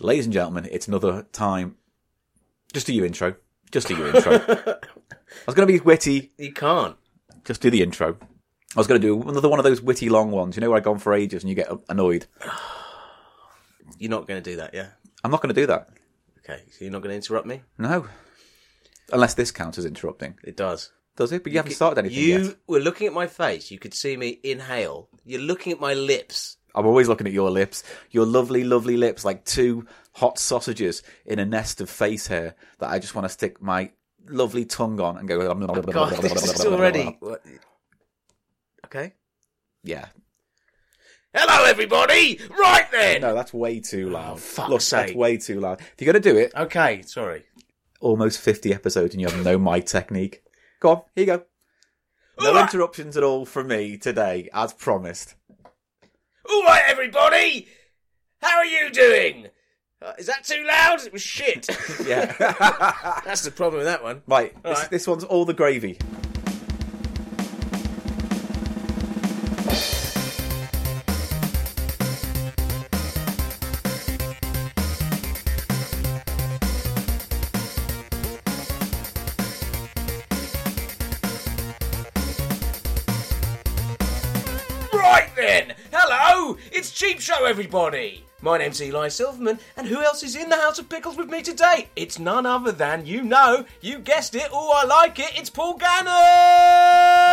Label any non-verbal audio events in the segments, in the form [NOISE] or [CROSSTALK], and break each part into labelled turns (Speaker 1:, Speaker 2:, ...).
Speaker 1: Ladies and gentlemen, it's another time. Just do your intro. Just do your
Speaker 2: [LAUGHS]
Speaker 1: intro. I was going to be witty.
Speaker 2: You can't.
Speaker 1: Just do the intro. I was going to do another one of those witty long ones. You know where I've gone for ages and you get annoyed.
Speaker 2: You're not going to do that, yeah?
Speaker 1: I'm not going to do that.
Speaker 2: Okay, so you're not going to interrupt me?
Speaker 1: No. Unless this counts as interrupting.
Speaker 2: It does.
Speaker 1: Does it? But you, haven't started anything
Speaker 2: You
Speaker 1: yet.
Speaker 2: were looking at my face. You could see me inhale. You're looking at
Speaker 1: [LAUGHS]
Speaker 2: my lips.
Speaker 1: I'm always looking at your lips. Your lovely, lovely lips, like two hot sausages in a nest of face hair that I just want to stick my lovely tongue on and go.
Speaker 2: God, this
Speaker 1: [LAUGHS]
Speaker 2: is already. What? Okay.
Speaker 1: Yeah.
Speaker 2: Hello, everybody! Right then!
Speaker 1: No, that's way too loud.
Speaker 2: Oh, fuck's
Speaker 1: Look, that's
Speaker 2: sake.
Speaker 1: way too loud. If you're going to do it,
Speaker 2: Okay, sorry.
Speaker 1: almost 50 episodes and you have no mic technique. Go on, here you go. No
Speaker 2: Alright.
Speaker 1: interruptions at all from me today, as promised.
Speaker 2: All right, everybody! How are you doing? Uh, is that too loud? It
Speaker 1: [LAUGHS]
Speaker 2: was shit. [LAUGHS]
Speaker 1: Yeah.
Speaker 2: That's the problem with that one.
Speaker 1: right, this,
Speaker 2: Alright.
Speaker 1: this one's all the gravy. [LAUGHS]
Speaker 2: Right then! Hello! It's Cheap Show, everybody! My name's Eli Silverman, and who else is in the House of Pickles with me today? It's none other than, you know, you guessed it, oh, I like it, it's Paul Gannon!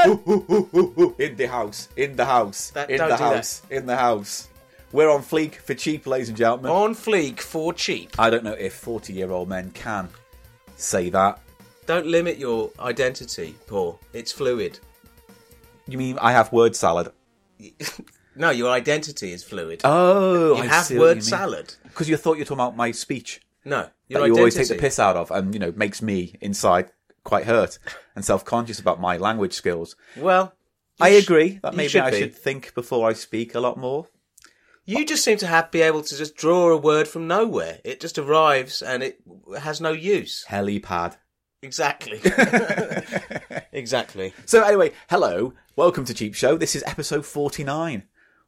Speaker 1: Oh. in the house, in the house,
Speaker 2: That-
Speaker 1: in
Speaker 2: don't
Speaker 1: the
Speaker 2: do that.
Speaker 1: house, in the house. We're on fleek for cheap, ladies and gentlemen.
Speaker 2: On fleek for cheap.
Speaker 1: I don't know if 40 year old men can say that.
Speaker 2: Don't limit your identity, Paul. It's fluid.
Speaker 1: You mean I have word salad?
Speaker 2: No, your identity is fluid.
Speaker 1: Oh,
Speaker 2: you have word salad.
Speaker 1: Because you thought you were talking about my speech.
Speaker 2: No,
Speaker 1: that
Speaker 2: your
Speaker 1: you
Speaker 2: identity.
Speaker 1: always take the piss out of, and you know makes me inside quite hurt and self-conscious about my language skills.
Speaker 2: Well,
Speaker 1: I agree that
Speaker 2: you
Speaker 1: maybe
Speaker 2: should
Speaker 1: I
Speaker 2: be.
Speaker 1: should think before I speak a lot more.
Speaker 2: You just seem to have be able to just draw a word from nowhere. It just arrives and it has no use. [LAUGHS]
Speaker 1: Helipad.
Speaker 2: Exactly. [LAUGHS] exactly.
Speaker 1: So anyway, hello, welcome to Cheap Show. This is episode forty-nine.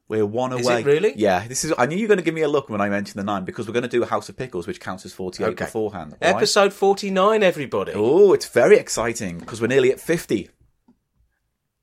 Speaker 1: We're one
Speaker 2: Is
Speaker 1: away.
Speaker 2: it really?
Speaker 1: Yeah. This is. I knew you were going to give me a look when I mentioned the nine because we're going to do a House of Pickles, which counts as forty-eight
Speaker 2: Okay.
Speaker 1: beforehand. all right?
Speaker 2: Episode 49, everybody.
Speaker 1: Oh, it's very exciting because we're nearly at fifty.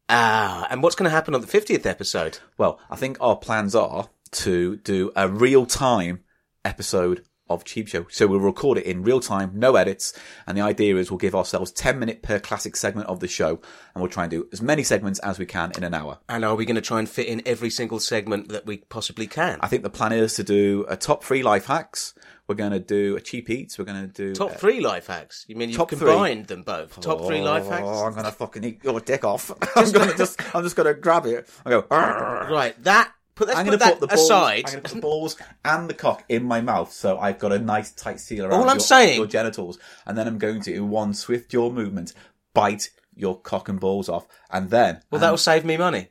Speaker 2: Ah, and what's going to happen on the 50th episode?
Speaker 1: Well, I think our plans are to do a real time episode of Cheap Show. So we'll record it in real time, no edits. And the idea is we'll give ourselves 10 minute per classic segment of the show and we'll try and do as many segments as we can in an hour.
Speaker 2: And are we going to try and fit in every single segment that we possibly can?
Speaker 1: I think the plan is to do a top three life hacks. We're going to do a cheap eats. We're going to do
Speaker 2: Top three life hacks. You mean you've
Speaker 1: top three.
Speaker 2: combined them both? Top three life
Speaker 1: Oh,
Speaker 2: hacks?
Speaker 1: I'm gonna fucking eat your dick
Speaker 2: [LAUGHS]
Speaker 1: off. I'm gonna just, I'm just gonna grab it. I go. "Arr."
Speaker 2: Right, that. Put, let's
Speaker 1: I'm going
Speaker 2: put
Speaker 1: to
Speaker 2: that
Speaker 1: put the balls,
Speaker 2: aside.
Speaker 1: I'm going to put the balls and the cock in my mouth, so I've got a nice tight seal around
Speaker 2: All I'm
Speaker 1: your,
Speaker 2: saying-
Speaker 1: your genitals, and then I'm going to, in one swift jaw movement, bite your cock and balls off, and then
Speaker 2: Well, that'll save me money.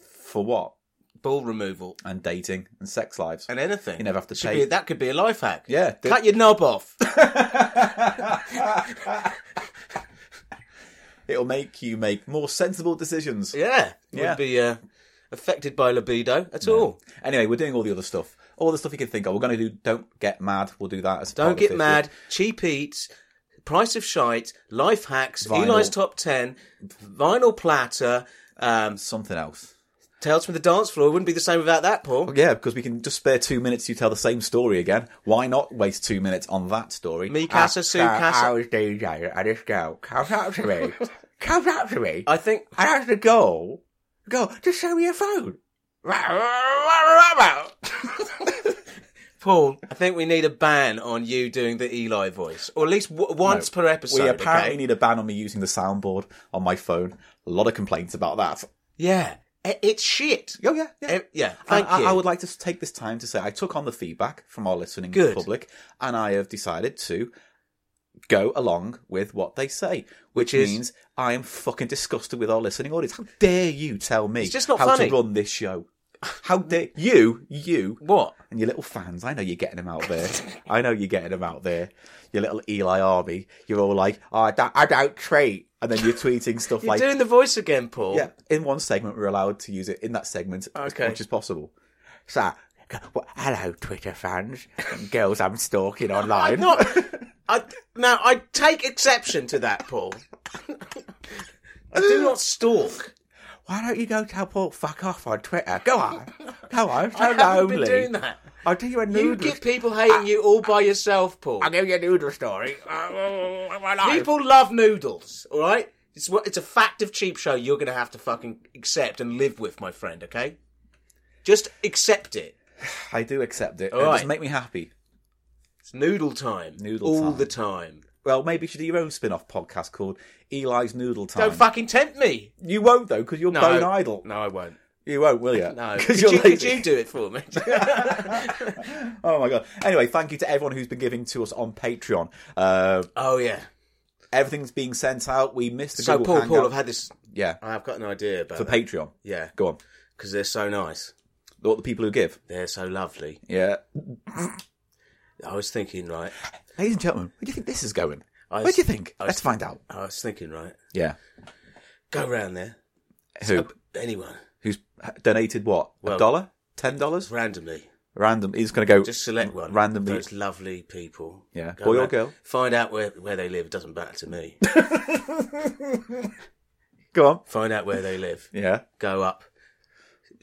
Speaker 1: for what?
Speaker 2: Ball removal
Speaker 1: And dating and sex lives.
Speaker 2: and anything.
Speaker 1: You never have to
Speaker 2: Should
Speaker 1: pay.
Speaker 2: be- that could be a life hack.
Speaker 1: Yeah, do-
Speaker 2: Cut your
Speaker 1: [LAUGHS]
Speaker 2: knob off.
Speaker 1: It'll make you make more sensible decisions.
Speaker 2: yeah.
Speaker 1: Yeah.
Speaker 2: Wouldn't be uh, affected by libido at all.
Speaker 1: Anyway, we're doing all the other stuff, all the stuff you can think of. We're going to do. Don't get mad. We'll do that. As part
Speaker 2: Don't
Speaker 1: of
Speaker 2: get
Speaker 1: 50.
Speaker 2: mad. Cheap eats. Price of shite. Life hacks.
Speaker 1: Vinyl.
Speaker 2: Eli's top ten. Vinyl platter. Um,
Speaker 1: Something else.
Speaker 2: Tales from the dance floor wouldn't be the same without that, Paul.
Speaker 1: Yeah, because we can just spare two minutes to tell the same story again. Why not waste two minutes on that story?
Speaker 2: Me casa,
Speaker 1: Ah,
Speaker 2: su
Speaker 1: ah,
Speaker 2: casa.
Speaker 1: I was DJ and this girl comes up to [LAUGHS] me. comes up to me.
Speaker 2: I think
Speaker 1: And as the goal, go, just show me your [LAUGHS] phone.
Speaker 2: Paul. I think we need a ban on you doing the Eli voice, or at least w- once per episode.
Speaker 1: we apparently
Speaker 2: okay?
Speaker 1: need a ban on me using the soundboard on my phone. A lot of complaints about that.
Speaker 2: yeah, I- it's shit.
Speaker 1: Oh, yeah, yeah.
Speaker 2: Eh, Yeah, thank
Speaker 1: And I-
Speaker 2: you.
Speaker 1: I, would like to take this time to say I took on the feedback from our listening
Speaker 2: Good.
Speaker 1: public, and I have decided to go along with what they say, which,
Speaker 2: Which is-
Speaker 1: means I am fucking disgusted with our listening audience. How dare you tell me
Speaker 2: It's just not
Speaker 1: how
Speaker 2: funny.
Speaker 1: to run this show?
Speaker 2: [LAUGHS]
Speaker 1: How dare you, you,
Speaker 2: what?
Speaker 1: and your little fans? I know you're getting them out there. I know you're getting them out there. Your little Eli Army. You're all like, oh, I don't, I don't treat, and then you're tweeting
Speaker 2: [LAUGHS]
Speaker 1: stuff
Speaker 2: You're
Speaker 1: like,
Speaker 2: doing the voice again, Paul.
Speaker 1: yeah, in one segment, we're allowed to use it in that segment as
Speaker 2: Okay.
Speaker 1: much as possible. So,
Speaker 3: Well, hello, Twitter fans, and girls I'm stalking
Speaker 4: I'm
Speaker 2: [LAUGHS]
Speaker 3: online.
Speaker 4: not.
Speaker 2: I, now, I take exception to
Speaker 1: [LAUGHS]
Speaker 2: that, Paul.
Speaker 4: I do not stalk.
Speaker 3: Why don't you go tell Paul fuck off on Twitter? Go
Speaker 2: [LAUGHS]
Speaker 3: on, go on. I'm so
Speaker 2: I haven't
Speaker 3: lonely.
Speaker 2: been doing that.
Speaker 3: I'll tell you a noodle.
Speaker 2: You get people hating you all by yourself, Paul.
Speaker 3: I'll give you a noodle story.
Speaker 1: Uh,
Speaker 3: My life.
Speaker 2: People love noodles, all right? It's what it's a fact of cheap show you're going to have to fucking accept and live with, my friend, okay? Just accept it.
Speaker 1: I do accept it.
Speaker 2: All
Speaker 1: it
Speaker 2: right.
Speaker 1: does make me happy.
Speaker 2: It's noodle time.
Speaker 1: Noodle
Speaker 2: all
Speaker 1: time.
Speaker 2: the time.
Speaker 1: Well, maybe you should do your own spin-off podcast called Eli's Noodle Time.
Speaker 2: Don't fucking tempt me.
Speaker 1: you won't though, because you're
Speaker 2: No.
Speaker 1: bone idle.
Speaker 2: No, I won't.
Speaker 1: You won't, will you? [LAUGHS]
Speaker 2: [LAUGHS] No. Could
Speaker 1: because you're
Speaker 2: you, could
Speaker 1: lazy.
Speaker 2: you do it for me?
Speaker 1: Oh my god. Anyway, thank you to everyone who's been giving to us on Patreon. Uh,
Speaker 2: [LAUGHS] oh yeah.
Speaker 1: everything's being sent out. We missed the
Speaker 2: So
Speaker 1: Google
Speaker 2: Paul,
Speaker 1: Hangout.
Speaker 2: Paul, I've had this.
Speaker 1: yeah
Speaker 2: I've got an idea about
Speaker 1: for
Speaker 2: that.
Speaker 1: Patreon.
Speaker 2: Yeah,
Speaker 1: Go on.
Speaker 2: because they're so nice.
Speaker 1: What the people who give.
Speaker 2: They're so lovely.
Speaker 1: Yeah.
Speaker 2: I was thinking, right?
Speaker 1: Ladies and gentlemen, where do you think this is going?
Speaker 2: I was,
Speaker 1: Where do you think?
Speaker 2: I
Speaker 1: Let's
Speaker 2: was,
Speaker 1: find out.
Speaker 2: I was thinking, right?
Speaker 1: Yeah.
Speaker 2: Go round there.
Speaker 1: Who?
Speaker 2: Anyone,
Speaker 1: Who's donated what?
Speaker 2: Well-
Speaker 1: a dollar? Ten dollars?
Speaker 2: randomly.
Speaker 1: Random. He's going to go.
Speaker 2: Just select one.
Speaker 1: Randomly.
Speaker 2: Those lovely people.
Speaker 1: Yeah.
Speaker 2: Go
Speaker 1: Boy or
Speaker 2: round-
Speaker 1: girl?
Speaker 2: Find out where, where they live. Doesn't matter to
Speaker 1: [LAUGHS]
Speaker 2: me.
Speaker 1: Go on.
Speaker 2: find out where they live.
Speaker 1: Yeah.
Speaker 2: Go up.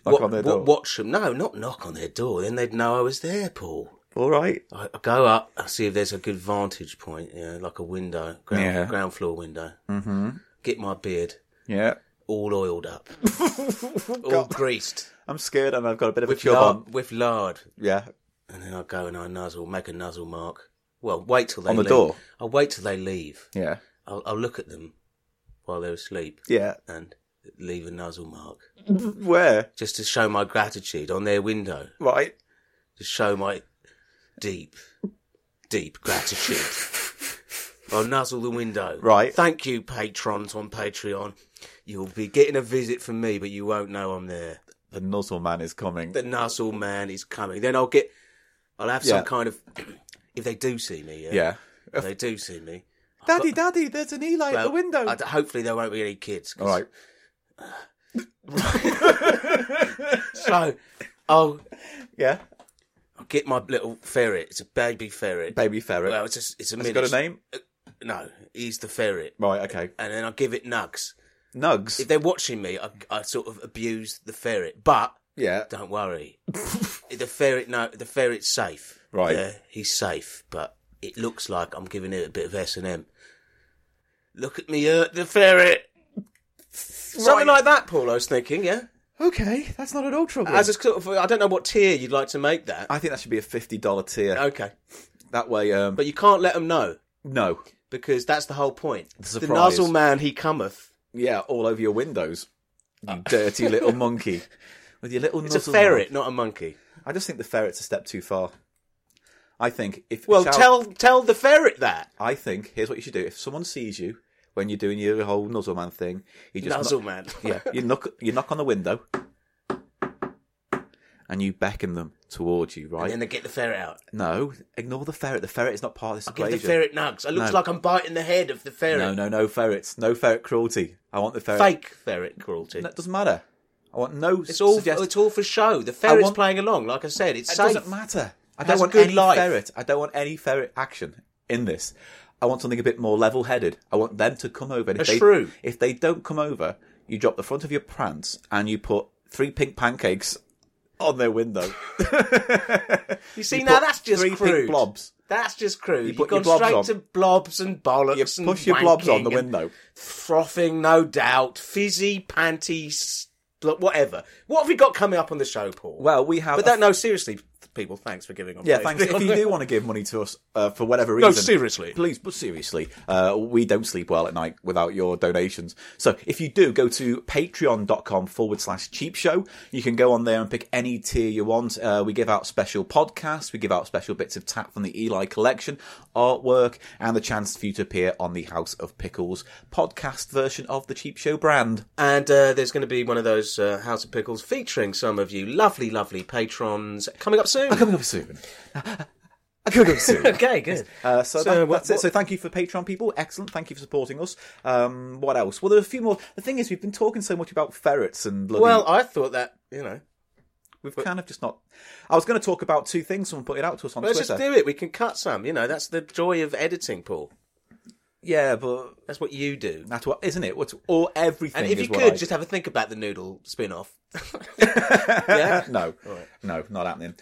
Speaker 1: Knock
Speaker 2: Wa-
Speaker 1: on their
Speaker 2: wa-
Speaker 1: door.
Speaker 2: Watch them. No, not knock on their door. Then they'd know I was there, Paul.
Speaker 1: All right.
Speaker 2: I I go up, I see if there's a good vantage point, you know, like a window, ground,
Speaker 1: Yeah.
Speaker 2: ground floor window. Mm-hmm. Get my beard
Speaker 1: Yeah.
Speaker 2: all oiled up,
Speaker 1: [LAUGHS]
Speaker 2: all greased
Speaker 1: I'm scared and I've got a bit of a
Speaker 2: with
Speaker 1: chub on.
Speaker 2: lard, with lard,
Speaker 1: Yeah.
Speaker 2: and then I go and I nuzzle, make a nuzzle mark. Well, wait till they
Speaker 1: On the
Speaker 2: leave.
Speaker 1: door?
Speaker 2: I'll wait till they leave.
Speaker 1: Yeah.
Speaker 2: I'll, I'll look at them while they're asleep
Speaker 1: Yeah.
Speaker 2: and leave a nuzzle mark
Speaker 1: Where?
Speaker 2: just to show my gratitude on their window,
Speaker 1: Right.
Speaker 2: to show my deep, deep
Speaker 1: [LAUGHS]
Speaker 2: gratitude. I'll nuzzle the window.
Speaker 1: Right.
Speaker 2: Thank you, patrons on Patreon. You'll be getting a visit from me, but you won't know I'm there.
Speaker 1: The nuzzle man is coming.
Speaker 2: The nuzzle man is coming. Then I'll get. I'll have
Speaker 1: Yeah.
Speaker 2: some kind of. [CLEARS THROAT] if they do see me, yeah.
Speaker 1: yeah.
Speaker 2: If they do see me.
Speaker 1: Daddy, daddy, there's an Eli at the
Speaker 2: well,
Speaker 1: window.
Speaker 2: I d- hopefully there won't be any kids. 'cause-
Speaker 1: All right.
Speaker 2: [LAUGHS] So, I'll,
Speaker 1: Yeah.
Speaker 2: I'll get my little ferret. It's a baby ferret.
Speaker 1: Baby ferret.
Speaker 2: Well, it's a, it's a
Speaker 1: Has it got a
Speaker 2: miniature-
Speaker 1: name?
Speaker 2: No, he's the ferret.
Speaker 1: Right, okay.
Speaker 2: And then I give it nugs.
Speaker 1: Nugs.
Speaker 2: If they're watching me, I, I sort of abuse the ferret. But
Speaker 1: yeah.
Speaker 2: Don't [LAUGHS] worry. the ferret, no, the ferret's safe.
Speaker 1: Right.
Speaker 2: Yeah, he's safe, but it looks like I'm giving it a bit of S and M. Look at me, hurt the ferret. Something like that, Paul. I was thinking, yeah.
Speaker 1: Okay, that's not at all trouble.
Speaker 2: As a sort of, I don't know what tier you'd like to make that.
Speaker 1: I think that should be a fifty dollar tier.
Speaker 2: Okay,
Speaker 1: That way, um,
Speaker 2: Uh, but you can't let them know
Speaker 1: no,
Speaker 2: because that's the whole point. The
Speaker 1: surprise.
Speaker 2: nuzzle man, he cometh.
Speaker 1: yeah, all over your windows, you dirty
Speaker 2: [LAUGHS]
Speaker 1: little monkey with your little.
Speaker 2: Uh. It's a
Speaker 1: nuzzle
Speaker 2: ferret, not a monkey.
Speaker 1: mouth. I just think the ferret's a step too far. I think if
Speaker 2: Well,
Speaker 1: shall-
Speaker 2: tell tell the ferret that.
Speaker 1: I think here's what you should do: if someone sees you when you're doing your whole nuzzle man thing, you just
Speaker 2: Nuzzle man.
Speaker 1: knock, [LAUGHS] yeah, you knock you knock on the window, and you beckon them towards you. Right?
Speaker 2: [LAUGHS] And then they get the ferret out.
Speaker 1: no, ignore the ferret. The ferret is not part of this
Speaker 2: Give
Speaker 1: equation.
Speaker 2: the ferret nugs. It looks
Speaker 1: No.
Speaker 2: like I'm biting the head of the ferret.
Speaker 1: No, no, no ferrets. No ferret cruelty. I want the ferret.
Speaker 2: fake ferret cruelty.
Speaker 1: That doesn't matter. I want no.
Speaker 2: it's all
Speaker 1: Suggest-
Speaker 2: it's all for show. The ferret's
Speaker 1: want-
Speaker 2: playing along. Like I said, it's
Speaker 1: it
Speaker 2: safe.
Speaker 1: doesn't matter. I
Speaker 2: has
Speaker 1: don't
Speaker 2: a
Speaker 1: want
Speaker 2: good
Speaker 1: any
Speaker 2: life.
Speaker 1: ferret. I don't want any ferret action in this. I want something a bit more level-headed. I want them to come over. And
Speaker 2: A
Speaker 1: if they,
Speaker 2: shrew.
Speaker 1: If they don't come over, you drop the front of your pants and you put three pink pancakes on their window.
Speaker 2: You [LAUGHS] see, now
Speaker 1: put
Speaker 2: that's just
Speaker 1: three
Speaker 2: crude.
Speaker 1: pink blobs.
Speaker 2: That's just crude. You have
Speaker 1: put
Speaker 2: gone
Speaker 1: your blobs
Speaker 2: straight
Speaker 1: on.
Speaker 2: to blobs and bollocks
Speaker 1: You
Speaker 2: and
Speaker 1: push your blobs on
Speaker 2: wanking
Speaker 1: the
Speaker 2: and
Speaker 1: window.
Speaker 2: frothing, no doubt, fizzy panties, blo- whatever. What have we got coming up on the show, Paul?
Speaker 1: Well, we have.
Speaker 2: but
Speaker 1: a-
Speaker 2: that no, seriously, people, thanks for giving. on
Speaker 1: Yeah, [LAUGHS]
Speaker 2: Facebook.
Speaker 1: thanks. If you do want to give money to us uh, for whatever reason,
Speaker 2: seriously.
Speaker 1: please, but seriously, uh, we don't sleep well at night without your donations. So if you do, go to patreon.com forward slash cheap show. You can go on there and pick any tier you want. Uh, we give out special podcasts, we give out special bits of tap from the Eli collection, artwork, and the chance for you to appear on the House of Pickles podcast version of the cheap show brand.
Speaker 2: And uh, there's going to be one of those uh, House of Pickles featuring some of you lovely, lovely patrons coming up soon.
Speaker 1: Coming up soon. Coming up [LAUGHS] soon.
Speaker 2: okay, good.
Speaker 1: Uh, so,
Speaker 2: So
Speaker 1: that-
Speaker 2: what-
Speaker 1: that's it. So thank you for Patreon people. Excellent. Thank you for supporting us. Um, what else? Well, there are a few more. The thing is, we've been talking so much about ferrets and bloody.
Speaker 2: Well, I thought that you know
Speaker 1: We've kind of just not. I was going to talk about two things. Someone put it out to us on
Speaker 2: Let's
Speaker 1: Twitter.
Speaker 2: just do it. We can cut some. You know, that's the joy of editing, Paul.
Speaker 1: yeah, but
Speaker 2: That's what you do.
Speaker 1: that's what isn't it? What's or everything?
Speaker 2: And if
Speaker 1: is
Speaker 2: you
Speaker 1: what
Speaker 2: could,
Speaker 1: I- [LAUGHS]
Speaker 2: just have a think about the noodle spin off.
Speaker 1: no, no, not happening.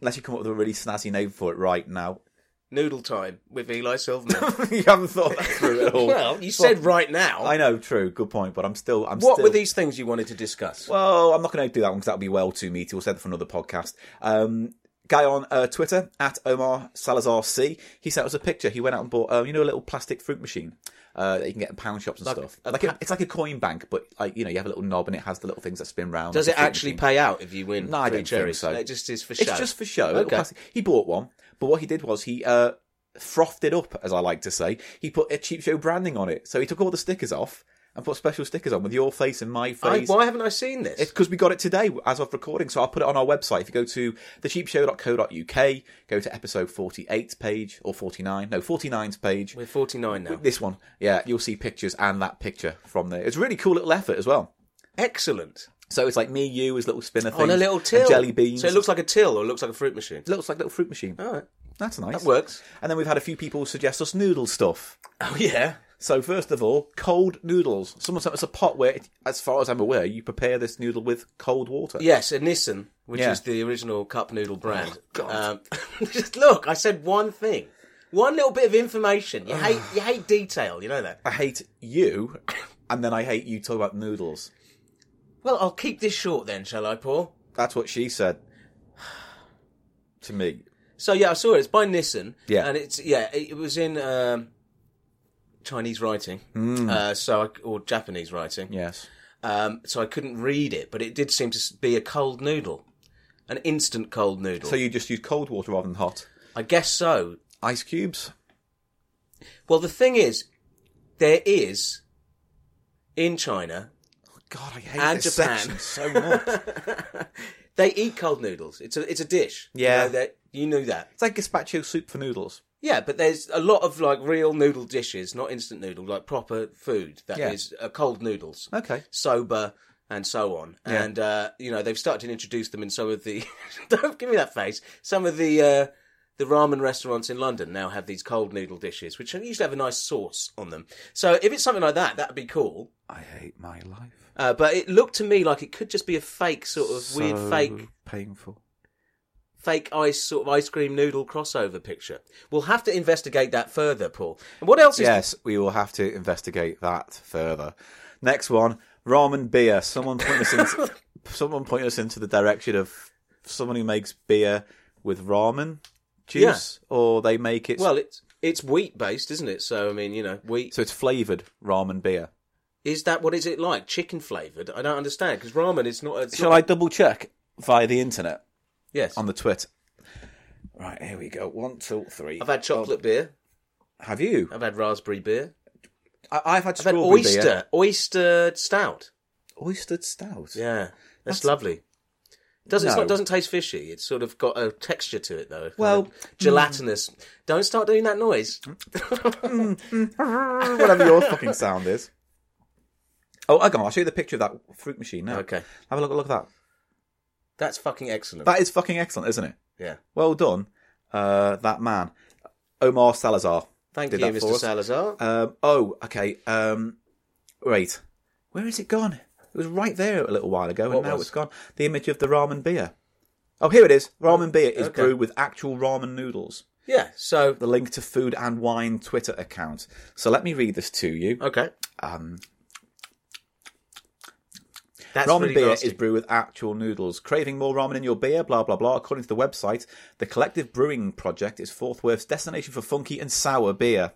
Speaker 1: Unless you come up with a really snazzy name for it right now.
Speaker 2: [LAUGHS]
Speaker 1: [LAUGHS]
Speaker 2: Noodle time with Eli Silverman.
Speaker 1: you haven't thought that through at all.
Speaker 2: [LAUGHS] well, you said right now.
Speaker 1: I know, true, good point, but I'm still. I'm
Speaker 2: what
Speaker 1: still...
Speaker 2: were these things you wanted to discuss?
Speaker 1: Well, I'm not going to do that one because that would be well too meaty. We'll save that for another podcast. Um, guy on uh, Twitter at Omar Salazar C. He sent us a picture. He went out and bought, um, you know, a little plastic fruit machine uh, that you can get in pound shops and stuff. Like a, it's like a coin bank, but like you know, you have a little knob and it has the little things that spin round.
Speaker 2: Does
Speaker 1: like
Speaker 2: it
Speaker 1: a fruit
Speaker 2: actually
Speaker 1: machine.
Speaker 2: pay out if you win?
Speaker 1: No, I don't
Speaker 2: three
Speaker 1: think
Speaker 2: cherries?
Speaker 1: so.
Speaker 2: It just is for show.
Speaker 1: It's just for show. a little
Speaker 2: Okay.
Speaker 1: plastic- He bought one, but what he did was he uh, frothed it up, as I like to say. He put a cheap show branding on it, so he took all the stickers off and put special stickers on with your face and my
Speaker 2: I,
Speaker 1: face.
Speaker 2: why haven't I seen this?
Speaker 1: It's because we got it today as of recording, so I'll put it on our website. If you go to thecheapshow.co.uk, go to episode 48 page or 49, no, 49's page.
Speaker 2: We're 49 now.
Speaker 1: This one, yeah, you'll see pictures and that picture from there. It's a really cool little effort as well.
Speaker 2: Excellent.
Speaker 1: So it's like me, you, as little spinner things.
Speaker 2: On a little
Speaker 1: and
Speaker 2: till.
Speaker 1: jelly beans.
Speaker 2: So it looks like a till or it looks like a fruit machine.
Speaker 1: It looks like a little fruit machine.
Speaker 2: All right.
Speaker 1: That's nice.
Speaker 2: That works.
Speaker 1: And then we've had a few people suggest us noodle stuff.
Speaker 2: Oh, yeah.
Speaker 1: So first of all, cold noodles. Someone sent us a pot where, it, as far as I'm aware, you prepare this noodle with cold water.
Speaker 2: Yes, a Nissan, which
Speaker 1: Yeah.
Speaker 2: is the original cup noodle brand. Um, [LAUGHS] just look, I said one thing. One little bit of information. You hate you hate detail, you know that.
Speaker 1: I hate you, [COUGHS] and then I hate you talking about noodles.
Speaker 2: Well, I'll keep this short then, shall I, Paul?
Speaker 1: That's what she said [SIGHS] to me.
Speaker 2: So yeah, I saw it. It's by Nissen.
Speaker 1: Yeah.
Speaker 2: and it's yeah, it, it was in um, Chinese writing, uh, so I, or Japanese writing.
Speaker 1: Yes.
Speaker 2: Um, so I couldn't read it, but it did seem to s- be a cold noodle, an instant cold noodle.
Speaker 1: So you just use cold water rather than hot.
Speaker 2: I guess so.
Speaker 1: Ice cubes.
Speaker 2: Well, the thing is, there is in China
Speaker 1: God, I hate
Speaker 2: And
Speaker 1: this
Speaker 2: Japan.
Speaker 1: section
Speaker 2: [LAUGHS]
Speaker 1: so much.
Speaker 2: they eat cold noodles. It's a it's a dish. You
Speaker 1: Yeah.
Speaker 2: know, that- you knew that.
Speaker 1: it's like gazpacho soup for noodles.
Speaker 2: Yeah, but there's a lot of like real noodle dishes, not instant noodle, like proper food that is
Speaker 1: Yeah.
Speaker 2: uh, cold noodles.
Speaker 1: Okay.
Speaker 2: sober and so on.
Speaker 1: Yeah.
Speaker 2: And uh, you know, they've started to introduce them in some of the [LAUGHS] don't give me that face. Some of the uh, the ramen restaurants in London now have these cold noodle dishes, which usually have a nice sauce on them. So if it's something like that, that'd be cool.
Speaker 1: I hate my life.
Speaker 2: Uh, but it looked to me like it could just be a fake sort of weird fake
Speaker 1: painful.
Speaker 2: fake ice sort of ice cream noodle crossover picture. We'll have to investigate that further, Paul. And what else is
Speaker 1: Yes, we will have to investigate that further. Next one, ramen beer. Someone point us [LAUGHS] into, someone point us into the direction of someone who makes beer with ramen juice, or they make it
Speaker 2: well it's it's wheat based, isn't it? So I mean, you know, wheat
Speaker 1: So it's flavored ramen beer.
Speaker 2: Is that what is it like? Chicken flavored? I don't understand because ramen is not. It's
Speaker 1: Shall
Speaker 2: not-
Speaker 1: I double check via the internet
Speaker 2: Yes,
Speaker 1: on the twit? Right, here we go. One, two, three.
Speaker 2: I've had chocolate beer.
Speaker 1: Have you?
Speaker 2: I've had raspberry beer.
Speaker 1: I, I've had
Speaker 2: I've had
Speaker 1: strawberry
Speaker 2: oyster
Speaker 1: beer.
Speaker 2: oyster stout.
Speaker 1: Oyster stout.
Speaker 2: Yeah, that's, lovely. Does it's
Speaker 1: No.
Speaker 2: not doesn't taste fishy. It's sort of got a texture to it though. kind
Speaker 1: Well, Hmm?
Speaker 2: of gelatinous. Don't start doing that noise.
Speaker 1: [LAUGHS] Whatever your fucking sound is. Oh, hang on. I'll show you the picture of that fruit machine now.
Speaker 2: Okay,
Speaker 1: Have a look, look at that.
Speaker 2: that's fucking excellent.
Speaker 1: That is fucking excellent, isn't it?
Speaker 2: yeah,
Speaker 1: Well done, uh, that man. Omar Salazar.
Speaker 2: thank
Speaker 1: Did
Speaker 2: you,
Speaker 1: that for
Speaker 2: Mr.
Speaker 1: us.
Speaker 2: Salazar.
Speaker 1: Um, oh, okay. Um, wait, where is it gone? It was right there a little while ago, and
Speaker 2: What
Speaker 1: now
Speaker 2: was?
Speaker 1: it's gone. The image of the ramen beer. Oh, here it is. Ramen beer is
Speaker 2: Okay.
Speaker 1: brewed with actual ramen noodles.
Speaker 2: yeah, so
Speaker 1: The link to food and wine Twitter account. So let me read this to you.
Speaker 2: okay.
Speaker 1: Um,
Speaker 2: That's
Speaker 1: ramen
Speaker 2: really
Speaker 1: beer
Speaker 2: nasty.
Speaker 1: is brewed with actual noodles. Craving more ramen in your beer? Blah blah blah. According to the website, the Collective Brewing Project is Forthworth's destination for funky and sour beer,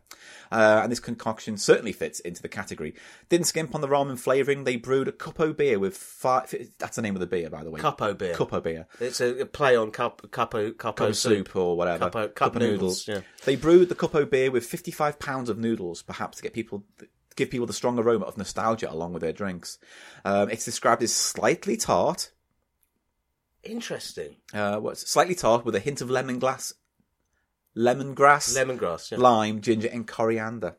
Speaker 1: uh, and this concoction certainly fits into the category. Didn't skimp on the ramen flavouring. They brewed a cuppo beer with five. That's the name of the beer, by the way.
Speaker 2: Cuppo beer.
Speaker 1: Cuppo beer.
Speaker 2: It's a, a play on cup cuppo cuppo
Speaker 1: Or soup, or whatever.
Speaker 2: Cuppo- cup
Speaker 1: of
Speaker 2: noodles, yeah.
Speaker 1: They brewed the cuppo beer with 55 pounds of noodles, perhaps to get people to give people the strong aroma of nostalgia along with their drinks. Um, it's described as slightly tart.
Speaker 2: Interesting.
Speaker 1: uh, what's slightly tart with a hint of lemongrass, lemongrass,
Speaker 2: Lemongrass. Yeah.
Speaker 1: lime, ginger, and coriander.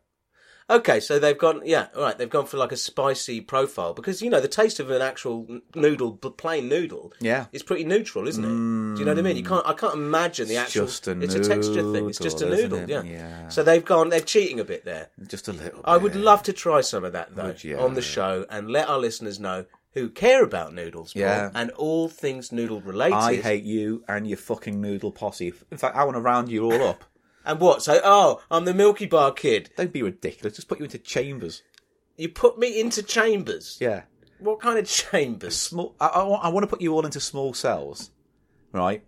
Speaker 2: Okay, so they've gone, yeah, all right, they've gone for like a spicy profile because, you know, the taste of an actual n- noodle, b- plain noodle,
Speaker 1: Yeah. Mm.
Speaker 2: is pretty neutral, isn't it? Do you know what I mean? You can't, I can't imagine the actual,
Speaker 1: just a
Speaker 2: it's a texture thing, it's just a
Speaker 1: noodle, isn't it?
Speaker 2: noodle, yeah.
Speaker 1: Yeah.
Speaker 2: So they've gone, they're cheating a bit there.
Speaker 1: Just a little.
Speaker 2: I would
Speaker 1: bit.
Speaker 2: love to try some of that though
Speaker 1: Would you?
Speaker 2: on the show and let our listeners know who care about noodles, Paul,
Speaker 1: Yeah.
Speaker 2: and all things noodle related.
Speaker 1: I hate you and your fucking noodle posse. In fact, I want to round you all up.
Speaker 2: And what? So, oh, I'm the Milky Bar kid.
Speaker 1: Don't be ridiculous. Just put you into chambers.
Speaker 2: You put me into chambers.
Speaker 1: Yeah.
Speaker 2: What kind of [LAUGHS] chambers?
Speaker 1: Small. I, I, wa- I want to put you all into small cells, right?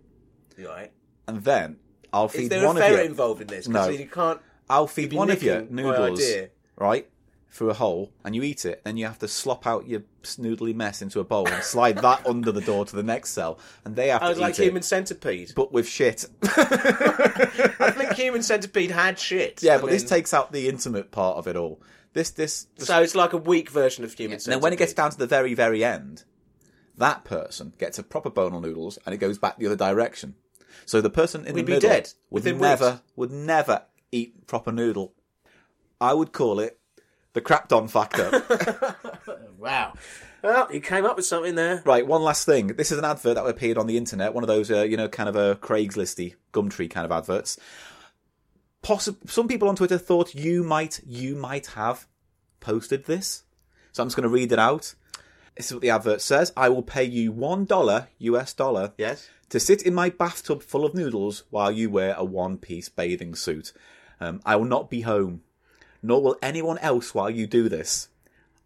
Speaker 2: Right.
Speaker 1: And then I'll
Speaker 2: Is
Speaker 1: feed
Speaker 2: there a
Speaker 1: one of you.
Speaker 2: ferret involved in this? 'Cause
Speaker 1: No.
Speaker 2: you can't.
Speaker 1: I'll feed
Speaker 2: be
Speaker 1: one of you
Speaker 2: nicking my
Speaker 1: noodles,
Speaker 2: idea.
Speaker 1: right, through a hole, and you eat it. Then you have to slop out your snoodly mess into a bowl and slide that [LAUGHS] under the door to the next cell, and they have
Speaker 2: I
Speaker 1: to
Speaker 2: was
Speaker 1: eat
Speaker 2: like
Speaker 1: it,
Speaker 2: human centipede.
Speaker 1: but with [LAUGHS] shit.
Speaker 2: I think human centipede had shit.
Speaker 1: yeah,
Speaker 2: I
Speaker 1: but this
Speaker 2: mean,
Speaker 1: takes out the intimate part of it all. This, this. this
Speaker 2: So it's like a weak version of human
Speaker 1: and
Speaker 2: centipede.
Speaker 1: then when it gets down to the very, very end, that person gets a proper bone on noodles, and it goes back the other direction. So the person in
Speaker 2: We'd
Speaker 1: the
Speaker 2: be
Speaker 1: middle
Speaker 2: dead
Speaker 1: would
Speaker 2: within
Speaker 1: never,
Speaker 2: weeks.
Speaker 1: would never eat proper noodle. I would call it the crapdon [LAUGHS] factor.
Speaker 2: Wow. Well, you came up with something there.
Speaker 1: Right, one last thing. This is an advert that appeared on the internet, one of those, uh, you know, kind of a Craigslisty, Gumtree kind of adverts. Possi- some people on Twitter thought you might, you might have posted this. So I'm just going to read it out. This is what the advert says. I will pay you one dollar US dollar
Speaker 2: Yes.
Speaker 1: to sit in my bathtub full of noodles while you wear a one-piece bathing suit. Um, I will not be home, nor will anyone else while you do this.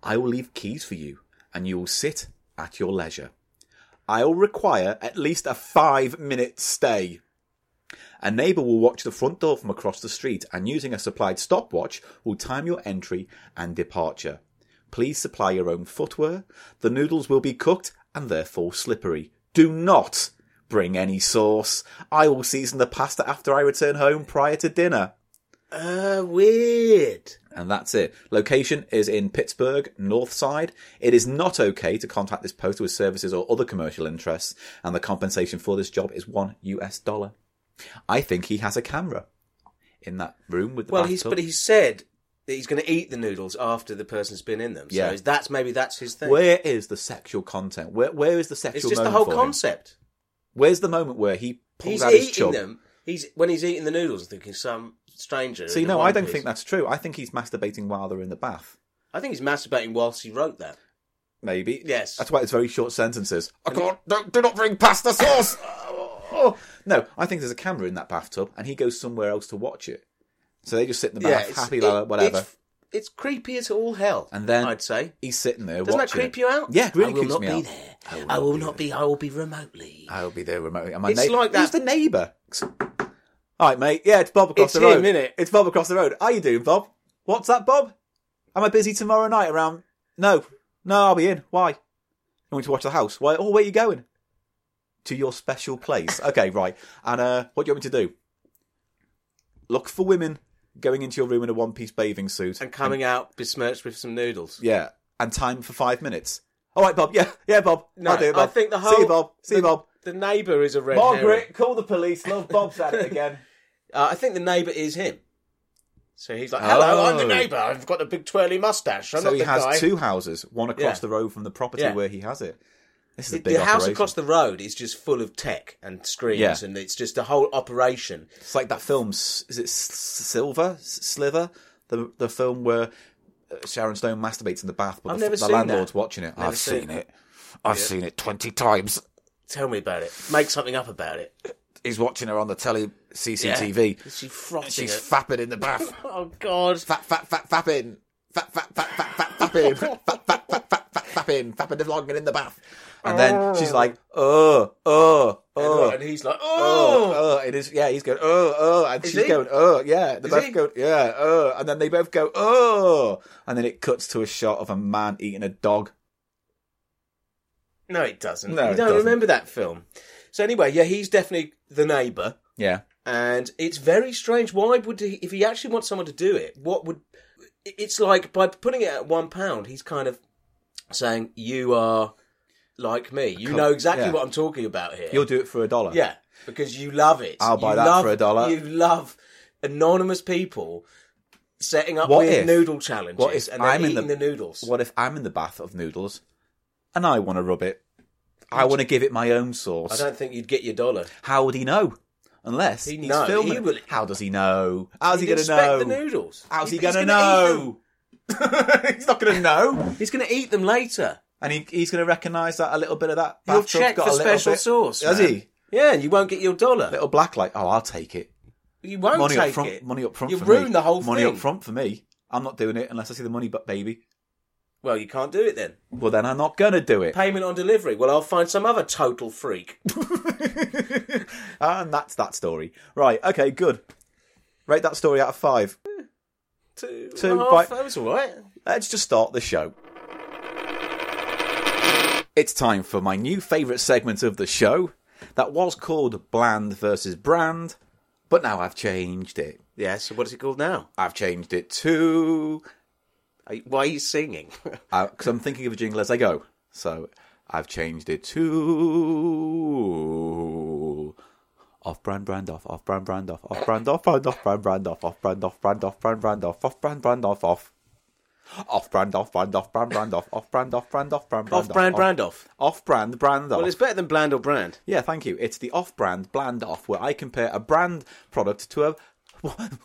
Speaker 1: I will leave keys for you, and you will sit at your leisure. I will require at least a five-minute stay. A neighbour will watch the front door from across the street, and using a supplied stopwatch, will time your entry and departure. Please supply your own footwear. The noodles will be cooked and therefore slippery. Do not bring any sauce. I will season the pasta after I return home prior to dinner.
Speaker 2: Uh, weird.
Speaker 1: And that's it. Location is in Pittsburgh, North Side. It is not okay to contact this post with services or other commercial interests, and the compensation for this job is one US dollar. I think he has a camera in that room with the
Speaker 2: Well, he's
Speaker 1: bathtub.
Speaker 2: but he said that he's going to eat the noodles after the person's been in them. So
Speaker 1: Yeah.
Speaker 2: that's maybe that's his thing.
Speaker 1: Where is the sexual content? Where where is the sexual?
Speaker 2: it's just the
Speaker 1: moment
Speaker 2: whole
Speaker 1: for him?
Speaker 2: concept.
Speaker 1: Where's the moment where he pulls
Speaker 2: He's
Speaker 1: out his
Speaker 2: eating
Speaker 1: chub?
Speaker 2: them. He's when he's eating the noodles, thinking some stranger.
Speaker 1: See,
Speaker 2: in a
Speaker 1: no,
Speaker 2: one
Speaker 1: I don't
Speaker 2: piece.
Speaker 1: think that's true. I think he's masturbating while they're in the bath.
Speaker 2: I think he's masturbating whilst he wrote that.
Speaker 1: Maybe.
Speaker 2: Yes.
Speaker 1: That's why it's very short sentences. I can't. Don't, do not bring pasta sauce. Oh. No, I think there's a camera in that bathtub, and he goes somewhere else to watch it. So they just sit in the bath,
Speaker 2: it's-
Speaker 1: happy,
Speaker 2: it-
Speaker 1: la- la- whatever.
Speaker 2: It's, it's creepy as all hell.
Speaker 1: And then-
Speaker 2: I'd say.
Speaker 1: He's sitting there.
Speaker 2: Doesn't that
Speaker 1: watching
Speaker 2: creep
Speaker 1: it.
Speaker 2: you out?
Speaker 1: Yeah, it really
Speaker 2: I will
Speaker 1: creeps
Speaker 2: not
Speaker 1: me
Speaker 2: be
Speaker 1: out.
Speaker 2: there. I will not be. I will be remotely.
Speaker 1: I'll be there remotely. And my
Speaker 2: It's
Speaker 1: neigh-
Speaker 2: like that-
Speaker 1: Who's the neighbour? All right, mate. Yeah, it's Bob across
Speaker 2: It's
Speaker 1: the road.
Speaker 2: him, innit?
Speaker 1: It's Bob across the road. How you doing, Bob? What's that, Bob? Am I busy tomorrow night around? No, no, I'll be in. Why? I want to watch the house. Why? Oh, where you going? To your special place. Okay, right. And uh, what do you want me to do? Look for women going into your room in a one-piece bathing suit.
Speaker 2: And coming out besmirched with some noodles.
Speaker 1: yeah, and time for five minutes. All right, Bob. Yeah, yeah, Bob.
Speaker 2: No,
Speaker 1: I'll do it,
Speaker 2: I
Speaker 1: Bob.
Speaker 2: think the
Speaker 1: see
Speaker 2: whole-
Speaker 1: you, Bob. See you, Bob.
Speaker 2: The neighbour is a red. herring.
Speaker 1: Margaret, call the police. Love Bob's at [LAUGHS] it again.
Speaker 2: Uh, I think the neighbour is him. So he's like, "Hello, I'm the
Speaker 1: Oh.
Speaker 2: neighbour. I've got the big twirly mustache. I'm
Speaker 1: So
Speaker 2: not
Speaker 1: he
Speaker 2: the
Speaker 1: has
Speaker 2: guy."
Speaker 1: two houses, one across
Speaker 2: Yeah.
Speaker 1: the road from the property
Speaker 2: Yeah.
Speaker 1: where he has it. This is a
Speaker 2: the
Speaker 1: big
Speaker 2: house
Speaker 1: operation.
Speaker 2: across the road is just full of tech and screens,
Speaker 1: Yeah.
Speaker 2: and it's just a whole operation.
Speaker 1: It's like that film. S- Is it S- Silver S- Sliver? The the film where uh, Sharon Stone masturbates in the bath, but
Speaker 2: I've
Speaker 1: the,
Speaker 2: never
Speaker 1: the
Speaker 2: seen
Speaker 1: landlord's
Speaker 2: that.
Speaker 1: watching it.
Speaker 2: Never
Speaker 1: I've
Speaker 2: seen
Speaker 1: seen it. I've seen it twenty times.
Speaker 2: Tell me about it. Make something up
Speaker 1: [LAUGHS]
Speaker 2: about it.
Speaker 1: He's watching her on the telly,
Speaker 2: Yeah.
Speaker 1: CCTV.
Speaker 2: Is she frothing
Speaker 1: She's
Speaker 2: it?
Speaker 1: fapping in the
Speaker 2: [LAUGHS]
Speaker 1: bath.
Speaker 2: oh God!
Speaker 1: Fap fap fap fapping. Fap fap fap fap fap
Speaker 2: [LAUGHS]
Speaker 1: fapping. Fap fap fap fap fap fapping. Fapping the vlog and in the bath. And then she's like, oh oh oh.
Speaker 2: And he's like,
Speaker 1: oh,
Speaker 2: "Oh,
Speaker 1: oh, it is. Yeah, he's going, oh, oh, and she's
Speaker 2: he?
Speaker 1: going, oh, yeah. They
Speaker 2: Is
Speaker 1: both
Speaker 2: he?
Speaker 1: go, yeah, oh, and then they both go, oh, and then it cuts to a shot of a man eating a dog.
Speaker 2: no, it doesn't."
Speaker 1: No,
Speaker 2: you
Speaker 1: it
Speaker 2: don't
Speaker 1: doesn't.
Speaker 2: remember that film. So anyway, yeah, he's definitely the neighbour,
Speaker 1: Yeah,
Speaker 2: and it's very strange. Why would he? If he actually wants someone to do it, what would? It's like by putting it at one pound, he's kind of saying, "You are like me. You
Speaker 1: com-
Speaker 2: know exactly
Speaker 1: yeah.
Speaker 2: what I'm talking about here."
Speaker 1: you'll do it for a dollar.
Speaker 2: Yeah, because you love it.
Speaker 1: I'll buy
Speaker 2: You
Speaker 1: that
Speaker 2: love-
Speaker 1: for a dollar.
Speaker 2: You love anonymous people setting up
Speaker 1: What
Speaker 2: weird
Speaker 1: if-
Speaker 2: noodle challenges
Speaker 1: What if
Speaker 2: and then
Speaker 1: I'm in
Speaker 2: eating
Speaker 1: the,
Speaker 2: the, noodles.
Speaker 1: What if I'm in the bath of noodles, and I want to rub it? I want to give it my own
Speaker 2: I
Speaker 1: sauce.
Speaker 2: don't think you'd get your dollar.
Speaker 1: How would he know? Unless
Speaker 2: He
Speaker 1: he's
Speaker 2: no,
Speaker 1: filming.
Speaker 2: he
Speaker 1: it.
Speaker 2: will-
Speaker 1: How does he know? How's he
Speaker 2: You'd
Speaker 1: going to
Speaker 2: inspect
Speaker 1: know?
Speaker 2: the noodles.
Speaker 1: How's he
Speaker 2: He's
Speaker 1: going to
Speaker 2: gonna eat them.
Speaker 1: know? [LAUGHS] he's not going to know,
Speaker 2: He's going to eat them later.
Speaker 1: and he, he's going to recognise that a little bit of that.
Speaker 2: He'll
Speaker 1: bathtub's
Speaker 2: check
Speaker 1: got
Speaker 2: for
Speaker 1: a little
Speaker 2: special
Speaker 1: bit-
Speaker 2: sauce.
Speaker 1: Does
Speaker 2: man.
Speaker 1: he?
Speaker 2: Yeah, and you won't get your dollar.
Speaker 1: Little black light. Oh, I'll take it.
Speaker 2: You won't
Speaker 1: money
Speaker 2: take
Speaker 1: up front.
Speaker 2: it.
Speaker 1: Money up front.
Speaker 2: You
Speaker 1: for
Speaker 2: ruin
Speaker 1: me.
Speaker 2: the whole
Speaker 1: money
Speaker 2: thing.
Speaker 1: up front for me. I'm not doing it unless I see the money, but baby.
Speaker 2: Well, you can't do it then.
Speaker 1: Well, then I'm not going to do it.
Speaker 2: Payment on delivery. Well, I'll find some other total freak.
Speaker 1: [LAUGHS] and that's that story. Right. Okay. Good. Rate that story out of five.
Speaker 2: Two,
Speaker 1: Two,
Speaker 2: and a half.
Speaker 1: right.
Speaker 2: That was all right.
Speaker 1: Let's just start the show. It's time for my new favourite segment of the show that was called Bland versus Brand, but now I've changed it.
Speaker 2: Yeah. So what is it called now?
Speaker 1: I've changed it to.
Speaker 2: Are you- Uh, Why are you singing?
Speaker 1: [LAUGHS] Because I'm thinking of a jingle as I go. So I've changed it to. Off brand, brand off, off brand, brand off, off brand, off brand, off brand, brand off, off brand, off brand, off brand, brand off, off brand, brand off, off. Off brand, off brand, off brand, brand off, off brand, off brand, off brand,
Speaker 2: off brand, brand off.
Speaker 1: off brand, brand off.
Speaker 2: Well, it's better than bland or brand.
Speaker 1: Yeah, thank you. It's the off brand, bland off, where I compare a brand product to a.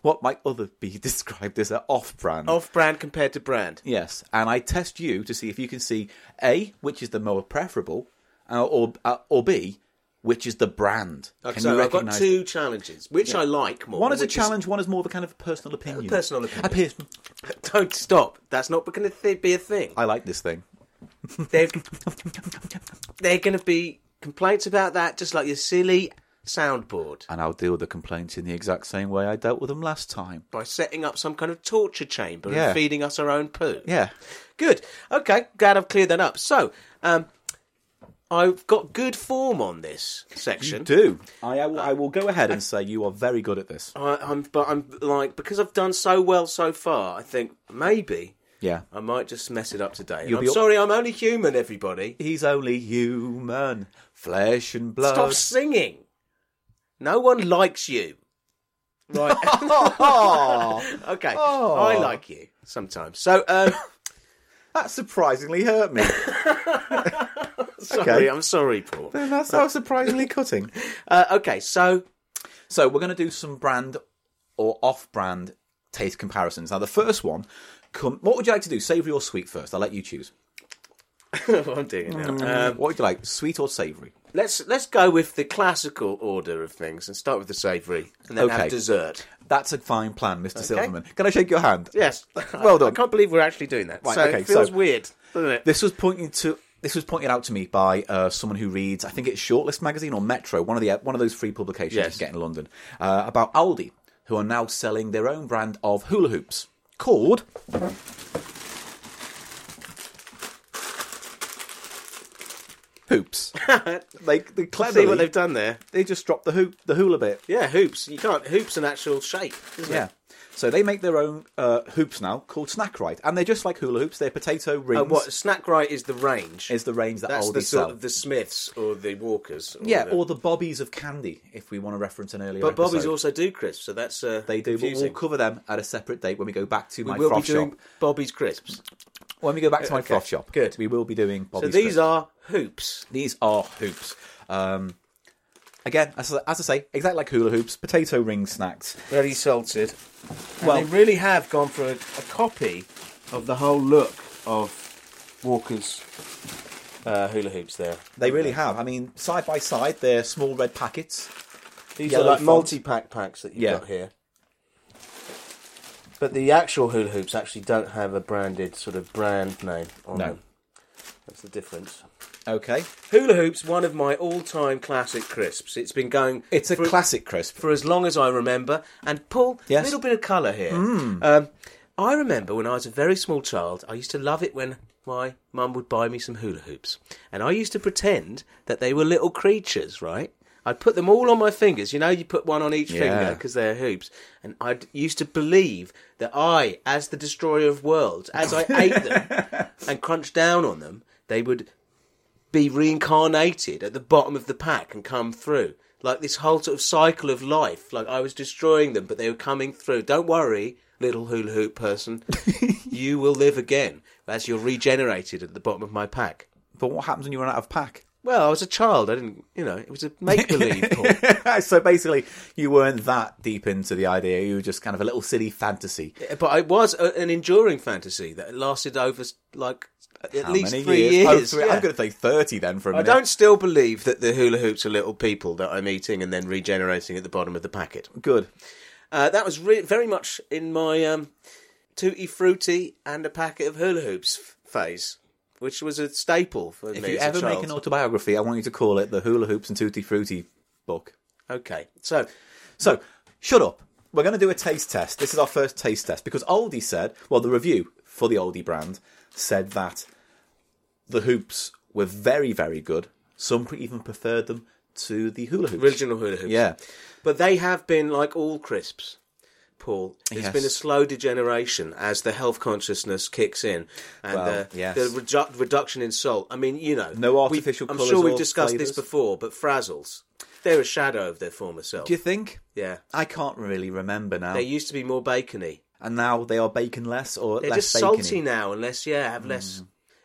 Speaker 1: What might other be [LAUGHS] described as an off brand?
Speaker 2: Off brand compared to brand.
Speaker 1: Yes, and I test you to see if you can see a which is the more preferable, uh, or uh, or b which is the brand. can
Speaker 2: so
Speaker 1: you
Speaker 2: I've got
Speaker 1: recognise?
Speaker 2: two challenges, which I like more.
Speaker 1: One is a
Speaker 2: which
Speaker 1: challenge. One is more of a kind of personal opinion.
Speaker 2: personal opinion.
Speaker 1: A person-
Speaker 2: [LAUGHS] Don't stop. That's not going to th- be a thing.
Speaker 1: I like this thing. [LAUGHS]
Speaker 2: They're, they're going to be complaints about that, just like your silly soundboard.
Speaker 1: And I'll deal with the complaints in the exact same way I dealt with them last time.
Speaker 2: by setting up some kind of torture chamber
Speaker 1: Yeah.
Speaker 2: and feeding us our own poo.
Speaker 1: Yeah.
Speaker 2: Good. Okay, glad I've cleared that up. So, um, I've got good form on this section.
Speaker 1: You do. I, I, will, I will go ahead and say you are very good at this.
Speaker 2: I, I'm, but I'm like because I've done so well so far. I think maybe
Speaker 1: Yeah.
Speaker 2: I might just mess it up today. And
Speaker 1: You'll
Speaker 2: I'm
Speaker 1: be-
Speaker 2: sorry, I'm only human. Everybody,
Speaker 1: He's only human, flesh and blood.
Speaker 2: stop singing. No one likes you. Right. [LAUGHS] okay. I like you sometimes. So, um,
Speaker 1: That surprisingly hurt
Speaker 2: [LAUGHS]
Speaker 1: me.
Speaker 2: sorry.
Speaker 1: Okay.
Speaker 2: I'm sorry, Paul.
Speaker 1: That's how surprisingly cutting.
Speaker 2: Uh, okay, so [LAUGHS]
Speaker 1: So we're going to do some brand or off-brand taste comparisons. Now, the first one, come, what would you like to do, savoury or sweet? First, I'll let you choose.
Speaker 2: I'm doing it now. Um,
Speaker 1: what would you like, sweet or savoury?
Speaker 2: let's let's go with the classical order of things and start with the savoury and then
Speaker 1: Okay.
Speaker 2: have dessert.
Speaker 1: That's a fine plan, Mr. Silverman. Can I shake your hand?
Speaker 2: Yes,
Speaker 1: Well done.
Speaker 2: [LAUGHS] I can't believe we're actually doing that.
Speaker 1: Right,
Speaker 2: so
Speaker 1: okay,
Speaker 2: it feels
Speaker 1: so-
Speaker 2: weird, doesn't it?
Speaker 1: This was pointing to. This was pointed out to me by uh, someone who reads, I think it's Shortlist magazine or Metro, one of the one of those free publications
Speaker 2: Yes.
Speaker 1: you get in London, uh, about Aldi, who are now selling their own brand of hula hoops called
Speaker 2: [LAUGHS]
Speaker 1: Hoops. like they cleverly,
Speaker 2: See what they've done there?
Speaker 1: they just dropped the hoop, the hula bit.
Speaker 2: Yeah, hoops. You can't hoops an actual shape, isn't
Speaker 1: Yeah.
Speaker 2: it?
Speaker 1: So they make their own uh, hoops now called Snack Right, and they're just like hula hoops. They're potato rings.
Speaker 2: Uh, what snack right is the range?
Speaker 1: is the range that
Speaker 2: That's
Speaker 1: Aldi
Speaker 2: the sort
Speaker 1: sell?
Speaker 2: of the Smiths or the Walkers. Or
Speaker 1: Yeah,
Speaker 2: the-
Speaker 1: or the bobbies of candy, if we want to reference an earlier.
Speaker 2: uh, but Bobbies
Speaker 1: episode.
Speaker 2: also do crisps, so that's uh,
Speaker 1: they do, but we'll
Speaker 2: Confusing.
Speaker 1: cover them at a separate date when we go back to my
Speaker 2: we'll be
Speaker 1: froth
Speaker 2: doing
Speaker 1: shop.
Speaker 2: Bobby's crisps.
Speaker 1: When we go back to my
Speaker 2: Okay,
Speaker 1: froth shop,
Speaker 2: good.
Speaker 1: We will be doing.
Speaker 2: So
Speaker 1: Bobby's
Speaker 2: these
Speaker 1: crisps.
Speaker 2: are hoops.
Speaker 1: these are hoops. Um, again, as, I- as I say, exactly like hula hoops, potato ring snacks.
Speaker 2: very salted. And
Speaker 1: Well-
Speaker 2: they really have gone for a, a copy of the whole look of Walker's uh, hula hoops. There,
Speaker 1: They really have. I mean, side by side, they're small red packets.
Speaker 2: these
Speaker 1: Yellow
Speaker 2: are like
Speaker 1: font.
Speaker 2: multi-pack packs that you've
Speaker 1: Yeah.
Speaker 2: got here. But the actual hula hoops actually don't have a branded sort of brand name on
Speaker 1: No.
Speaker 2: them. That's the difference.
Speaker 1: Okay,
Speaker 2: Hula hoops, one of my all-time classic crisps. It's been going.
Speaker 1: it's a
Speaker 2: for-
Speaker 1: classic crisp.
Speaker 2: for as long as I remember. And Paul,
Speaker 1: Yes. Hmm.
Speaker 2: a little bit of colour here. Um, I remember when I was a very small child, I used to love it when my mum would buy me some hula hoops. And I used to pretend that they were little creatures, right? I'd put them all on my fingers. You know, you put one on each finger
Speaker 1: Yeah.
Speaker 2: finger because they're hoops. And I used to believe that I, as the destroyer of worlds, as I ate them and crunched down on them, they would be reincarnated at the bottom of the pack and come through. like this whole sort of cycle of life. Like I was destroying them, but they were coming through. Don't worry, little hula hoop person, you will live again as you're regenerated at the bottom of my pack.
Speaker 1: But what happens when you run out of pack? [LAUGHS]
Speaker 2: Well, I was a child. I didn't, you know, it was a make believe. Paul.
Speaker 1: so basically, you weren't that deep into the idea. You were just kind of a little silly fantasy.
Speaker 2: But it was a, an enduring fantasy that lasted over like at
Speaker 1: How
Speaker 2: least
Speaker 1: many
Speaker 2: three
Speaker 1: years?
Speaker 2: years.
Speaker 1: Oh, three-
Speaker 2: Yeah.
Speaker 1: I'm going to say 30 then for a
Speaker 2: I
Speaker 1: minute.
Speaker 2: don't still believe that the hula hoops are little people that I'm eating and then regenerating at the bottom of the packet.
Speaker 1: Good.
Speaker 2: Uh, that was re- very much in my um, tutti frutti and a packet of hula hoops f- phase, which was a staple for
Speaker 1: If
Speaker 2: me
Speaker 1: you
Speaker 2: as
Speaker 1: ever
Speaker 2: a child.
Speaker 1: make an autobiography, I want you to call it the Hula Hoops and Tutti Frutti book.
Speaker 2: okay, so
Speaker 1: So, shut up. We're going to do a taste test. This is our first taste test because Aldi said, well, the review for the Aldi brand said that the hoops were very, very good. Some even preferred them to the hula hoops.
Speaker 2: original hula hoops.
Speaker 1: Yeah.
Speaker 2: But they have been like all crisps, Paul. It's
Speaker 1: Yes.
Speaker 2: been a slow degeneration as the health consciousness kicks in and
Speaker 1: Well,
Speaker 2: the,
Speaker 1: yes.
Speaker 2: the redu- reduction in salt. I mean, you know,
Speaker 1: No
Speaker 2: we-
Speaker 1: artificial
Speaker 2: I'm
Speaker 1: colours
Speaker 2: sure we've
Speaker 1: or
Speaker 2: discussed
Speaker 1: flavours.
Speaker 2: this before, but Frazzles, they're a shadow of their former self.
Speaker 1: Do you think?
Speaker 2: yeah,
Speaker 1: I can't really remember now.
Speaker 2: they used to be more bacony.
Speaker 1: and now they are baconless or
Speaker 2: They're
Speaker 1: less
Speaker 2: just
Speaker 1: bacony. Mm.
Speaker 2: salty now, unless yeah, have less.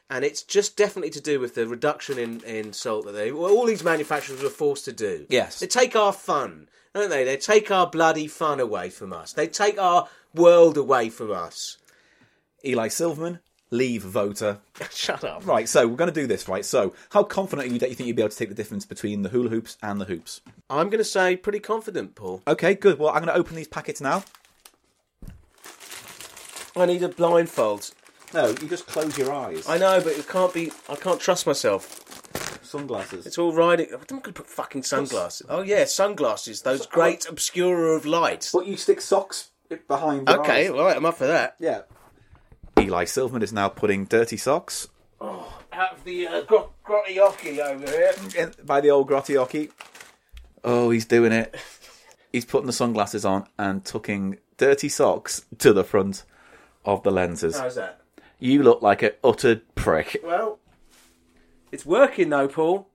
Speaker 2: And it's just definitely to do with the reduction in, in salt that they well, all these manufacturers were forced to do.
Speaker 1: Yes.
Speaker 2: they take our fun, don't they? They take our bloody fun away from us. They take our world away from us. [LAUGHS]
Speaker 1: Eli Silverman, leave voter.
Speaker 2: Shut up.
Speaker 1: Right, so we're going to do this, right? So, how confident are you that you think you'll be able to take the difference between the hula hoops and the hoops?
Speaker 2: I'm going to say pretty confident, Paul.
Speaker 1: Okay, good. Well, I'm going to open these packets now.
Speaker 2: I need a blindfold.
Speaker 1: No, you just close your eyes.
Speaker 2: I know, but it can't be. I can't trust myself.
Speaker 1: Sunglasses.
Speaker 2: It's all riding. I think I could put fucking sunglasses. Oh yeah, sunglasses. Those great obscurer of light.
Speaker 1: But you stick socks behind. Your
Speaker 2: Okay, all right, I'm up for that.
Speaker 1: Yeah. Eli Silverman is now putting dirty socks
Speaker 2: Out of the uh, gro- grotty hockey over here.
Speaker 1: in, by the old Grotioki. Oh, he's doing it. He's putting the sunglasses on and tucking dirty socks to the front of the lenses.
Speaker 2: How's that?
Speaker 1: You look like an utter prick.
Speaker 2: Well, it's working though, Paul.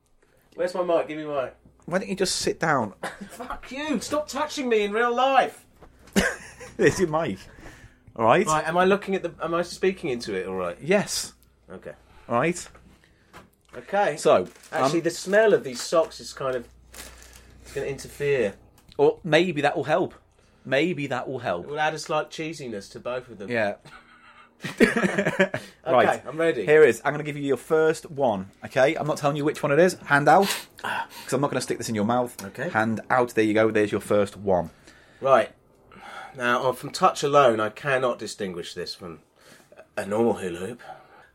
Speaker 2: Where's my mic? Give me my mic.
Speaker 1: Why don't you just sit down?
Speaker 2: Fuck you! Stop touching me in real life.
Speaker 1: [LAUGHS] There's your mic. All right?
Speaker 2: Right, am I looking at the? Am I speaking into it? All right.
Speaker 1: Yes.
Speaker 2: Okay.
Speaker 1: All right.
Speaker 2: Okay.
Speaker 1: So,
Speaker 2: actually,
Speaker 1: um,
Speaker 2: the smell of these socks is kind of it's going to interfere.
Speaker 1: or maybe that will help. Maybe that will help.
Speaker 2: It will add a slight cheesiness to both of them.
Speaker 1: Yeah. [LAUGHS]
Speaker 2: Okay,
Speaker 1: right.
Speaker 2: I'm ready.
Speaker 1: Here it is. I'm going to give you your first one. Okay. I'm not telling you which one it is. Hand out. Because I'm not going to stick this in your mouth.
Speaker 2: Okay.
Speaker 1: Hand out. There you go. There's your first one.
Speaker 2: Right. Now, on- from touch alone, I cannot distinguish this from a normal hula hoop.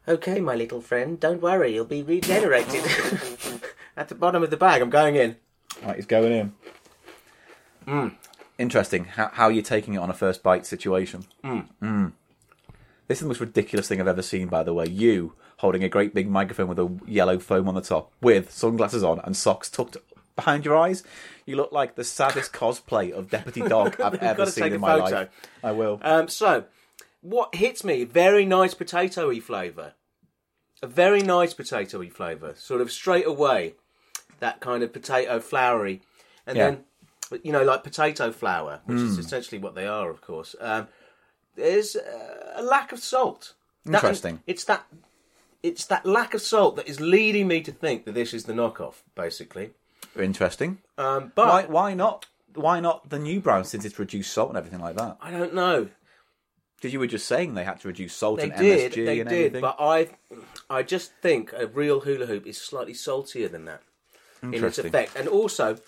Speaker 2: Okay, my little friend, don't worry, you'll be [LAUGHS] regenerated. At the bottom of the bag, I'm going in.
Speaker 1: Right. He's going in.
Speaker 2: Hmm.
Speaker 1: Interesting. How, how you're taking it on a first bite situation.
Speaker 2: Hmm.
Speaker 1: Mm. This is the most ridiculous thing I've ever seen, by the way. You holding a great big microphone with a yellow foam on the top, with sunglasses on and socks tucked behind your eyes. You look like the saddest [LAUGHS] cosplay of Deputy
Speaker 2: [LAUGHS]
Speaker 1: Dog I've ever
Speaker 2: gotta
Speaker 1: seen
Speaker 2: take
Speaker 1: in
Speaker 2: a
Speaker 1: my
Speaker 2: photo.
Speaker 1: life. I will.
Speaker 2: Um, so, what hits me? Very nice potatoy flavour. A very nice potatoy flavour. Sort of straight away, that kind of potato floury. And
Speaker 1: Yeah. Mm.
Speaker 2: then, you know, like potato flour, which is essentially what they are, of course. Um, there's uh, a lack of salt. That-
Speaker 1: Interesting.
Speaker 2: it's that. It's that lack of salt that is leading me to think that this is the knockoff, basically.
Speaker 1: Interesting.
Speaker 2: Um, but
Speaker 1: Why, why not? Why not the new brown since it's reduced salt and everything like that?
Speaker 2: I don't know.
Speaker 1: Because you were just saying they had to reduce salt
Speaker 2: They
Speaker 1: and
Speaker 2: did,
Speaker 1: MSG
Speaker 2: they
Speaker 1: and
Speaker 2: did,
Speaker 1: everything.
Speaker 2: but I, I just think a real hula hoop is slightly saltier than that in its
Speaker 1: Interesting.
Speaker 2: effect, and also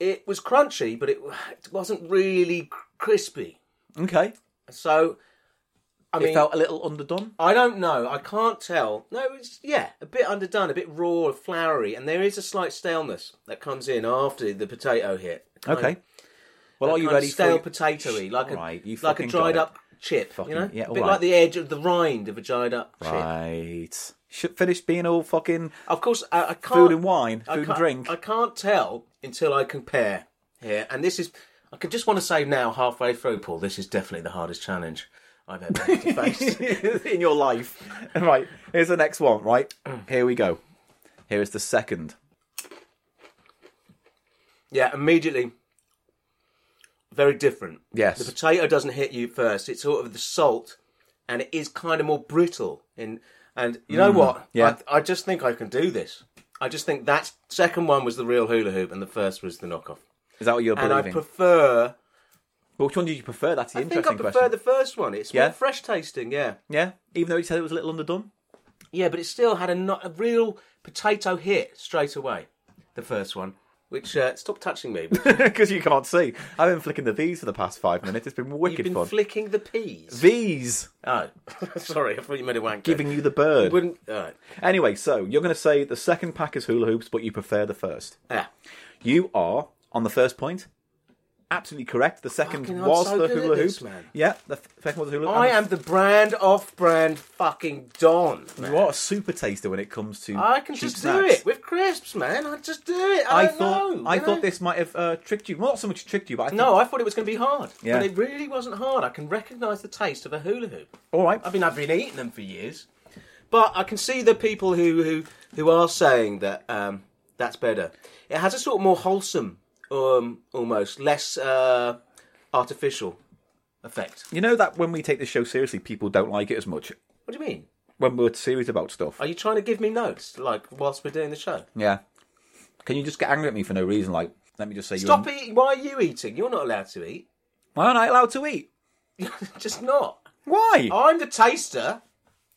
Speaker 2: it was crunchy, but it, it wasn't really cr- crispy.
Speaker 1: Okay,
Speaker 2: So, I
Speaker 1: it
Speaker 2: mean,
Speaker 1: felt a little underdone.
Speaker 2: I don't know, I can't tell. No, it's yeah, a bit underdone, a bit raw, and floury, and there is a slight staleness that comes in after the potato hit. Kind
Speaker 1: Okay.
Speaker 2: of-
Speaker 1: Well, are you
Speaker 2: kind of
Speaker 1: ready
Speaker 2: stale
Speaker 1: for
Speaker 2: potatoey, like a
Speaker 1: Right, you
Speaker 2: like a
Speaker 1: fucking
Speaker 2: dried
Speaker 1: got it.
Speaker 2: up chip,
Speaker 1: Fucking-
Speaker 2: you know,
Speaker 1: yeah,
Speaker 2: a bit
Speaker 1: alright.
Speaker 2: like the edge of the rind of a dried up chip.
Speaker 1: Right. Should finish being all fucking
Speaker 2: Of course, I, I can't.
Speaker 1: food and wine,
Speaker 2: Oh, I
Speaker 1: food and
Speaker 2: can't- [LAUGHS]
Speaker 1: drink. [LAUGHS]
Speaker 2: I can't tell until I compare here, and this is. I could just want to say now, halfway through, Paul, this is definitely the hardest challenge I've ever had
Speaker 1: [LAUGHS]
Speaker 2: to face.
Speaker 1: in your life. Right. Here's the next one. [CLEARS THROAT] Right. Here we go. Here is the second.
Speaker 2: Yeah, immediately. Very different.
Speaker 1: Yes.
Speaker 2: The potato doesn't hit you first. It's sort of the salt, and it is kind of more brittle. In and you know what?
Speaker 1: Mm, yeah.
Speaker 2: I, I just think I can do this. I just think that second one was the real hula hoop, and the first was the knockoff.
Speaker 1: Is that what you're
Speaker 2: And I
Speaker 1: believing?
Speaker 2: prefer.
Speaker 1: But which one did you prefer? That's the
Speaker 2: I think I
Speaker 1: interesting
Speaker 2: prefer
Speaker 1: question.
Speaker 2: the first one. It's
Speaker 1: Yeah?
Speaker 2: more fresh tasting. Yeah.
Speaker 1: Yeah, even though you said it was a little underdone. [LAUGHS]
Speaker 2: Yeah, but it still had a, no- a real potato hit straight away. The first one, which uh, stop touching [LAUGHS] me. but
Speaker 1: Because you can't see. I've been flicking the V's for the past five minutes. It's been
Speaker 2: You've
Speaker 1: wicked
Speaker 2: been
Speaker 1: fun.
Speaker 2: flicking the peas.
Speaker 1: V's
Speaker 2: Oh, [LAUGHS] sorry, I thought you meant a wank.
Speaker 1: giving you the bird.
Speaker 2: wouldn't. All right.
Speaker 1: Anyway, so you're going to say the second pack is hula hoops, but you prefer the first.
Speaker 2: Yeah.
Speaker 1: You are on the first point. Absolutely correct. The second
Speaker 2: Fucking, I'm
Speaker 1: was
Speaker 2: so
Speaker 1: the
Speaker 2: good at
Speaker 1: hula
Speaker 2: this,
Speaker 1: hoop.
Speaker 2: man.
Speaker 1: Yeah, the f- second was the hula hoop.
Speaker 2: I
Speaker 1: And
Speaker 2: am the brand off brand fucking Don.
Speaker 1: the- You are a super taster when it comes to.
Speaker 2: I can
Speaker 1: cheap
Speaker 2: just do
Speaker 1: snacks.
Speaker 2: it with crisps, man. I just do it. I,
Speaker 1: I
Speaker 2: don't
Speaker 1: thought
Speaker 2: know,
Speaker 1: I
Speaker 2: you
Speaker 1: thought
Speaker 2: know?
Speaker 1: this might have uh, tricked you. Well, not so much tricked you, but I think,
Speaker 2: No, I thought it was going to be hard.
Speaker 1: Yeah.
Speaker 2: But it really wasn't hard. I can recognise the taste of a hula hoop.
Speaker 1: all right.
Speaker 2: I mean, I've been eating them for years, but I can see the people who who, who are saying that um, that's better. It has a sort of more wholesome, um, almost less uh, artificial effect.
Speaker 1: You know that when we take the show seriously, people don't like it as much.
Speaker 2: What do you mean?
Speaker 1: When we're serious about stuff,
Speaker 2: Are you trying to give me notes like whilst we're doing the show?
Speaker 1: yeah. Can you just get angry at me for no reason? Like, let me just say
Speaker 2: Stop
Speaker 1: you're.
Speaker 2: eating. Why are you eating? You're not allowed to eat. [LAUGHS]
Speaker 1: Why aren't I allowed to eat?
Speaker 2: Just not.
Speaker 1: Why? All
Speaker 2: I'm the taster.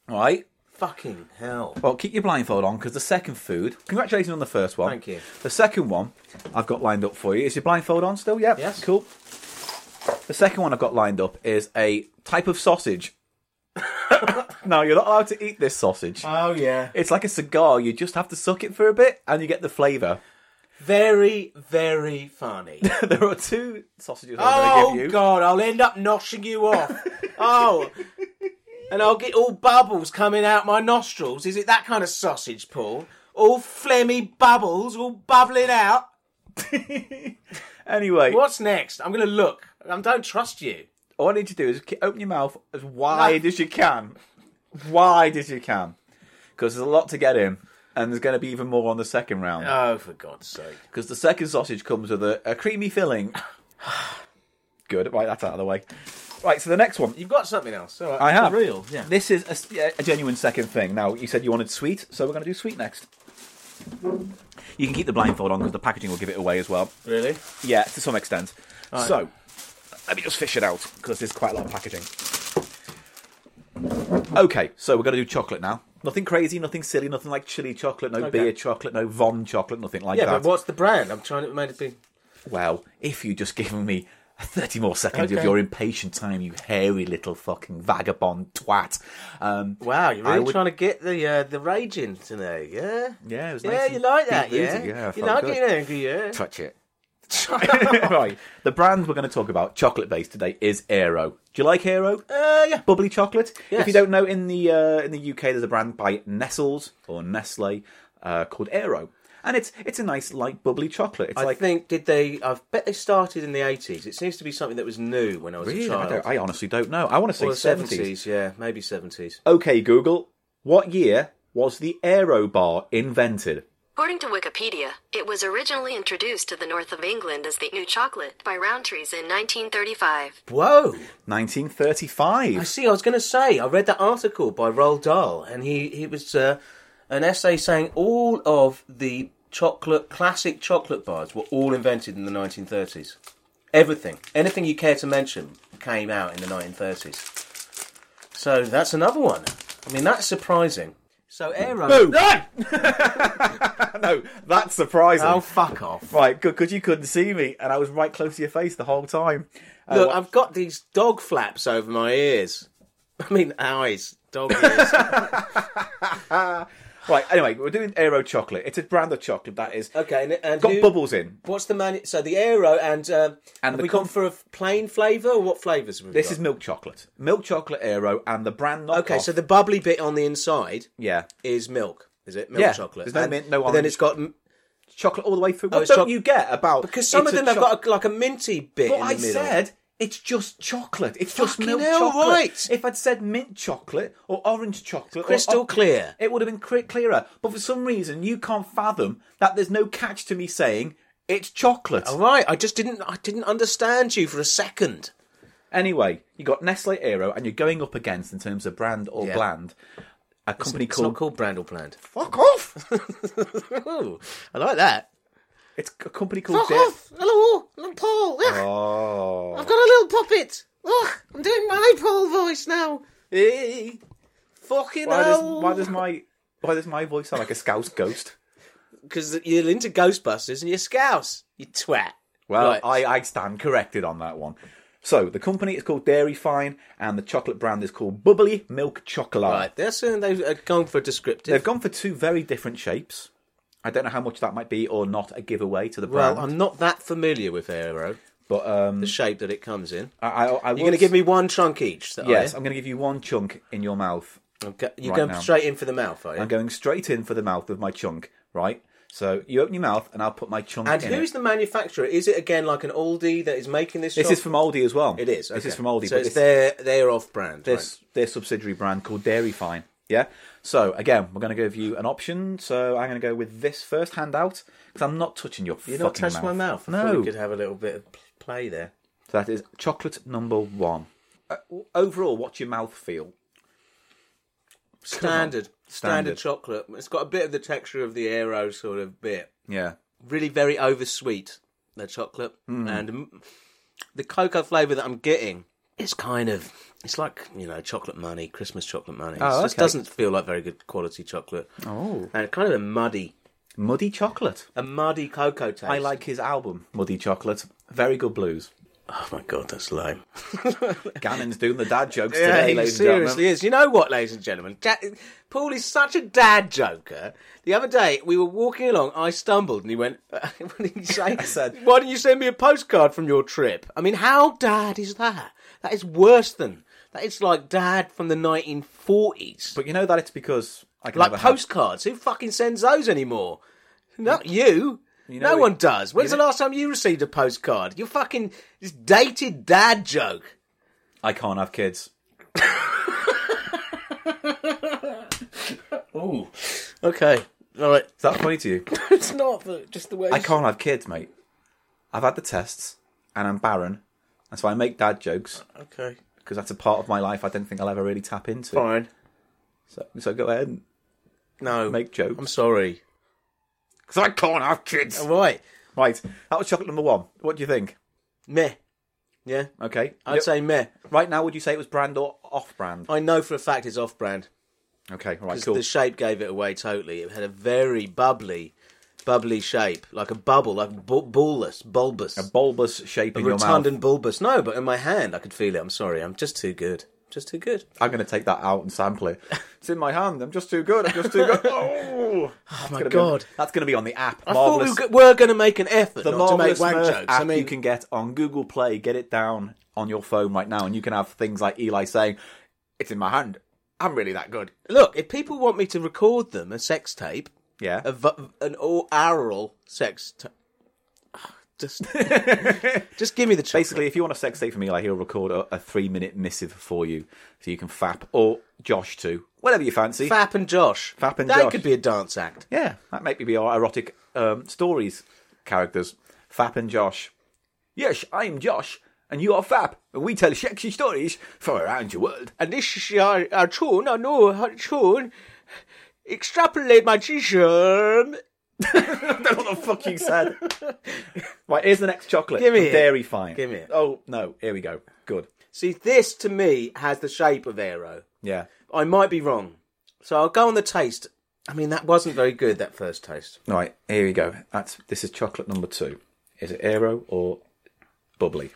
Speaker 1: right.
Speaker 2: Fucking hell.
Speaker 1: Well, keep your blindfold on because the second food. Congratulations on the first one.
Speaker 2: Thank you.
Speaker 1: The second one I've got lined up for you. Is your blindfold on still? Yeah.
Speaker 2: Yes.
Speaker 1: Cool. The second one I've got lined up is a type of sausage. [LAUGHS] no, you're not allowed to eat this sausage.
Speaker 2: Oh yeah.
Speaker 1: It's like a cigar. You just have to suck it for a bit, and you get the flavour.
Speaker 2: Very, very funny.
Speaker 1: [LAUGHS] there are two sausages I'm going to give
Speaker 2: oh
Speaker 1: you.
Speaker 2: god, I'll end up noshing you off.
Speaker 1: [LAUGHS]
Speaker 2: oh. And I'll get all bubbles coming out my nostrils. Is it that kind of sausage, Paul? All phlegmy bubbles, all bubbling out. Oh,
Speaker 1: [LAUGHS] Anyway,
Speaker 2: What's next? I'm gonna look. I don't trust you.
Speaker 1: all I need you to do is ki- open your mouth as wide as you can, wide as you can, because there's a lot to get in, and there's going to be even more on the second round.
Speaker 2: Oh, for God's sake.
Speaker 1: because the second sausage comes with a, a creamy filling. [SIGHS] Good, right, that's out of the way. Right, so the next one.
Speaker 2: You've got something else. All right.
Speaker 1: I have.
Speaker 2: For real. Yeah.
Speaker 1: This is a s- yeah, a, genuine second thing. Now, you said you wanted sweet, so we're going to do sweet next. You can keep the blindfold on because the packaging will give it away as well.
Speaker 2: Really?
Speaker 1: Yeah, to some extent. So, let me just fish it out because there's quite a lot of packaging. Okay, so we're going to do chocolate now. Nothing crazy, nothing silly, nothing like chili chocolate, no beer chocolate, no Von chocolate, nothing like
Speaker 2: Yeah,
Speaker 1: that.
Speaker 2: but what's the brand? I'm trying to make it be
Speaker 1: Well, if you just given me 30 more seconds of
Speaker 2: Okay.
Speaker 1: your impatient time, you hairy little fucking vagabond twat. Um,
Speaker 2: Wow, you're
Speaker 1: I
Speaker 2: really
Speaker 1: would-
Speaker 2: trying to get the uh, the rage in today, yeah?
Speaker 1: Yeah, it was
Speaker 2: Yeah,
Speaker 1: nice
Speaker 2: you
Speaker 1: and
Speaker 2: like that,
Speaker 1: big
Speaker 2: yeah?
Speaker 1: boozy, yeah, I
Speaker 2: you
Speaker 1: felt
Speaker 2: like
Speaker 1: good.
Speaker 2: getting angry, yeah?
Speaker 1: touch it. [LAUGHS] right. The brand we're going to talk about, chocolate based today, is Aero. Do you like Aero?
Speaker 2: Uh, yeah.
Speaker 1: Bubbly chocolate. If
Speaker 2: Yes.
Speaker 1: you don't know, in the uh, in the UK, there's a brand by Nestles or Nestle uh, called Aero, and it's it's a nice light bubbly chocolate. It's
Speaker 2: I
Speaker 1: like
Speaker 2: think did they? I bet they started in the eighties. It seems to be something that was new when I was a
Speaker 1: really, I,
Speaker 2: child.
Speaker 1: don't, I honestly don't know. I want to say
Speaker 2: or
Speaker 1: seventies.
Speaker 2: seventies, yeah, maybe seventies.
Speaker 1: Okay, Google, what year was the Aero bar invented?
Speaker 5: According to Wikipedia, it was originally introduced to the north of England as the new chocolate by Roundtrees in 1935.
Speaker 2: Whoa!
Speaker 1: 1935.
Speaker 2: I see. I was going to say I read that article by Roald Dahl, and he he was uh, an essay saying all of the chocolate classic chocolate bars were all invented in the nineteen thirties. Everything, anything you care to mention, came out in the nineteen thirties. So that's another one. I mean, that's surprising. So Aero.
Speaker 1: Boo! [LAUGHS] no, that's surprising.
Speaker 2: Oh, fuck off.
Speaker 1: Right, good, because you couldn't see me, and I was right close to your face the whole time. Uh,
Speaker 2: Look,
Speaker 1: what-
Speaker 2: I've got these dog flaps over my ears. [LAUGHS] I mean, eyes. Dog
Speaker 1: [LAUGHS]
Speaker 2: ears.
Speaker 1: right, anyway, we're doing Aero chocolate. It's a brand of chocolate that is
Speaker 2: okay, and, and
Speaker 1: got
Speaker 2: who-
Speaker 1: bubbles in.
Speaker 2: What's the man? So the aero and um,
Speaker 1: And
Speaker 2: have
Speaker 1: the
Speaker 2: we
Speaker 1: com-
Speaker 2: gone for a f- plain flavour or what flavours? Have we
Speaker 1: This
Speaker 2: got?
Speaker 1: is milk chocolate, milk chocolate Aero, and the brand knockoff.
Speaker 2: okay. So the bubbly bit on the inside
Speaker 1: yeah,
Speaker 2: is milk. Is it milk
Speaker 1: Yeah,
Speaker 2: chocolate?
Speaker 1: there's no
Speaker 2: And-
Speaker 1: mint, no
Speaker 2: but then
Speaker 1: orange.
Speaker 2: it's got m-
Speaker 1: chocolate all the way through. What
Speaker 2: Oh, it's
Speaker 1: don't
Speaker 2: choc-
Speaker 1: you get about
Speaker 2: because some
Speaker 1: it's
Speaker 2: of them
Speaker 1: a
Speaker 2: have got a, like a minty bit.
Speaker 1: But
Speaker 2: in the
Speaker 1: I
Speaker 2: middle.
Speaker 1: said it's just chocolate. It's just
Speaker 2: Fucking
Speaker 1: milk
Speaker 2: hell,
Speaker 1: chocolate.
Speaker 2: right.
Speaker 1: If I'd said mint chocolate or orange chocolate, or-
Speaker 2: Crystal
Speaker 1: or-
Speaker 2: clear.
Speaker 1: it would have been cre- clearer. But for some reason, you can't fathom that there's no catch to me saying It's chocolate.
Speaker 2: All right, I just didn't. I didn't understand you for a second.
Speaker 1: Anyway, you got Nestle Aero, and you're going up against in terms of brand or
Speaker 2: Yeah.
Speaker 1: bland. A company
Speaker 2: It's
Speaker 1: called
Speaker 2: not called Brand or Planned.
Speaker 1: Fuck off.
Speaker 2: [LAUGHS] Ooh, I like that.
Speaker 1: [LAUGHS] It's a company called
Speaker 2: Fuck off! Hello, I'm Paul. Ugh,
Speaker 1: Oh.
Speaker 2: I've got a little puppet. Ugh, I'm doing my Paul voice now. Eh, Fucking
Speaker 1: Why does,
Speaker 2: hell!
Speaker 1: why does my why does my voice sound like a scouse ghost?
Speaker 2: Because you're into Ghostbusters and you're Scouse. You twat.
Speaker 1: Well,
Speaker 2: Right.
Speaker 1: I, I stand corrected on that one. So the company is called Dairy Fine, and the chocolate brand is called Bubbly Milk Chocolate.
Speaker 2: Right, that's uh, they've uh, gone for
Speaker 1: They've
Speaker 2: descriptive.
Speaker 1: gone for two very different shapes. I don't know how much that might be or not a giveaway to the brand.
Speaker 2: well, I'm not that familiar with Aero,
Speaker 1: but um,
Speaker 2: the shape that it comes in.
Speaker 1: I, Oh, I, I
Speaker 2: You're going to give me one chunk each. That
Speaker 1: Yes,
Speaker 2: Are
Speaker 1: I'm going to give you one chunk in your mouth.
Speaker 2: you? Okay, You're
Speaker 1: right
Speaker 2: going
Speaker 1: now.
Speaker 2: straight in for the mouth, are you?
Speaker 1: I'm going straight in for the mouth with my chunk. Right. So you open your mouth, and I'll put my chunk
Speaker 2: And
Speaker 1: in.
Speaker 2: who's
Speaker 1: it.
Speaker 2: the manufacturer? Is it again like an Aldi that is making this?
Speaker 1: This
Speaker 2: chocolate?
Speaker 1: is from Aldi as well.
Speaker 2: It is.
Speaker 1: This is
Speaker 2: okay.
Speaker 1: from Aldi.
Speaker 2: So
Speaker 1: but this-
Speaker 2: it's their their off brand.
Speaker 1: their,
Speaker 2: right.
Speaker 1: their subsidiary brand called Dairy Fine. Yeah. So again, we're going to give you an option. So I'm going to go with this first handout because I'm not touching your
Speaker 2: You
Speaker 1: fucking
Speaker 2: not touch
Speaker 1: mouth.
Speaker 2: my mouth. I thought
Speaker 1: no.
Speaker 2: we could have a little bit of p- play there.
Speaker 1: So that is chocolate number one. Uh, w- overall, what's your mouth feel?
Speaker 2: Standard, standard,
Speaker 1: Standard.
Speaker 2: chocolate. It's got a bit of the texture of the Aero sort of bit.
Speaker 1: Yeah.
Speaker 2: Really very oversweet. The chocolate
Speaker 1: Hmm.
Speaker 2: and mm, the cocoa flavour that I'm getting is kind of it's like you know chocolate money, Christmas chocolate money. It
Speaker 1: Oh,
Speaker 2: just
Speaker 1: okay.
Speaker 2: doesn't feel like very good quality chocolate.
Speaker 1: Oh.
Speaker 2: And kind of a muddy,
Speaker 1: Muddy chocolate.
Speaker 2: a muddy cocoa taste.
Speaker 1: I like his album, Muddy Chocolate. Very good blues.
Speaker 2: Oh my god, that's lame.
Speaker 1: Gannon's doing the
Speaker 2: [LAUGHS]
Speaker 1: dad jokes
Speaker 2: Yeah,
Speaker 1: today,
Speaker 2: he
Speaker 1: ladies and
Speaker 2: seriously
Speaker 1: gentlemen.
Speaker 2: is. You know what, ladies and gentlemen? Ja- Paul is such a dad joker. The other day, we were walking along, I stumbled, and he went, [LAUGHS] what did he say? [LAUGHS] I
Speaker 1: said-
Speaker 2: Why didn't you send me a postcard from your trip? I mean, how dad is that? That is worse than. That is like dad from the 1940s.
Speaker 1: But you know that it's because I can
Speaker 2: like
Speaker 1: never have-
Speaker 2: postcards. Who fucking sends those anymore? Not you.
Speaker 1: know
Speaker 2: no
Speaker 1: it-
Speaker 2: one does. When's the last time you received a postcard? You fucking this dated dad joke.
Speaker 1: I can't have kids.
Speaker 2: Okay, all right. [LAUGHS]
Speaker 1: Is that funny to you?
Speaker 2: it's not, but just the way
Speaker 1: I can't have kids, mate. I've had the tests, and I'm barren, and so I make dad jokes
Speaker 2: Okay.
Speaker 1: because that's a part of my life I don't think I'll ever really tap into.
Speaker 2: Fine.
Speaker 1: So, so go ahead and
Speaker 2: No.
Speaker 1: make
Speaker 2: I'm
Speaker 1: jokes
Speaker 2: sorry.
Speaker 1: because I can't have kids.
Speaker 2: All right.
Speaker 1: Right, that was chocolate number one. What do you think?
Speaker 2: Meh. Yeah.
Speaker 1: Okay,
Speaker 2: I'd say meh.
Speaker 1: right now, would you say it was brand or off-brand?
Speaker 2: I know for a fact it's off brand.
Speaker 1: Okay, all right,
Speaker 2: 'cause
Speaker 1: cool.
Speaker 2: The shape gave it away totally. It had a very bubbly, bubbly shape. Like a bubble, like bu- bulbous, bulbous.
Speaker 1: A bulbous shape in your mouth.
Speaker 2: rotund and bulbous. No, but in my hand I could feel it. I'm sorry. I'm just too good. Just too good.
Speaker 1: I'm going to take that out and sample it. It's in my hand. I'm just too good. I'm just too good. Oh,
Speaker 2: [LAUGHS] Oh, my
Speaker 1: Gonna be on-
Speaker 2: God.
Speaker 1: that's going to be on the app.
Speaker 2: I
Speaker 1: Marvelous.
Speaker 2: thought we were, were going to make an effort
Speaker 1: the
Speaker 2: not to make
Speaker 1: marvelous
Speaker 2: wank
Speaker 1: Smurf
Speaker 2: jokes.
Speaker 1: app
Speaker 2: I mean,
Speaker 1: you can get on Google Play. Get it down on your phone right now, and you can have things like Eli saying, "It's in my hand. I'm really that good."
Speaker 2: look, if people want me to record them a sex tape,
Speaker 1: Yeah.
Speaker 2: a v- an all oral sex. T- [SIGHS] just, [LAUGHS] just give me the chocolate.
Speaker 1: Basically, if you want a sex tape from Eli, he'll record a, a three-minute missive for you, so you can fap or Josh too, whatever you fancy.
Speaker 2: Fap and Josh.
Speaker 1: Fap and
Speaker 2: that
Speaker 1: Josh.
Speaker 2: could be a dance act.
Speaker 1: Yeah, that might be our erotic um, stories characters. Fap and Josh. Yes, I'm Josh, and you are Fap, and we tell sexy stories from around the world.
Speaker 2: And this is our, our tune. I know our tune. Extrapolate my t-shirt.
Speaker 1: I don't know what the fuck you said. [LAUGHS] right, here's the next chocolate.
Speaker 2: Gimme
Speaker 1: from
Speaker 2: it.
Speaker 1: Dairy Fine.
Speaker 2: Gimme it.
Speaker 1: Oh, no, here we go. Good.
Speaker 2: See, this to me has the shape of Aero.
Speaker 1: Yeah.
Speaker 2: I might be wrong, so I'll go on the taste. I mean, that wasn't very good. That first taste.
Speaker 1: Right, here we go. That's This is chocolate number two. Is it Aero or Bubbly?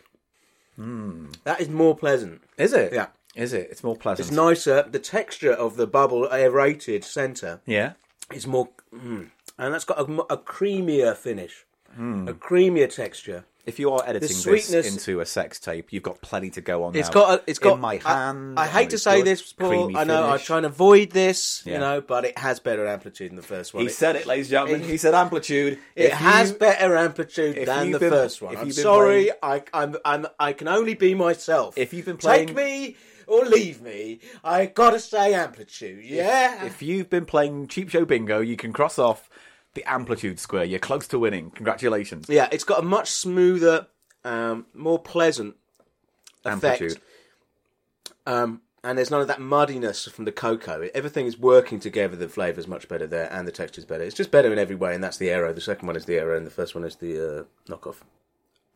Speaker 2: That is more pleasant.
Speaker 1: Is it?
Speaker 2: Yeah.
Speaker 1: Is it? It's more pleasant.
Speaker 2: It's nicer. The texture of the bubble aerated centre
Speaker 1: Yeah.
Speaker 2: It's more, mm, and that's got a, mo- a creamier finish,
Speaker 1: Hmm.
Speaker 2: a creamier texture.
Speaker 1: If you are editing
Speaker 2: sweetness-
Speaker 1: this into a sex tape, you've got plenty to go on.
Speaker 2: It's
Speaker 1: now.
Speaker 2: got, a, it's got.
Speaker 1: in my
Speaker 2: I-
Speaker 1: hand.
Speaker 2: I, hate to
Speaker 1: it's
Speaker 2: say
Speaker 1: good,
Speaker 2: this, Paul.
Speaker 1: creamy
Speaker 2: I know I
Speaker 1: finish.
Speaker 2: try and avoid this, you
Speaker 1: Yeah.
Speaker 2: know, but it has better amplitude than the first one.
Speaker 1: He
Speaker 2: It-
Speaker 1: said it, ladies and gentlemen. He said amplitude.
Speaker 2: It
Speaker 1: If
Speaker 2: has
Speaker 1: you-
Speaker 2: better amplitude
Speaker 1: if
Speaker 2: than
Speaker 1: you've
Speaker 2: the
Speaker 1: been-
Speaker 2: first one.
Speaker 1: if
Speaker 2: I'm
Speaker 1: you've been
Speaker 2: sorry,
Speaker 1: playing-
Speaker 2: I, I'm, I'm, I can only be myself.
Speaker 1: If you've been
Speaker 2: take
Speaker 1: playing-
Speaker 2: me or leave me, I gotta say amplitude. Yeah,
Speaker 1: If you've been playing Cheap Show Bingo, you can cross off the amplitude square. You're close to winning. Congratulations.
Speaker 2: Yeah, it's got a much smoother, um, more pleasant effect.
Speaker 1: Amplitude.
Speaker 2: Um, and there's none of that muddiness from the cocoa. Everything is working together. The flavour's much better there, and the texture's better. It's just better in every way, and that's the arrow. The second one is the arrow, and the first one is the uh, knockoff.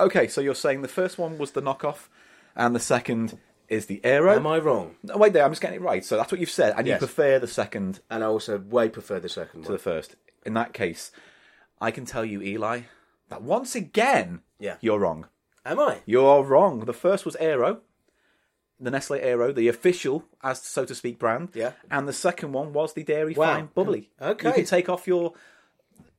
Speaker 1: Okay, so you're saying the first one was the knockoff, and the second is the arrow.
Speaker 2: Am I wrong?
Speaker 1: No, wait there, I'm just getting it right. So that's what you've said, and
Speaker 2: Um, Yes.
Speaker 1: you prefer the second
Speaker 2: And I also way prefer the second
Speaker 1: to
Speaker 2: one.
Speaker 1: the first. In that case, I can tell you, Eli, that once again,
Speaker 2: Yeah.
Speaker 1: you're wrong.
Speaker 2: Am I?
Speaker 1: You're wrong. The first was Aero, the Nestle Aero, the official, as so to speak, brand.
Speaker 2: Yeah.
Speaker 1: And the second one was the Dairy
Speaker 2: Wow.
Speaker 1: Fine Bubbly.
Speaker 2: Okay.
Speaker 1: You can take off your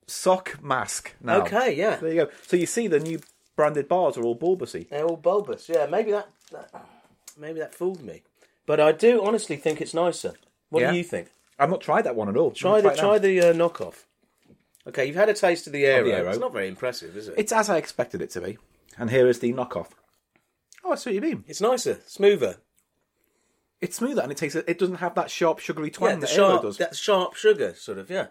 Speaker 1: sock mask now.
Speaker 2: Okay, yeah.
Speaker 1: There you go. So you see, the new branded bars are all bulbousy.
Speaker 2: They're all bulbous. Yeah, maybe that, that maybe that fooled me. But I do honestly think it's nicer. What
Speaker 1: Yeah.
Speaker 2: do you think?
Speaker 1: I've not tried that one at all.
Speaker 2: Try
Speaker 1: I'm
Speaker 2: the
Speaker 1: gonna
Speaker 2: try
Speaker 1: it now.
Speaker 2: the uh, knockoff. Okay, you've had a taste of the aero.
Speaker 1: Aero.
Speaker 2: It's not very impressive, is it?
Speaker 1: It's as I expected it to be. And here is the knockoff. Oh, I see what you mean.
Speaker 2: It's nicer, smoother.
Speaker 1: It's smoother and it takes. It doesn't have that sharp, sugary twang
Speaker 2: yeah, the
Speaker 1: that Aero
Speaker 2: sharp,
Speaker 1: does.
Speaker 2: that sharp sugar sort of. Yeah.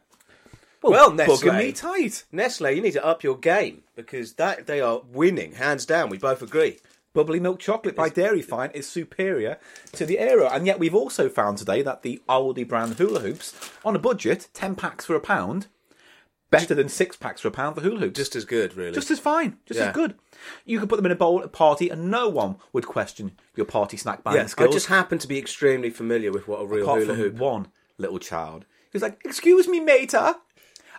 Speaker 2: well,
Speaker 1: well,
Speaker 2: Nestle.
Speaker 1: bugging me tight.
Speaker 2: Nestle, you need to up your game because that they are winning hands down. We both agree.
Speaker 1: Bubbly milk chocolate by Dairy Fine is superior to the Aero, and yet we've also found today that the Aldi brand hula hoops, on a budget, ten packs for a pound, better than six packs for a pound for hula hoops.
Speaker 2: Just as good, really.
Speaker 1: Just as fine, just
Speaker 2: Yeah.
Speaker 1: as good. You could put them in a bowl at a party, and no one would question your party snack buying
Speaker 2: yeah, I
Speaker 1: skills.
Speaker 2: just happen to be extremely familiar with what a real
Speaker 1: apart
Speaker 2: hula
Speaker 1: from
Speaker 2: hoop. [LAUGHS]
Speaker 1: one little child who's like, "Excuse me, mater,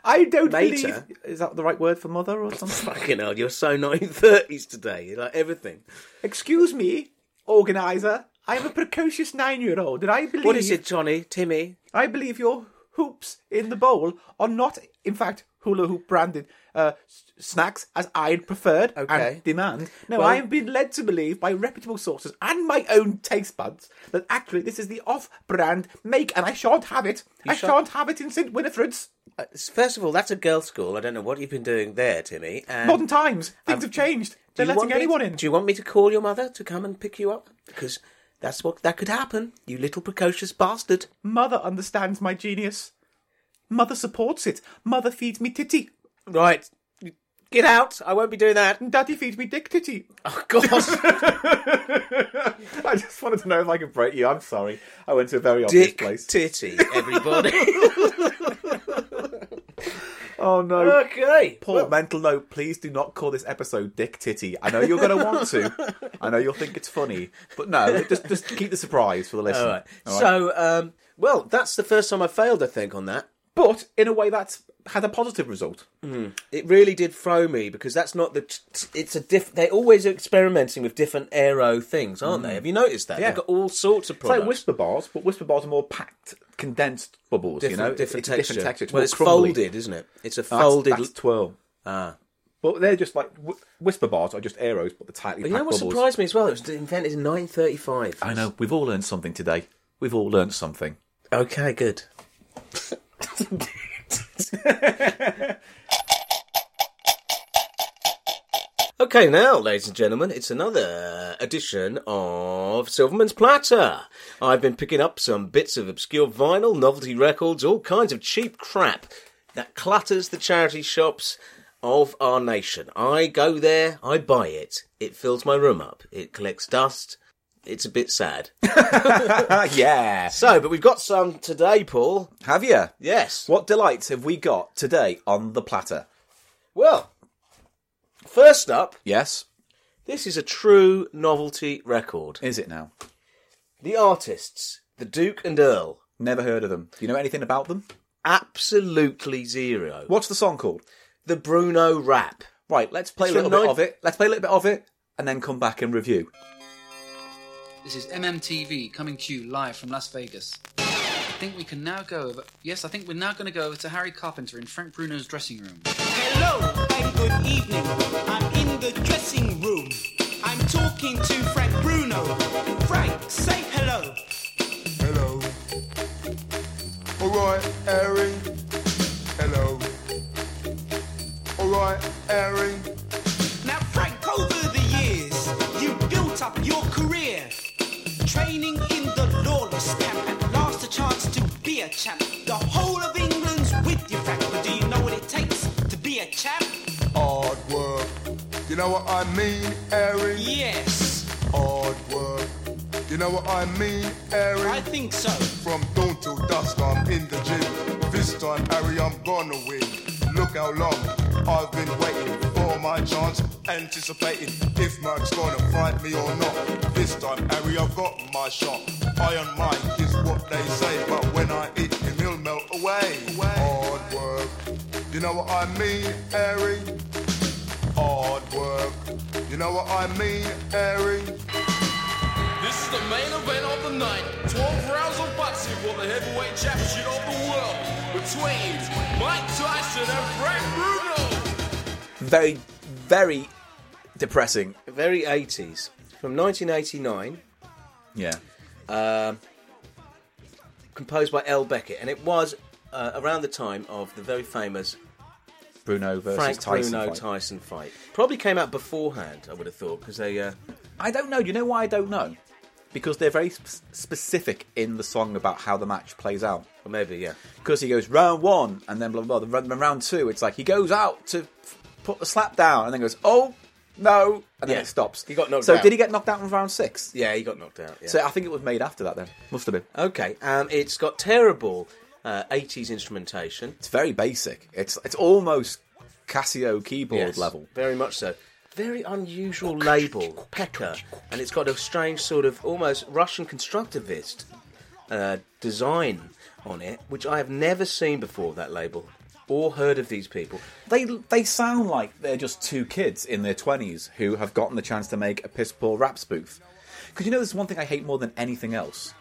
Speaker 1: I don't
Speaker 2: Mater?
Speaker 1: believe is that the right word for mother or something."
Speaker 2: [LAUGHS] Fucking hell, you're so 1930s today. You're like everything.
Speaker 1: Excuse me, organizer. I am a precocious nine-year-old, and I believe
Speaker 2: What is it, Johnny? Timmy?
Speaker 1: I believe your hoops in the bowl are not, in fact, hula hoop branded uh, s- snacks as I'd preferred
Speaker 2: Okay.
Speaker 1: and demand. No,
Speaker 2: Well-
Speaker 1: I have been led to believe by reputable sources and my own taste buds that actually this is the off brand make and I shan't have it. I
Speaker 2: shan't-
Speaker 1: shan't have it in St. Winifred's.
Speaker 2: Uh, First of all, that's a girls' school. I don't know what you've been doing there, Timmy. And
Speaker 1: Modern times, things have changed.
Speaker 2: Um, Do
Speaker 1: They're
Speaker 2: you want
Speaker 1: letting
Speaker 2: me-
Speaker 1: anyone in.
Speaker 2: Do you want me to call your mother to come and pick you up? Because that's what that could happen. You little precocious bastard.
Speaker 1: Mother understands my genius. Mother supports it. Mother feeds me titty.
Speaker 2: Right, get out. I won't be doing that.
Speaker 1: Daddy feeds me dick titty. [LAUGHS]
Speaker 2: Oh [LAUGHS] God,
Speaker 1: I just wanted to know if I could break you. I'm sorry. I went to a very obvious
Speaker 2: dick
Speaker 1: place.
Speaker 2: titty, everybody.
Speaker 1: [LAUGHS] oh
Speaker 2: Uh,
Speaker 1: no.
Speaker 2: okay.
Speaker 1: Paul, mental note, please do not call this episode Dick Titty. I know you're going to want to.
Speaker 2: [LAUGHS]
Speaker 1: I know you'll think it's funny. But no, just, just keep the surprise for the listener.
Speaker 2: All right.
Speaker 1: All right?
Speaker 2: So, um, well, that's the first time I failed. I think on that.
Speaker 1: But in a way, that's had a positive result.
Speaker 2: It really did throw me because that's not the. T- t- it's a diff. They're always experimenting with different aero things, aren't they? Have you noticed that?
Speaker 1: Mm. Yeah.
Speaker 2: They've got all sorts of
Speaker 1: It's like
Speaker 2: products.
Speaker 1: whisper bars, but whisper bars are more packed, condensed bubbles,
Speaker 2: different,
Speaker 1: you know?
Speaker 2: different
Speaker 1: it's a
Speaker 2: texture.
Speaker 1: different texture. It's
Speaker 2: well,
Speaker 1: more
Speaker 2: it's
Speaker 1: crumbly.
Speaker 2: folded, isn't it? It's a
Speaker 1: That's-
Speaker 2: folded.
Speaker 1: That's, twirl.
Speaker 2: Ah.
Speaker 1: But they're just like wh- whisper bars are just arrows, but the tightly
Speaker 2: But
Speaker 1: packed
Speaker 2: you know what
Speaker 1: bubbles.
Speaker 2: surprised me as well? It was invented in 1935.
Speaker 1: I know. We've all learned something today. We've all learned
Speaker 2: [LAUGHS]
Speaker 1: something. [LAUGHS]
Speaker 2: Okay, good. okay, now, ladies and gentlemen, it's another edition of Silverman's Platter. I've been picking up some bits of obscure vinyl, novelty records, all kinds of cheap crap that clutters the charity shops of our nation. I go there, I buy it, it fills my room up, it collects dust. It's a bit sad.
Speaker 1: yeah.
Speaker 2: So, but we've got some today, Paul.
Speaker 1: Have you?
Speaker 2: Yes.
Speaker 1: What delights have we got today on the platter?
Speaker 2: Well, first up,
Speaker 1: Yes.
Speaker 2: this is a true novelty record.
Speaker 1: Is it now?
Speaker 2: The artists, the Duke and Earl,
Speaker 1: Never heard of them. Do you know anything about them?
Speaker 2: absolutely zero.
Speaker 1: What's the song called?
Speaker 2: The Bruno rap.
Speaker 1: Right, let's play
Speaker 2: It's
Speaker 1: a little
Speaker 2: from
Speaker 1: bit
Speaker 2: nine-
Speaker 1: of it. Let's play a little bit of it and then come back and review.
Speaker 6: This is MMTV coming to you live from Las Vegas. I think we can now go over. Yes, I think we're now going to go over to Harry Carpenter in Frank Bruno's dressing room.
Speaker 7: Hello and good evening. I'm in the dressing room. I'm talking to Frank Bruno. Frank, say hello.
Speaker 8: Hello. All right, Harry. Hello. All right, Harry.
Speaker 7: Now, Frank, over the years, you built up your career. Training in the lawless camp, at last a chance to be a champ. The whole of England's with you, Frank. But do you know what it takes?
Speaker 8: know what I mean, Harry?
Speaker 7: Yes,
Speaker 8: Hard work. You know what I mean, Harry?
Speaker 7: I think so.
Speaker 8: From dawn till dusk, I'm in the gym. This time, Harry, I'm gonna win. Look how long I've been waiting for my chance, anticipating if Mark's gonna fight me or not. This time, Harry, I've got my shot. Iron Mike is what they say, but when I hit him, he'll melt away. Hard work. You know what I mean, Harry? Hard work. You know what I mean, Harry?
Speaker 9: This is the main event of the night. 12 rounds of boxing for the heavyweight championship of the world between Mike Tyson and Frank Bruno.
Speaker 1: Very, very depressing.
Speaker 2: Very 80s. From 1989,
Speaker 1: Yeah.
Speaker 2: composed by L. Beckett, and it was uh, around the time of the very famous
Speaker 1: Bruno versus
Speaker 2: Frank
Speaker 1: Tyson.
Speaker 2: Bruno
Speaker 1: fight.
Speaker 2: Tyson fight. Probably came out beforehand, I would have thought, because they. Uh,
Speaker 1: I don't know. Do you know why I don't know? Because they're very sp- specific in the song about how the match plays out.
Speaker 2: well, maybe, yeah.
Speaker 1: Because he goes round one and then blah blah blah. The run- round two, it's like he goes out to f- put the slap down and then goes, oh no, and then
Speaker 2: Yeah.
Speaker 1: it stops.
Speaker 2: He got knocked
Speaker 1: So
Speaker 2: out.
Speaker 1: did he get knocked out in round six?
Speaker 2: Yeah, he got knocked out. Yeah.
Speaker 1: So uh, I think it was made after that. Then must have been.
Speaker 2: okay, um, it's got terrible uh, 80s instrumentation.
Speaker 1: It's very basic. It's it's almost Casio keyboard
Speaker 2: Yes,
Speaker 1: level.
Speaker 2: Very much so. Very unusual label, Pekka, and it's got a strange sort of almost Russian constructivist uh, design on it, which I have never seen before. That label, or heard of these people.
Speaker 1: They they sound like they're just two kids in their twenties who have gotten the chance to make a piss poor rap spoof. Because you know, there's one thing I hate more than anything else: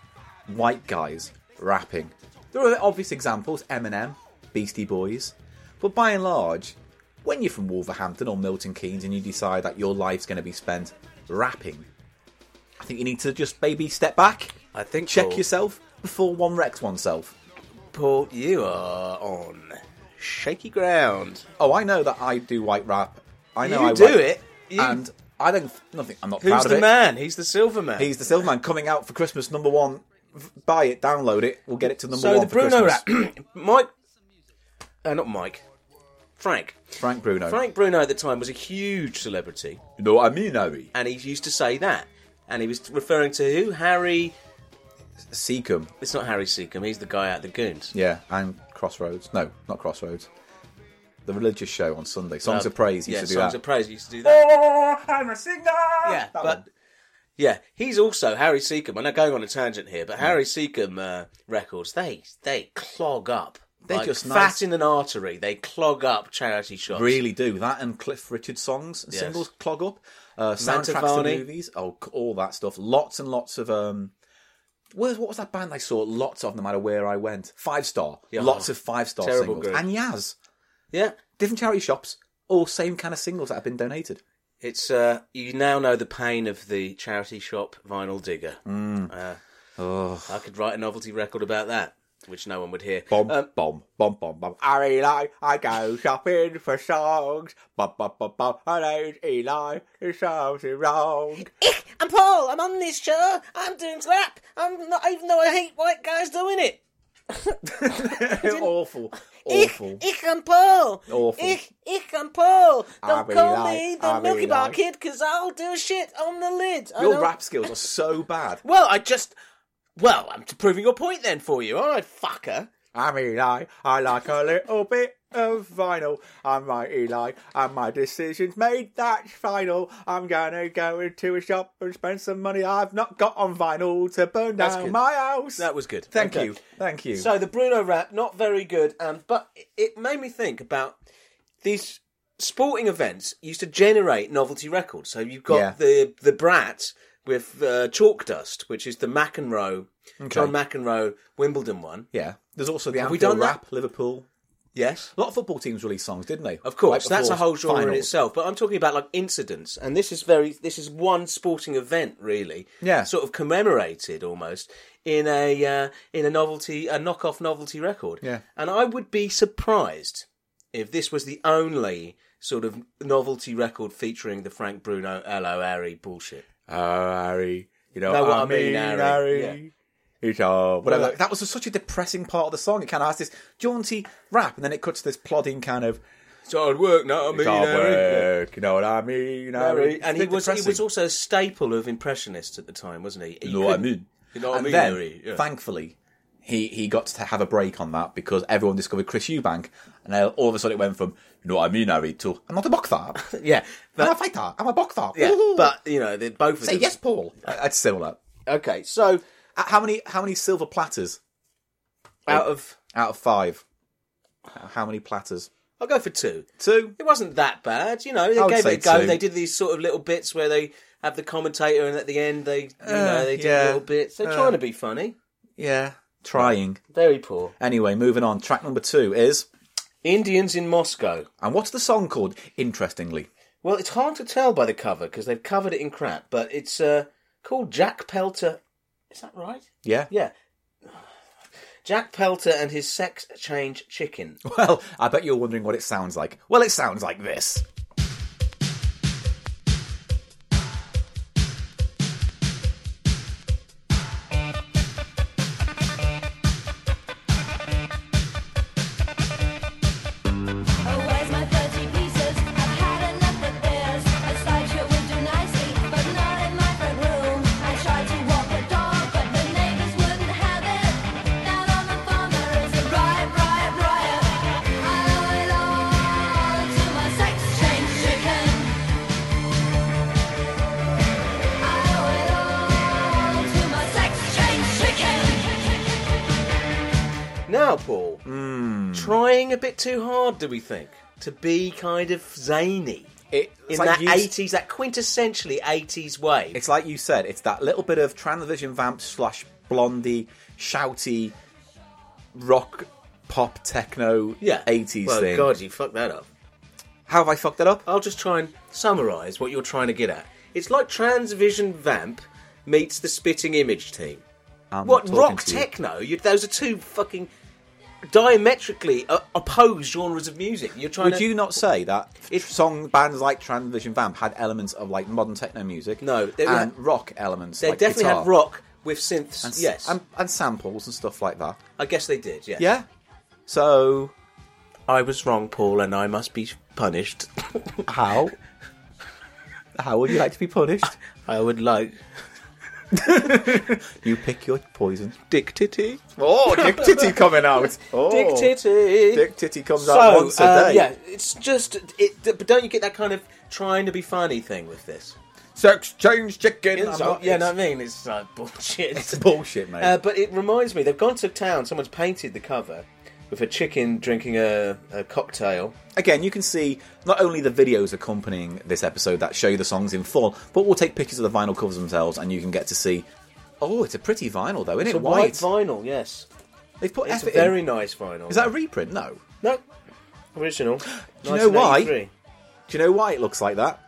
Speaker 1: white guys rapping. There are obvious examples: Eminem, Beastie Boys. But by and large, when you're from Wolverhampton or Milton Keynes and you decide that your life's going to be spent rapping, I think you need to just maybe step back,
Speaker 2: I think
Speaker 1: check
Speaker 2: Paul,
Speaker 1: yourself before one wrecks oneself.
Speaker 2: Paul, you are on shaky ground.
Speaker 1: Oh, I know that I do white rap. I know
Speaker 2: you
Speaker 1: I
Speaker 2: do
Speaker 1: white-
Speaker 2: it. You-
Speaker 1: and I don't. Nothing. I'm not
Speaker 2: who's
Speaker 1: proud of
Speaker 2: the
Speaker 1: it.
Speaker 2: man? He's the silver man.
Speaker 1: He's the Silverman coming out for Christmas. Number one, V- buy it, download it. We'll get it to number
Speaker 2: so
Speaker 1: one.
Speaker 2: the
Speaker 1: for
Speaker 2: Bruno
Speaker 1: Christmas.
Speaker 2: rap, [CLEARS THROAT] Mike. Uh, not Mike. Frank.
Speaker 1: Frank Bruno.
Speaker 2: Frank Bruno at the time was a huge celebrity.
Speaker 1: You know what I mean, Harry?
Speaker 2: and he used to say that. And he was referring to who? Harry.
Speaker 1: Seacombe.
Speaker 2: It's not Harry Seacombe. He's the guy out the Goons.
Speaker 1: Yeah, and Crossroads. No, not Crossroads. The religious show on Sunday. Songs
Speaker 2: Uh,
Speaker 1: of Praise used
Speaker 2: yeah,
Speaker 1: to do
Speaker 2: Songs
Speaker 1: that.
Speaker 2: of Praise used to do that.
Speaker 1: Oh, I'm a singer.
Speaker 2: yeah,
Speaker 1: That
Speaker 2: but
Speaker 1: one.
Speaker 2: yeah, he's also Harry Seacombe. I'm not going on a tangent here,
Speaker 1: Mm.
Speaker 2: but Harry Seacombe uh, records they they clog up.
Speaker 1: They're
Speaker 2: Like
Speaker 1: just
Speaker 2: fat
Speaker 1: nice.
Speaker 2: in an artery. They clog up charity shops.
Speaker 1: really do that and Cliff Richard songs and
Speaker 2: Yes.
Speaker 1: singles clog up uh, soundtracks to
Speaker 2: Mantovani.
Speaker 1: movies oh c- all that stuff lots and lots of um where's, what was that band I saw lots of no matter where I went five star
Speaker 2: Yeah.
Speaker 1: lots of five star
Speaker 2: Terrible
Speaker 1: singles
Speaker 2: group.
Speaker 1: and Yaz
Speaker 2: Yeah,
Speaker 1: different charity shops all same kind of singles that have been donated
Speaker 2: it's uh, you now know the pain of the charity shop vinyl digger.
Speaker 1: Mm.
Speaker 2: Uh,
Speaker 1: Oh.
Speaker 2: I could write a novelty record about that, which no one would hear.
Speaker 1: bomb
Speaker 2: Um,
Speaker 1: bomb bomb bomb bomb Eli I go shopping for songs bomb bomb bomb bomb I know Eli there's something wrong
Speaker 2: I'm Paul. I'm on this show. I'm doing rap. I'm not even though I hate white guys doing it.
Speaker 1: [LAUGHS] awful awful
Speaker 2: Ich am Paul.
Speaker 1: Awful.
Speaker 2: Ich, ich am Paul.
Speaker 1: I
Speaker 2: Don't
Speaker 1: really
Speaker 2: call
Speaker 1: like-
Speaker 2: me the
Speaker 1: I really
Speaker 2: Milky Bar
Speaker 1: like.
Speaker 2: Kid because I'll do shit on the lid. I
Speaker 1: your
Speaker 2: don't-
Speaker 1: rap skills are so bad
Speaker 2: Well, Oh, I just. Well, I'm t- proving your point then for you. All right, fucker.
Speaker 1: I'm Eli. I like a little bit of vinyl. I'm my Eli, and my decision's made. That's final. I'm gonna go into a shop and spend some money I've not got on vinyl to burn
Speaker 2: That's
Speaker 1: down
Speaker 2: good.
Speaker 1: my house.
Speaker 2: That was good.
Speaker 1: Thank
Speaker 2: Okay.
Speaker 1: you. Thank you.
Speaker 2: So the Bruno rap, not very good, um, but it- it made me think about these sporting events used to generate novelty records. So you've got
Speaker 1: Yeah.
Speaker 2: the the Brat with uh, Chalk Dust, which is the McEnroe, John McEnroe Wimbledon one.
Speaker 1: yeah, there's also the
Speaker 2: Have we
Speaker 1: Anfield
Speaker 2: done that?
Speaker 1: rap, Liverpool.
Speaker 2: Yes.
Speaker 1: A lot of football teams released songs, didn't they?
Speaker 2: Of course,
Speaker 1: Right
Speaker 2: that's a
Speaker 1: before
Speaker 2: whole genre in
Speaker 1: finals.
Speaker 2: itself. But I'm talking about like incidents, and this is very this is one sporting event really.
Speaker 1: Yeah.
Speaker 2: sort of commemorated almost in a uh, in a novelty a knockoff novelty record.
Speaker 1: Yeah.
Speaker 2: and I would be surprised if this was the only sort of novelty record featuring the Frank Bruno Hello Harry bullshit.
Speaker 1: Oh, Harry. You know,
Speaker 2: Know
Speaker 1: what I mean, Harry.
Speaker 2: Yeah.
Speaker 1: It's all- whatever.
Speaker 2: Well, that-
Speaker 1: that was such a depressing part of the song. It kind of has this jaunty rap, and then it cuts to this plodding kind of
Speaker 4: It's hard work, no, I mean,
Speaker 1: Hard
Speaker 4: Harry.
Speaker 1: work, you know what I mean? Harry?
Speaker 2: And he
Speaker 1: It's
Speaker 2: was he was
Speaker 1: depressing.
Speaker 2: also a staple of impressionists at the time, wasn't he? You
Speaker 1: You know what I
Speaker 2: couldn't-
Speaker 1: mean?
Speaker 2: [LAUGHS] You know what I
Speaker 1: and
Speaker 2: mean,
Speaker 1: then,
Speaker 2: Harry? Yeah.
Speaker 1: thankfully, he, he got to have a break on that because everyone discovered Chris Eubank, and then all of a sudden it went from you know what I mean, Harry, to I'm not a
Speaker 2: [LAUGHS]
Speaker 1: boxer,
Speaker 2: Yeah, but,
Speaker 1: I'm a fighter, I'm a boxer. [LAUGHS]
Speaker 2: yeah,
Speaker 1: Woohoo.
Speaker 2: but you know, they're both of
Speaker 1: say
Speaker 2: them.
Speaker 1: yes, Paul. That's similar.
Speaker 2: Okay, so
Speaker 1: Uh, How many how many silver platters Oh.
Speaker 2: out of
Speaker 1: out of five? How many platters?
Speaker 2: I'll go for two.
Speaker 1: Two.
Speaker 2: It wasn't that bad, you know. They
Speaker 1: I would
Speaker 2: gave
Speaker 1: say
Speaker 2: it a go.
Speaker 1: two.
Speaker 2: They did these sort of little bits where they have the commentator, and at the end they, you know, they did
Speaker 1: Uh, yeah.
Speaker 2: little bits. They're
Speaker 1: Uh.
Speaker 2: trying to be funny.
Speaker 1: Yeah, trying.
Speaker 2: Very poor.
Speaker 1: Anyway, moving on. Track number two is,
Speaker 2: Indians in Moscow.
Speaker 1: and what's the song called? Interestingly,
Speaker 2: Well, it's hard to tell by the cover because they've covered it in crap, but it's uh, called Jack Pelter. Is that right?
Speaker 1: yeah.
Speaker 2: Yeah. Jack Pelter and his sex change chicken.
Speaker 1: [LAUGHS] Well, I bet you're wondering what it sounds like. Well, it sounds like this.
Speaker 10: Oh, Chicken!
Speaker 2: Now, Paul,
Speaker 1: Hmm.
Speaker 2: trying a bit too hard, do we think, to be kind of zany
Speaker 1: It,
Speaker 2: in
Speaker 1: like
Speaker 2: that
Speaker 1: you,
Speaker 2: 80s, that quintessentially 80s way?
Speaker 1: It's like you said. It's that little bit of Transvision vamp slash blondie, shouty, rock, pop, techno,
Speaker 2: yeah,
Speaker 1: 80s
Speaker 2: well,
Speaker 1: thing.
Speaker 2: God, you fucked that up.
Speaker 1: How have I fucked that up?
Speaker 2: I'll just try and summarise what you're trying to get at. It's like Transvision Vamp meets the Spitting Image team.
Speaker 1: I'm
Speaker 2: What
Speaker 1: talking
Speaker 2: rock
Speaker 1: to you.
Speaker 2: techno? You, those are two fucking diametrically uh, opposed genres of music. You're trying
Speaker 1: Would
Speaker 2: to
Speaker 1: you not say that if song bands like Transvision Vamp had elements of like modern techno music?
Speaker 2: No, they-
Speaker 1: and rock elements.
Speaker 2: They
Speaker 1: like
Speaker 2: definitely
Speaker 1: guitar
Speaker 2: had rock with synths.
Speaker 1: and, s-
Speaker 2: yes,
Speaker 1: and, and samples and stuff like that.
Speaker 2: I guess they did. Yeah.
Speaker 1: Yeah. So
Speaker 2: I was wrong, Paul, and I must be punished. [LAUGHS]
Speaker 1: how? How would you like to be punished?
Speaker 2: I would like
Speaker 1: You pick your poison.
Speaker 2: Dick Titty.
Speaker 1: Oh, Dick [LAUGHS] Titty coming out. Oh,
Speaker 2: Dick Titty.
Speaker 1: Dick Titty comes out
Speaker 2: so
Speaker 1: once a
Speaker 2: uh,
Speaker 1: day.
Speaker 2: yeah, it's just it. But don't you get that kind of trying to be funny thing with this?
Speaker 1: Sex change chicken.
Speaker 2: It's
Speaker 1: I'm
Speaker 2: all-
Speaker 1: not-
Speaker 2: yeah,
Speaker 1: it's-
Speaker 2: know what I mean? It's like bullshit.
Speaker 1: It's
Speaker 2: [LAUGHS]
Speaker 1: bullshit, mate.
Speaker 2: uh, but it reminds me, they've gone to town, someone's painted the cover with a chicken drinking a, a cocktail.
Speaker 1: Again, you can see not only the videos accompanying this episode that show you the songs in full, but we'll take pictures of the vinyl covers themselves, and you can get to see. Oh, it's a pretty vinyl though, isn't
Speaker 2: It's
Speaker 1: it?
Speaker 2: a white vinyl, yes.
Speaker 1: They've put
Speaker 2: It's a
Speaker 1: effort
Speaker 2: very
Speaker 1: in.
Speaker 2: nice vinyl.
Speaker 1: Is that a reprint? No.
Speaker 2: No.
Speaker 1: [GASPS]
Speaker 2: Original.
Speaker 1: you know why?
Speaker 2: 1983.
Speaker 1: Do you know why it looks like that?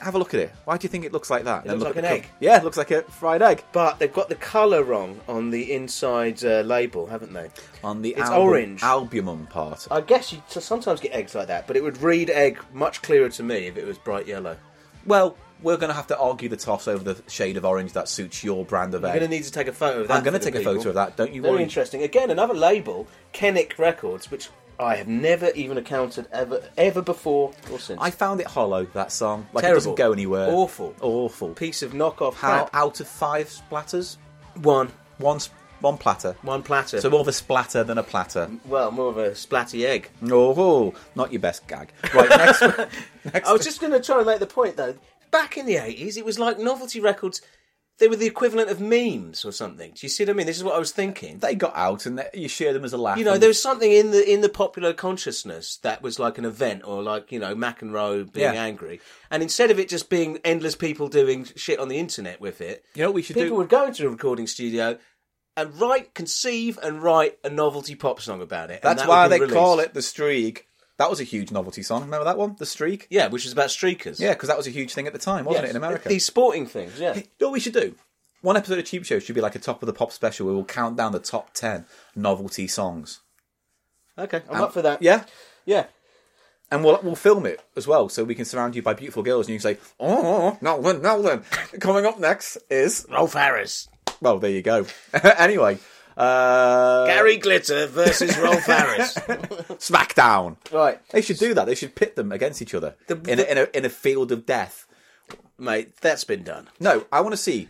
Speaker 1: Have a look at it. Why do you think it looks like that?
Speaker 2: It
Speaker 1: Then
Speaker 2: looks
Speaker 1: look
Speaker 2: like
Speaker 1: at the
Speaker 2: an
Speaker 1: cover.
Speaker 2: egg.
Speaker 1: Yeah, it looks like a fried egg
Speaker 2: But they've got the colour wrong on the inside uh, label, haven't they?
Speaker 1: on the
Speaker 2: It's
Speaker 1: album,
Speaker 2: orange.
Speaker 1: albumum part.
Speaker 2: I guess you t- sometimes get eggs like that, but it would read egg much clearer to me if it was bright yellow.
Speaker 1: Well, we're going to have to argue the toss over the shade of orange that suits your brand of
Speaker 2: I'm going to
Speaker 1: egg.
Speaker 2: need to take a photo of that.
Speaker 1: I'm going to
Speaker 2: for the
Speaker 1: take a
Speaker 2: people.
Speaker 1: photo of that. Don't you
Speaker 2: Very
Speaker 1: worry.
Speaker 2: interesting. Again, another label, Kennick Records, which I have never even encountered ever ever before or since.
Speaker 1: I found it hollow that song. Like
Speaker 2: Terrible.
Speaker 1: it doesn't go anywhere.
Speaker 2: Awful.
Speaker 1: Awful.
Speaker 2: piece of knockoff
Speaker 1: How
Speaker 2: crap.
Speaker 1: out of five splatters?
Speaker 2: One,
Speaker 1: One s- one platter.
Speaker 2: one platter.
Speaker 1: So more of a splatter than a platter.
Speaker 2: well, more of a splatty egg.
Speaker 1: Oh, not your best gag. Right, next.
Speaker 2: [LAUGHS]
Speaker 1: next
Speaker 2: I was just going to try and make the point though. Back in the eighties, it was like novelty records. They were the equivalent of memes or something. Do you see what I mean? This is what I was thinking.
Speaker 1: they got out and they, you share them as a laugh.
Speaker 2: You know,
Speaker 1: and-
Speaker 2: there was something in the in the popular consciousness that was like an event, or like you know, McEnroe being
Speaker 1: Yeah.
Speaker 2: angry, and instead of it just being endless people doing shit on the internet with it,
Speaker 1: You know what we should
Speaker 2: people
Speaker 1: do?
Speaker 2: would go into a recording studio and write, conceive, and write a novelty pop song about it. and
Speaker 1: That's
Speaker 2: that would
Speaker 1: why
Speaker 2: be
Speaker 1: they
Speaker 2: released.
Speaker 1: call it the streak. That was a huge novelty song. Remember that one, the streak?
Speaker 2: yeah, which is about streakers.
Speaker 1: Yeah, because that was a huge thing at the time, wasn't it, in America?
Speaker 2: These sporting things, yeah.
Speaker 1: You know what we should do? One episode of Cheap Show should be like a top of the pop special where we'll count down the top 10 novelty songs.
Speaker 2: Okay, I'm up for that.
Speaker 1: Yeah?
Speaker 2: Um, yeah.
Speaker 1: And we'll, we'll film it as well so we can surround you by beautiful girls and you can say, oh, now then, now then. Coming up next is.
Speaker 2: Rolf Harris.
Speaker 1: Well, there you go. [LAUGHS] anyway, Uh,
Speaker 2: Gary Glitter [LAUGHS] versus Rolf Harris.
Speaker 1: SmackDown.
Speaker 2: right,
Speaker 1: They should do that. They should pit them against each other
Speaker 2: The-
Speaker 1: in, a, in, a, in a field of death.
Speaker 2: mate, that's been done.
Speaker 1: No, I want to see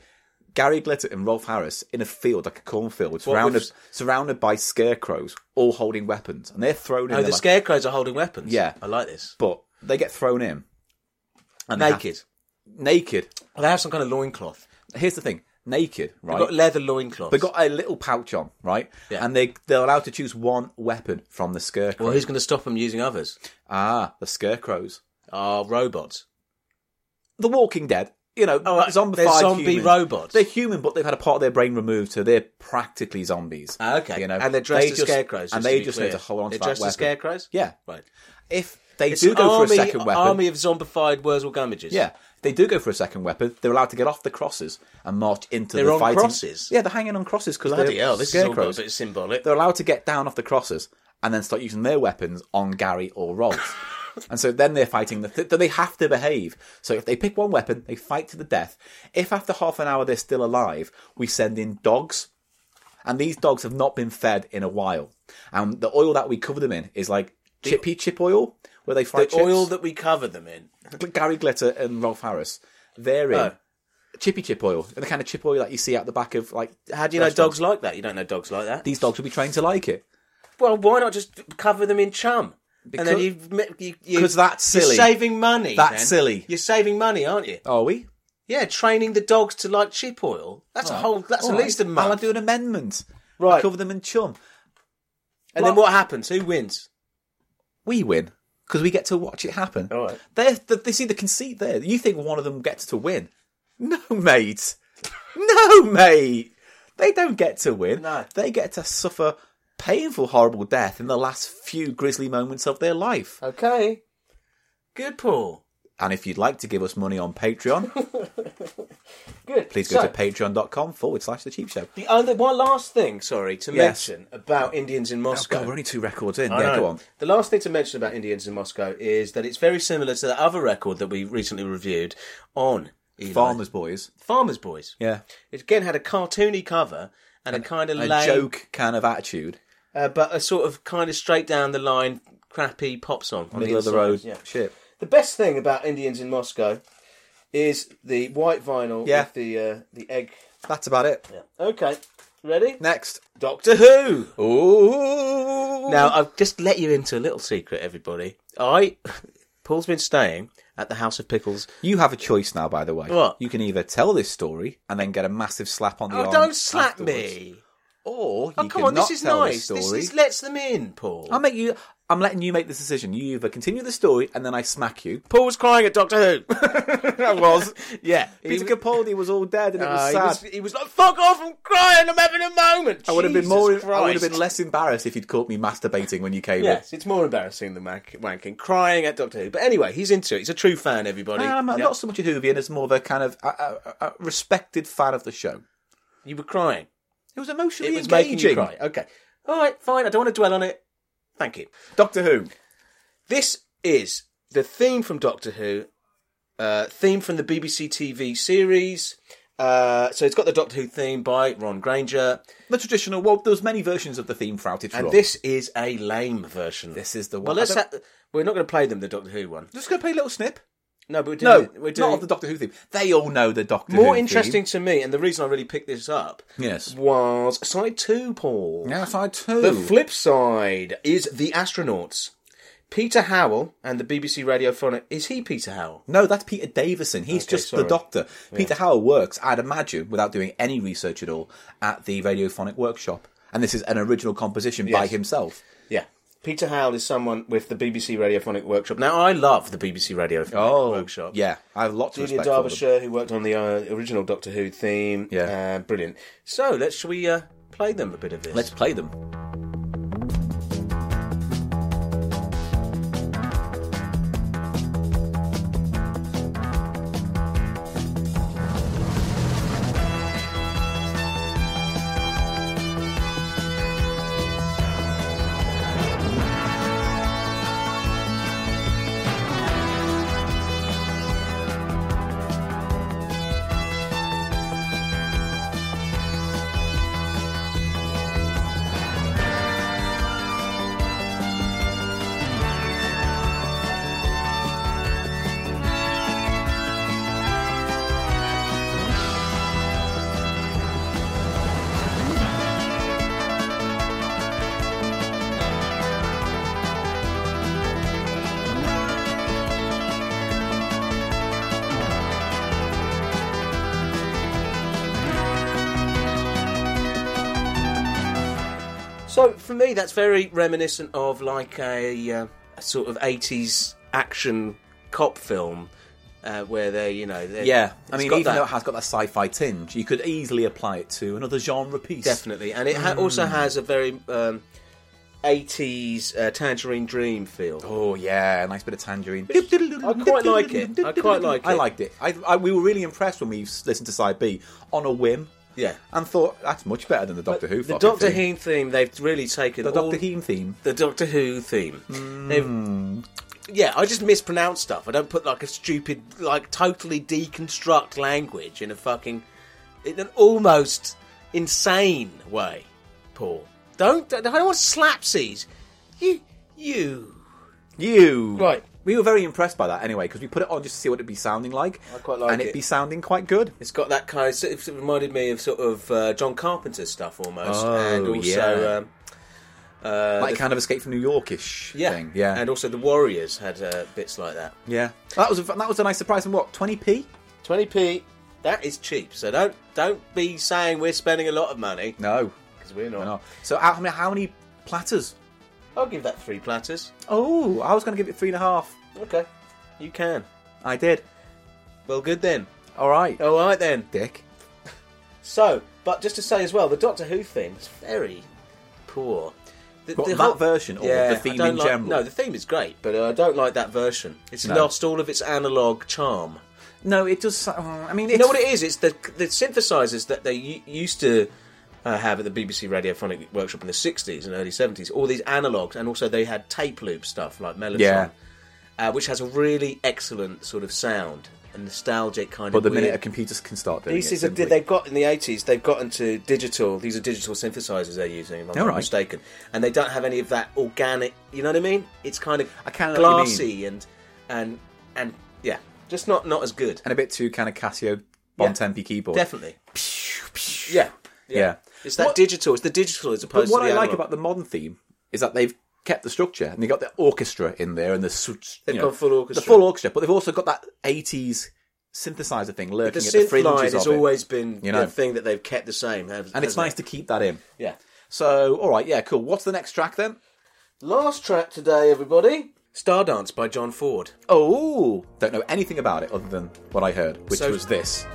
Speaker 1: Gary Glitter and Rolf Harris in a field like a cornfield, surrounded
Speaker 2: with-
Speaker 1: surrounded by scarecrows, all holding weapons, and they're thrown in.
Speaker 2: Oh,
Speaker 1: they're
Speaker 2: the
Speaker 1: like-
Speaker 2: scarecrows are holding weapons.
Speaker 1: Yeah.
Speaker 2: I like this.
Speaker 1: but they get thrown in and they have-
Speaker 2: Naked.
Speaker 1: naked.
Speaker 2: They have some kind of loincloth.
Speaker 1: Here's the thing: naked, right?
Speaker 2: They've got leather loincloth.
Speaker 1: They got a little pouch on, right?
Speaker 2: Yeah.
Speaker 1: And they they're allowed to choose one weapon from the scarecrow.
Speaker 2: Well, who's going to stop them using others?
Speaker 1: Ah, the scarecrows,
Speaker 2: Are robots.
Speaker 1: the Walking Dead. You know,
Speaker 2: Oh, right.
Speaker 1: zombified
Speaker 2: They're zombie
Speaker 1: humans.
Speaker 2: robots.
Speaker 1: They're human, but they've had a part of their brain removed, so they're practically zombies.
Speaker 2: Ah, okay.
Speaker 1: you know,
Speaker 2: and they're dressed
Speaker 1: They
Speaker 2: as
Speaker 1: just-
Speaker 2: scarecrows.
Speaker 1: and
Speaker 2: to
Speaker 1: they
Speaker 2: be
Speaker 1: just
Speaker 2: clear.
Speaker 1: need to hold on to
Speaker 2: They're
Speaker 1: that
Speaker 2: dressed
Speaker 1: weapon.
Speaker 2: as scarecrows.
Speaker 1: Yeah,
Speaker 2: Right.
Speaker 1: if they
Speaker 2: It's
Speaker 1: do
Speaker 2: an
Speaker 1: go
Speaker 2: army,
Speaker 1: for a second weapon,
Speaker 2: army of zombified Wurzel Gummidges.
Speaker 1: yeah, if they do go for a second weapon. They're allowed to get off the crosses and march into
Speaker 2: They're
Speaker 1: the
Speaker 2: on
Speaker 1: fighting.
Speaker 2: crosses?
Speaker 1: Yeah, they're hanging on crosses because
Speaker 2: Bloody
Speaker 1: they're
Speaker 2: hell, this is all
Speaker 1: scarecrows.
Speaker 2: a bit symbolic.
Speaker 1: they're allowed to get down off the crosses and then start using their weapons on Gary or
Speaker 2: [LAUGHS]
Speaker 1: Rolf. and so then they're fighting. The th- they have to behave. So if they pick one weapon, they fight to the death. If after half an hour they're still alive, we send in dogs. And these dogs have not been fed in a while. And the oil that we cover them in is like chippy chip oil, where they fry
Speaker 2: The
Speaker 1: chips.
Speaker 2: oil that we cover them in.
Speaker 1: Gary Glitter and Rolf Harris, they're in
Speaker 2: Oh.
Speaker 1: Uh, chippy chip oil, the kind of chip oil that you see out the back of like.
Speaker 2: How do you know
Speaker 1: restaurants.
Speaker 2: dogs like that? You don't know dogs like that.
Speaker 1: These dogs will be trained to like it.
Speaker 2: Well, why not just cover them in chum? and then
Speaker 1: Because-
Speaker 2: you've mi- you, you,
Speaker 1: 'Cause that's
Speaker 2: You're
Speaker 1: silly.
Speaker 2: saving money.
Speaker 1: That's
Speaker 2: then.
Speaker 1: silly.
Speaker 2: You're saving money, aren't you?
Speaker 1: Are we?
Speaker 2: Yeah, training the dogs to like chip oil. That's a whole. That's
Speaker 1: All
Speaker 2: at
Speaker 1: right.
Speaker 2: least a
Speaker 1: Oh, I'll
Speaker 2: month.
Speaker 1: do an amendment.
Speaker 2: Right.
Speaker 1: Right. Cover them in chum.
Speaker 2: and then what happens? Who wins?
Speaker 1: We win because we get to watch it happen.
Speaker 2: All right.
Speaker 1: They're, they they see the conceit there. You think one of them gets to win? No, mate. No, mate. They don't get to win.
Speaker 2: No.
Speaker 1: They get to suffer painful, horrible death in the last few grisly moments of their life.
Speaker 2: Okay. Good, Paul.
Speaker 1: And if you'd like to give us money on Patreon,
Speaker 2: Good.
Speaker 1: please go
Speaker 2: So,
Speaker 1: to patreon.com forward slash the cheap show.
Speaker 2: The other one last thing, sorry, to
Speaker 1: Yes.
Speaker 2: mention about Indians in
Speaker 1: Oh,
Speaker 2: Moscow.
Speaker 1: God, we're only two records in.
Speaker 2: I
Speaker 1: yeah,
Speaker 2: know.
Speaker 1: go on.
Speaker 2: The last thing to mention about Indians in Moscow is that it's very similar to the other record that we recently reviewed on Eli.
Speaker 1: Farmers Boys.
Speaker 2: Farmers Boys.
Speaker 1: Yeah.
Speaker 2: It again had a cartoony cover and, a kind of
Speaker 1: A
Speaker 2: lame,
Speaker 1: joke kind of attitude.
Speaker 2: uh, but a sort of kind of straight down the line crappy pop song. on
Speaker 1: Middle of the
Speaker 2: inside.
Speaker 1: road
Speaker 2: Yeah.
Speaker 1: shit.
Speaker 2: The best thing about Indians in Moscow is the white vinyl
Speaker 1: Yeah.
Speaker 2: with the uh, the egg.
Speaker 1: That's about it.
Speaker 2: Okay, ready?
Speaker 1: Next.
Speaker 2: Doctor Who.
Speaker 1: Ooh.
Speaker 2: Now, I've just let you into a little secret, everybody. I, [LAUGHS] Paul's been staying at the House of Pickles.
Speaker 1: you have a choice now, by the way.
Speaker 2: What?
Speaker 1: You can either tell this story and then get a massive slap on the
Speaker 2: Oh,
Speaker 1: arm.
Speaker 2: don't slap
Speaker 1: afterwards,
Speaker 2: me!
Speaker 1: Or you
Speaker 2: Oh, come
Speaker 1: can
Speaker 2: on, this
Speaker 1: not
Speaker 2: is
Speaker 1: tell This
Speaker 2: nice. This,
Speaker 1: story.
Speaker 2: this lets them in, Paul.
Speaker 1: I'll make you. I'm letting you make this decision. You either continue the story and then I smack you.
Speaker 2: Paul's crying at Doctor
Speaker 1: [LAUGHS]
Speaker 2: Who.
Speaker 1: That [LAUGHS] was.
Speaker 2: yeah,
Speaker 1: Peter Capaldi was all dead and it was
Speaker 2: Uh, he,
Speaker 1: sad.
Speaker 2: was, he was like, "Fuck off! I'm crying. I'm having a moment."
Speaker 1: I would have been
Speaker 2: Jesus
Speaker 1: more. I would
Speaker 2: Christ.
Speaker 1: have been less embarrassed if you'd caught me masturbating when you came
Speaker 2: Yes, it's more embarrassing than wank- wanking, crying at Doctor Who. But anyway, he's into it. He's a true fan, everybody.
Speaker 1: in. I'm
Speaker 2: Yeah.
Speaker 1: Um, not so much a Hoovian as more of a kind of a, a, a- a respected fan of the show.
Speaker 2: You were crying.
Speaker 1: It was emotionally
Speaker 2: It was
Speaker 1: engaging.
Speaker 2: making you cry. Okay. All right, fine. I don't want to dwell on it. Thank you.
Speaker 1: Doctor Who.
Speaker 2: This is the theme from Doctor Who, uh, theme from the BBC TV series. Uh, so it's got the Doctor Who theme by Ron Granger,
Speaker 1: The traditional. Well, there's many versions of the theme frouted
Speaker 2: and
Speaker 1: throughout.
Speaker 2: this is a lame version.
Speaker 1: This is the
Speaker 2: Well,
Speaker 1: one-
Speaker 2: let's
Speaker 1: I don't-
Speaker 2: ha- we're not going to play them the Doctor Who one.
Speaker 1: just gonna play a little snip.
Speaker 2: No, but we're doing,
Speaker 1: No,
Speaker 2: we're doing
Speaker 1: not of the Doctor Who theme. They all know the Doctor Who
Speaker 2: more
Speaker 1: theme.
Speaker 2: interesting to me, and the reason I really picked this up
Speaker 1: Yes.
Speaker 2: was side two, Paul.
Speaker 1: Now side two.
Speaker 2: The flip side is the astronauts. Peter Howell and the BBC radiophonic. Is he Peter Howell?
Speaker 1: no, that's Peter Davison. He's
Speaker 2: Okay,
Speaker 1: just
Speaker 2: sorry.
Speaker 1: the Doctor. Peter Howell works, I'd imagine, without doing any research at all, at the Radiophonic Workshop. And this is an original composition by
Speaker 2: Yes.
Speaker 1: himself.
Speaker 2: Yeah. Peter Howell is someone with the BBC Radiophonic Workshop. Now, I love the BBC Radiophonic
Speaker 1: Oh,
Speaker 2: Workshop.
Speaker 1: yeah. I have lots of
Speaker 2: Julia
Speaker 1: respect for them.
Speaker 2: Derbyshire, who worked on the uh, original Doctor Who theme.
Speaker 1: Yeah.
Speaker 2: Uh, brilliant. So, let's, shall we uh, play them a bit of this?
Speaker 1: Let's play them.
Speaker 2: So for me, that's very reminiscent of like a, uh, a sort of eighties action cop film, uh, where they, you know, they-
Speaker 1: Yeah, I
Speaker 2: it's
Speaker 1: mean,
Speaker 2: got
Speaker 1: even
Speaker 2: that-
Speaker 1: though it has got that sci-fi tinge, you could easily apply it to another genre piece.
Speaker 2: definitely, and it ha-
Speaker 1: Hmm.
Speaker 2: also has a very um, eighties uh, Tangerine Dream feel.
Speaker 1: Oh yeah, a nice bit of tangerine.
Speaker 2: I quite like it. I quite like
Speaker 1: I
Speaker 2: it.
Speaker 1: liked it. I, I, we were really impressed when we listened to Side B on a whim
Speaker 2: Yeah,
Speaker 1: and thought that's much better than the Doctor Who.
Speaker 2: the
Speaker 1: fucking
Speaker 2: Doctor
Speaker 1: thing."
Speaker 2: Who theme they've really taken
Speaker 1: the
Speaker 2: all-
Speaker 1: Doctor Who theme.
Speaker 2: the Doctor Who theme. They've, yeah, I just mispronounce stuff. I don't put like a stupid, like totally deconstruct language in a fucking, in an almost insane way. Paul, don't I don't want slapsies. You, you.
Speaker 1: You
Speaker 2: Right.
Speaker 1: We were very impressed by that anyway because we put it on just to see what it'd be sounding like.
Speaker 2: I quite like
Speaker 1: and
Speaker 2: it.
Speaker 1: it'd be sounding quite good.
Speaker 2: It's got that kind. Of, it reminded me of sort of uh, John Carpenter stuff almost,
Speaker 1: Oh,
Speaker 2: and
Speaker 1: yeah.
Speaker 2: also. Um, uh,
Speaker 1: like
Speaker 2: the-
Speaker 1: kind of Escape from New Yorkish
Speaker 2: yeah,
Speaker 1: thing. Yeah,
Speaker 2: and also the Warriors had uh, bits like that.
Speaker 1: yeah. That was a, that was a nice surprise. And what twenty p?
Speaker 2: 20p that is cheap so don't don't be saying we're spending a lot of money
Speaker 1: No,
Speaker 2: because we're not
Speaker 1: no. So how many, how many platters?
Speaker 2: i'll give that three platters
Speaker 1: Oh, I was going to give it three and a half.
Speaker 2: okay you can
Speaker 1: I did.
Speaker 2: well good then
Speaker 1: All right,
Speaker 2: all right then
Speaker 1: Oh, Dick.
Speaker 2: so but just to say as well the doctor who theme is very poor the,
Speaker 1: What, that version or the theme
Speaker 2: I don't
Speaker 1: in
Speaker 2: like-
Speaker 1: general?
Speaker 2: no the theme is great but uh, i don't like that version it's
Speaker 1: No.
Speaker 2: lost all of its analog charm
Speaker 1: No, it does. Uh, I mean, it's,
Speaker 2: you know what
Speaker 1: [LAUGHS]
Speaker 2: it is? It's the the synthesizers that they u- used to uh, have at the BBC Radiophonic Workshop in the '60s and early '70s. All these analogs, and also they had tape loop stuff like Mellotron,
Speaker 1: Yeah.
Speaker 2: uh, which has a really excellent sort of sound, a nostalgic kind
Speaker 1: But
Speaker 2: of.
Speaker 1: the minute
Speaker 2: weird-
Speaker 1: a computer can start doing
Speaker 2: these
Speaker 1: it,
Speaker 2: is a,
Speaker 1: simply.
Speaker 2: they've got in the eighties. They've got into digital. These are digital synthesizers they're using, if I'm
Speaker 1: All
Speaker 2: not
Speaker 1: right.
Speaker 2: mistaken. And they don't have any of that organic. You know what I mean? It's kind of
Speaker 1: I kinda know what you
Speaker 2: glassy and and and yeah, just not not as good.
Speaker 1: and a bit too kind of Casio Bon Tempi keyboard.
Speaker 2: Definitely. Yeah.
Speaker 1: yeah.
Speaker 2: It's that
Speaker 1: What-
Speaker 2: digital. It's the digital as
Speaker 1: But
Speaker 2: opposed
Speaker 1: what
Speaker 2: to
Speaker 1: I
Speaker 2: the
Speaker 1: like
Speaker 2: analog.
Speaker 1: about the modern theme is that they've kept the structure and they got the orchestra in there and the su-
Speaker 2: They've
Speaker 1: you
Speaker 2: gone
Speaker 1: know,
Speaker 2: full orchestra.
Speaker 1: the full orchestra. But they've also got that eighties synthesizer thing
Speaker 2: the
Speaker 1: lurking at the
Speaker 2: synth line
Speaker 1: fringes
Speaker 2: has
Speaker 1: of it.
Speaker 2: always been
Speaker 1: you know.
Speaker 2: the thing that they've kept the same. has-
Speaker 1: and it's nice
Speaker 2: hasn't
Speaker 1: to keep that in.
Speaker 2: it? Yeah.
Speaker 1: So, all right, yeah, cool. What's the next track then?
Speaker 2: Last track today, everybody. Stardance by John Ford.
Speaker 1: Oh, don't know anything about it other than what I heard, which
Speaker 2: So-
Speaker 1: was this.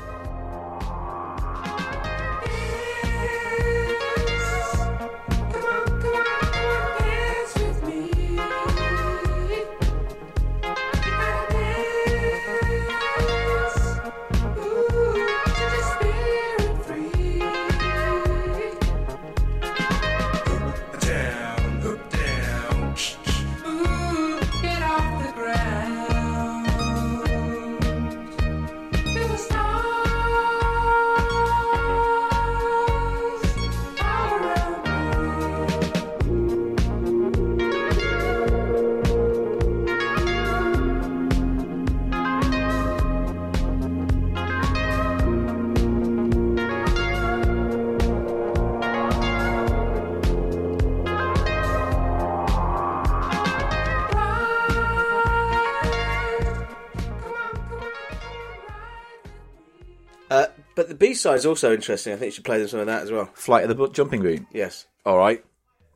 Speaker 2: Uh, but the B side is also interesting. I think you should play them some of that as well.
Speaker 1: Flight of the Bu- Jumping Green.
Speaker 2: Yes.
Speaker 1: All right,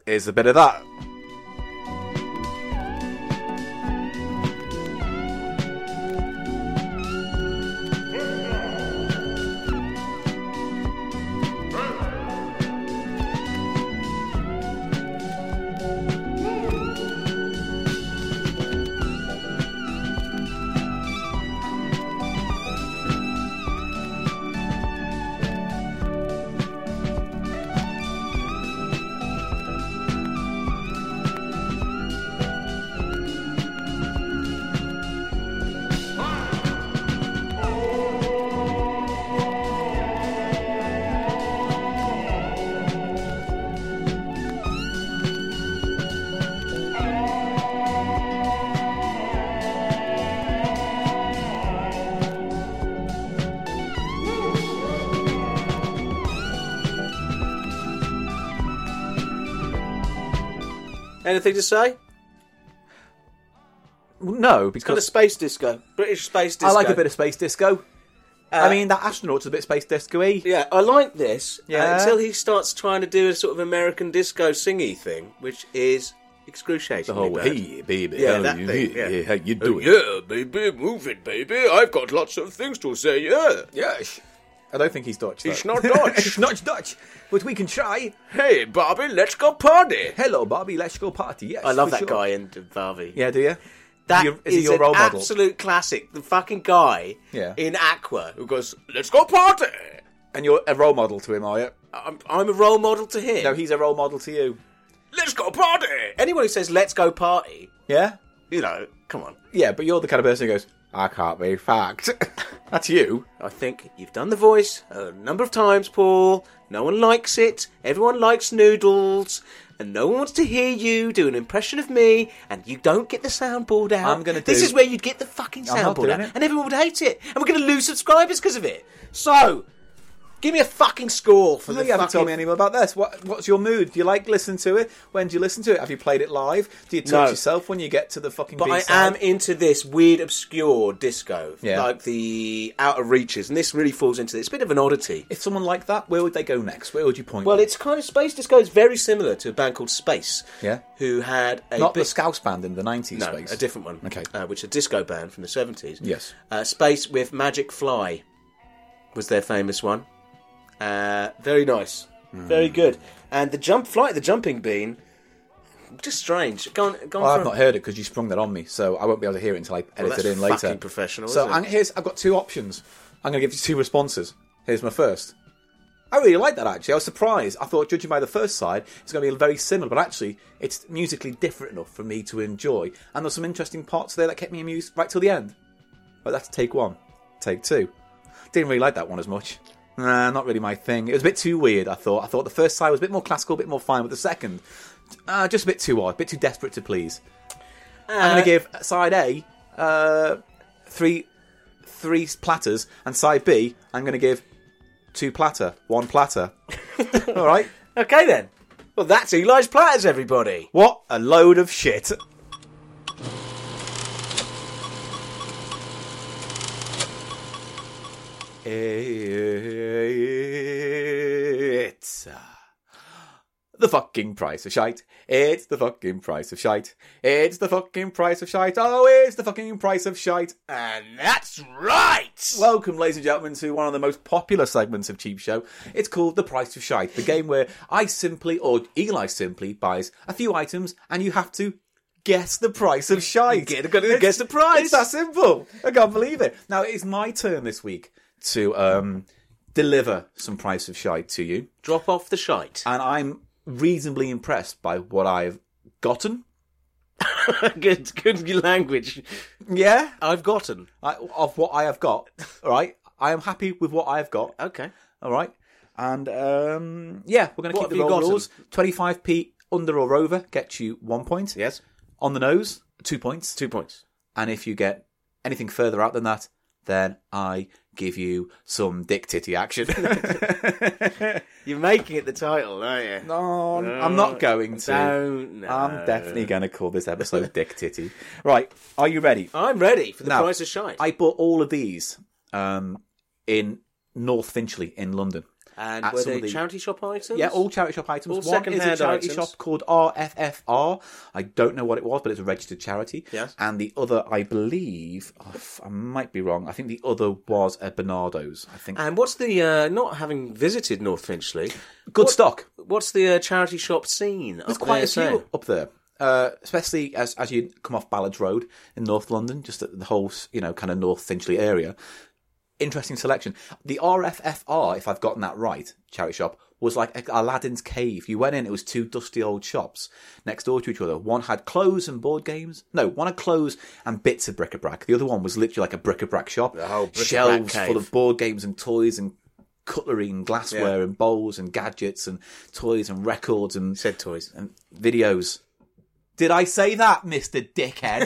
Speaker 1: here's a bit of that.
Speaker 2: Anything to say?
Speaker 1: No,
Speaker 2: Got a
Speaker 1: because
Speaker 2: space disco. British space disco.
Speaker 1: I like a bit of space disco.
Speaker 9: Uh,
Speaker 1: I mean, that astronaut's a bit space disco-y.
Speaker 2: Yeah, I like this. uh,
Speaker 1: Yeah.
Speaker 2: until he starts trying to do a sort of American disco singy thing, which is
Speaker 1: The
Speaker 2: excruciating.
Speaker 1: whole, hey, baby,
Speaker 2: Yeah,
Speaker 1: how
Speaker 2: that
Speaker 1: you,
Speaker 2: thing,
Speaker 1: yeah,
Speaker 2: yeah.
Speaker 1: how you doing?
Speaker 9: Oh, Yeah, baby, move it, baby. I've got lots of things to say, yeah.
Speaker 1: Yes. I don't think he's Dutch.
Speaker 9: He's
Speaker 1: though.
Speaker 9: not
Speaker 1: [LAUGHS]
Speaker 9: Dutch.
Speaker 1: he's not Dutch, but we can try.
Speaker 9: Hey, Bobby, let's go party.
Speaker 1: Hello, Bobby. Let's go party. Yes,
Speaker 2: I love
Speaker 1: for
Speaker 2: that
Speaker 1: sure.
Speaker 2: guy in Barbie.
Speaker 1: Yeah, do you?
Speaker 2: That
Speaker 1: Your- is he your
Speaker 2: an
Speaker 1: role model?
Speaker 2: absolute classic. The fucking guy
Speaker 1: Yeah.
Speaker 2: in Aqua who goes,
Speaker 9: Let's go party.
Speaker 1: And you're a role model to him, are you?
Speaker 2: I'm, I'm a role model to him.
Speaker 1: No, he's a role model to you.
Speaker 9: Let's go party.
Speaker 2: Anyone who says, let's go party,
Speaker 1: Yeah,
Speaker 2: you know, come on.
Speaker 1: yeah. But you're the kind of person who goes, "I can't be fucked." [LAUGHS] That's you.
Speaker 2: I think you've done the voice a number of times, Paul. No one likes it. Everyone likes noodles. And no one wants to hear you do an impression of me, and you don't get the soundboard out.
Speaker 1: I'm gonna
Speaker 2: This
Speaker 1: do-
Speaker 2: is where you'd get the fucking
Speaker 1: I'm not
Speaker 2: soundboard
Speaker 1: doing
Speaker 2: out,
Speaker 1: it.
Speaker 2: and everyone would hate it, and we're going to lose subscribers because of it. So, give me a fucking score for
Speaker 1: No,
Speaker 2: the
Speaker 1: you haven't
Speaker 2: fucking.
Speaker 1: told me any more about this. What, what's your mood? Do you like listening to it? When do you listen to it? Have you played it live? Do you touch
Speaker 2: No.
Speaker 1: yourself when you get to the fucking?
Speaker 2: But I
Speaker 1: B-side?
Speaker 2: am into this weird, obscure disco,
Speaker 1: Yeah.
Speaker 2: like the outer reaches, and this really falls into this. It's a bit of an oddity.
Speaker 1: If someone like that, where would they go next? Where would you point?
Speaker 2: Well,
Speaker 1: them?
Speaker 2: it's kind of space disco is very similar to a band called Space.
Speaker 1: Yeah.
Speaker 2: Who had a
Speaker 1: not
Speaker 2: big-
Speaker 1: the Scouse band in the nineties.
Speaker 2: no,
Speaker 1: space.
Speaker 2: a different one.
Speaker 1: Okay.
Speaker 2: Uh, which is a disco band from the seventies.
Speaker 1: Yes.
Speaker 2: Uh, space with Magic Fly was their famous one. Uh, very nice.
Speaker 1: Hmm.
Speaker 2: Very good. And the jump flight, the jumping bean, just strange. Go on, go on.
Speaker 1: Well,
Speaker 2: for
Speaker 1: I've
Speaker 2: a-
Speaker 1: not heard it because you sprung that on me, so I won't be able to hear it until I edit
Speaker 2: that's
Speaker 1: it in later.
Speaker 2: fucking professional,
Speaker 1: So
Speaker 2: isn't it?
Speaker 1: I'm- here's I've got two options. I'm going to give you two responses. Here's my first. I really like that actually. I was surprised. I thought, judging by the first side, it's going to be very similar, but actually, it's musically different enough for me to enjoy. And there's some interesting parts there that kept me amused right till the end. But that's take one. Take two. Didn't really like that one as much. Nah, not really my thing. It was a bit too weird. I thought. I thought the first side was a bit more classical, a bit more fine, but the second, uh, just a bit too odd, a bit too desperate to please. I'm going to give side A uh, three three platters, and side B I'm going to give two platter, one platter. All right.
Speaker 2: Okay then. Well, that's Eli's platters, everybody.
Speaker 1: What a load of shit. It's uh, the fucking price of shite. It's the fucking price of shite. It's the fucking price of shite. Oh, it's the fucking price of shite.
Speaker 2: And that's right.
Speaker 1: Welcome, ladies and gentlemen, to one of the most popular segments of Cheap Show. It's called The Price of Shite, the game where I simply, or Eli simply, buys a few items and you have to guess the price of shite.
Speaker 2: Get- gotta guess the price.
Speaker 1: It's that simple. I can't believe it. Now, it is my turn this week to um, deliver some price of shite to you,
Speaker 2: Drop off the shite.
Speaker 1: and I'm reasonably impressed by what I've gotten.
Speaker 2: [LAUGHS] good, good language.
Speaker 1: Yeah?
Speaker 2: I've gotten.
Speaker 1: I, of what I have got, all right? I am happy with what I have got.
Speaker 2: Okay.
Speaker 1: All right. And um, yeah, we're going to
Speaker 2: What
Speaker 1: keep the
Speaker 2: have you
Speaker 1: roll
Speaker 2: gotten?
Speaker 1: rules. 25p under or over gets you one point.
Speaker 2: Yes.
Speaker 1: On the nose, two points.
Speaker 2: Two points.
Speaker 1: And if you get anything further out than that, then I give you some dick titty action.
Speaker 2: You're making it the title, aren't you?
Speaker 1: no, I'm- [LAUGHS] I'm not going to.
Speaker 2: Don't. No.
Speaker 1: I'm definitely going to call this episode dick titty. Right. Are you ready?
Speaker 2: I'm ready for the
Speaker 1: Now,
Speaker 2: price of shite.
Speaker 1: I bought all of these um, in North Finchley in London.
Speaker 2: and
Speaker 1: at
Speaker 2: were
Speaker 1: some
Speaker 2: they
Speaker 1: of the-
Speaker 2: charity shop items?
Speaker 1: Yeah, all charity shop items.
Speaker 2: All
Speaker 1: One is a
Speaker 2: second-hand
Speaker 1: charity
Speaker 2: items.
Speaker 1: shop called RFFR. I don't know what it was, but it's a registered charity.
Speaker 2: Yes.
Speaker 1: And the other, I believe, oh, f- I might be wrong. I think the other was a Bernardo's. I think
Speaker 2: And what's the uh, not having visited North Finchley?
Speaker 1: good
Speaker 2: what-
Speaker 1: stock.
Speaker 2: What's the uh, charity shop scene?
Speaker 1: There's quite a few up there, uh, especially as as you come off Ballards Road in North London, just at the whole you know kind of North Finchley area. Interesting selection. The RFFR, if I've gotten that right, charity shop was like Aladdin's cave. You went in, it was two dusty old shops next door to each other. One had clothes and board games. No, one had clothes and bits of bric-a-brac. The other one was literally like a bric-a-brac shop.
Speaker 2: whole bric-a-brac
Speaker 1: Shelves
Speaker 2: cave.
Speaker 1: full of board games and toys and cutlery and glassware and bowls and gadgets and toys and records and
Speaker 2: Said toys.
Speaker 1: and videos. Did I say that, Mr. Dickhead?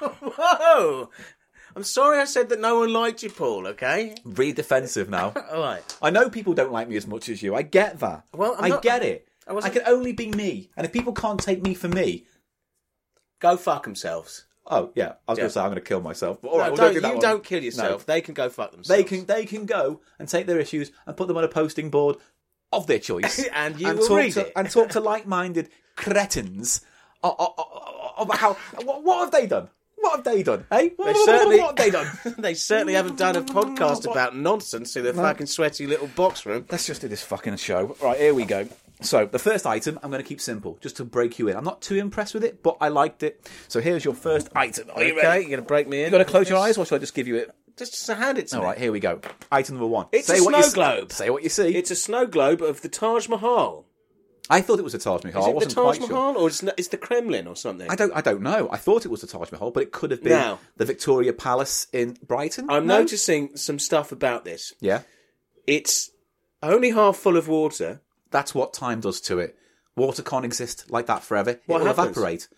Speaker 2: [LAUGHS] Whoa! I'm sorry I said that no one liked you, Paul. Okay.
Speaker 1: really defensive
Speaker 2: [LAUGHS]
Speaker 1: now.
Speaker 2: All right.
Speaker 1: I know people don't like me as much as you. I get that.
Speaker 2: Well, I'm
Speaker 1: I
Speaker 2: not-
Speaker 1: get it. I,
Speaker 2: I wasn't-
Speaker 1: can only be me. And if people can't take me for me,
Speaker 2: Go fuck themselves.
Speaker 1: Oh yeah, I was going
Speaker 2: Yeah.
Speaker 1: to say I'm going to kill myself. But all right,
Speaker 2: No,
Speaker 1: we'll
Speaker 2: don't,
Speaker 1: do that
Speaker 2: you
Speaker 1: one.
Speaker 2: don't kill
Speaker 1: No.
Speaker 2: yourself. They can go fuck themselves.
Speaker 1: They can they can go and take their issues and put them on a posting board of their choice,
Speaker 2: [LAUGHS] And you will
Speaker 1: talk
Speaker 2: read
Speaker 1: to,
Speaker 2: it.
Speaker 1: and talk to like-minded cretins o- o- o- o- about how what, what have they done? What have they done? Hey,
Speaker 2: They
Speaker 1: what, [LAUGHS]
Speaker 2: certainly,
Speaker 1: what have they done?
Speaker 2: [LAUGHS] they certainly haven't done a podcast about nonsense in a fucking sweaty little box room.
Speaker 1: Let's just do this fucking show. Right, here we go. So, the first item I'm going to keep simple, just to break you in. I'm not too impressed with it, but I liked it. So, here's your first item. Are you
Speaker 2: okay,
Speaker 1: ready?
Speaker 2: you're gonna break me in.
Speaker 1: You got to close your eyes, or shall I just give you it?
Speaker 2: Just, just hand it to
Speaker 1: All
Speaker 2: me.
Speaker 1: right, here we go. Item number one.
Speaker 2: It's
Speaker 1: say
Speaker 2: a
Speaker 1: what you
Speaker 2: snow
Speaker 1: s-
Speaker 2: globe.
Speaker 1: Say what you see.
Speaker 2: It's a snow globe of the Taj Mahal.
Speaker 1: I thought it was a Taj Mahal. Oh,
Speaker 2: Is
Speaker 1: I
Speaker 2: it the
Speaker 1: wasn't
Speaker 2: Taj
Speaker 1: quite
Speaker 2: Mahal
Speaker 1: sure.
Speaker 2: or is it's the Kremlin or something?
Speaker 1: I don't. I don't know. I thought it was the Taj Mahal, but it could have been
Speaker 2: Now-
Speaker 1: the Victoria Palace in Brighton.
Speaker 2: I'm
Speaker 1: No?
Speaker 2: noticing some stuff about this.
Speaker 1: Yeah,
Speaker 2: It's only half full of water.
Speaker 1: that's what time does to it. Water can't exist like that forever. it
Speaker 2: What
Speaker 1: will
Speaker 2: happens?
Speaker 1: evaporate.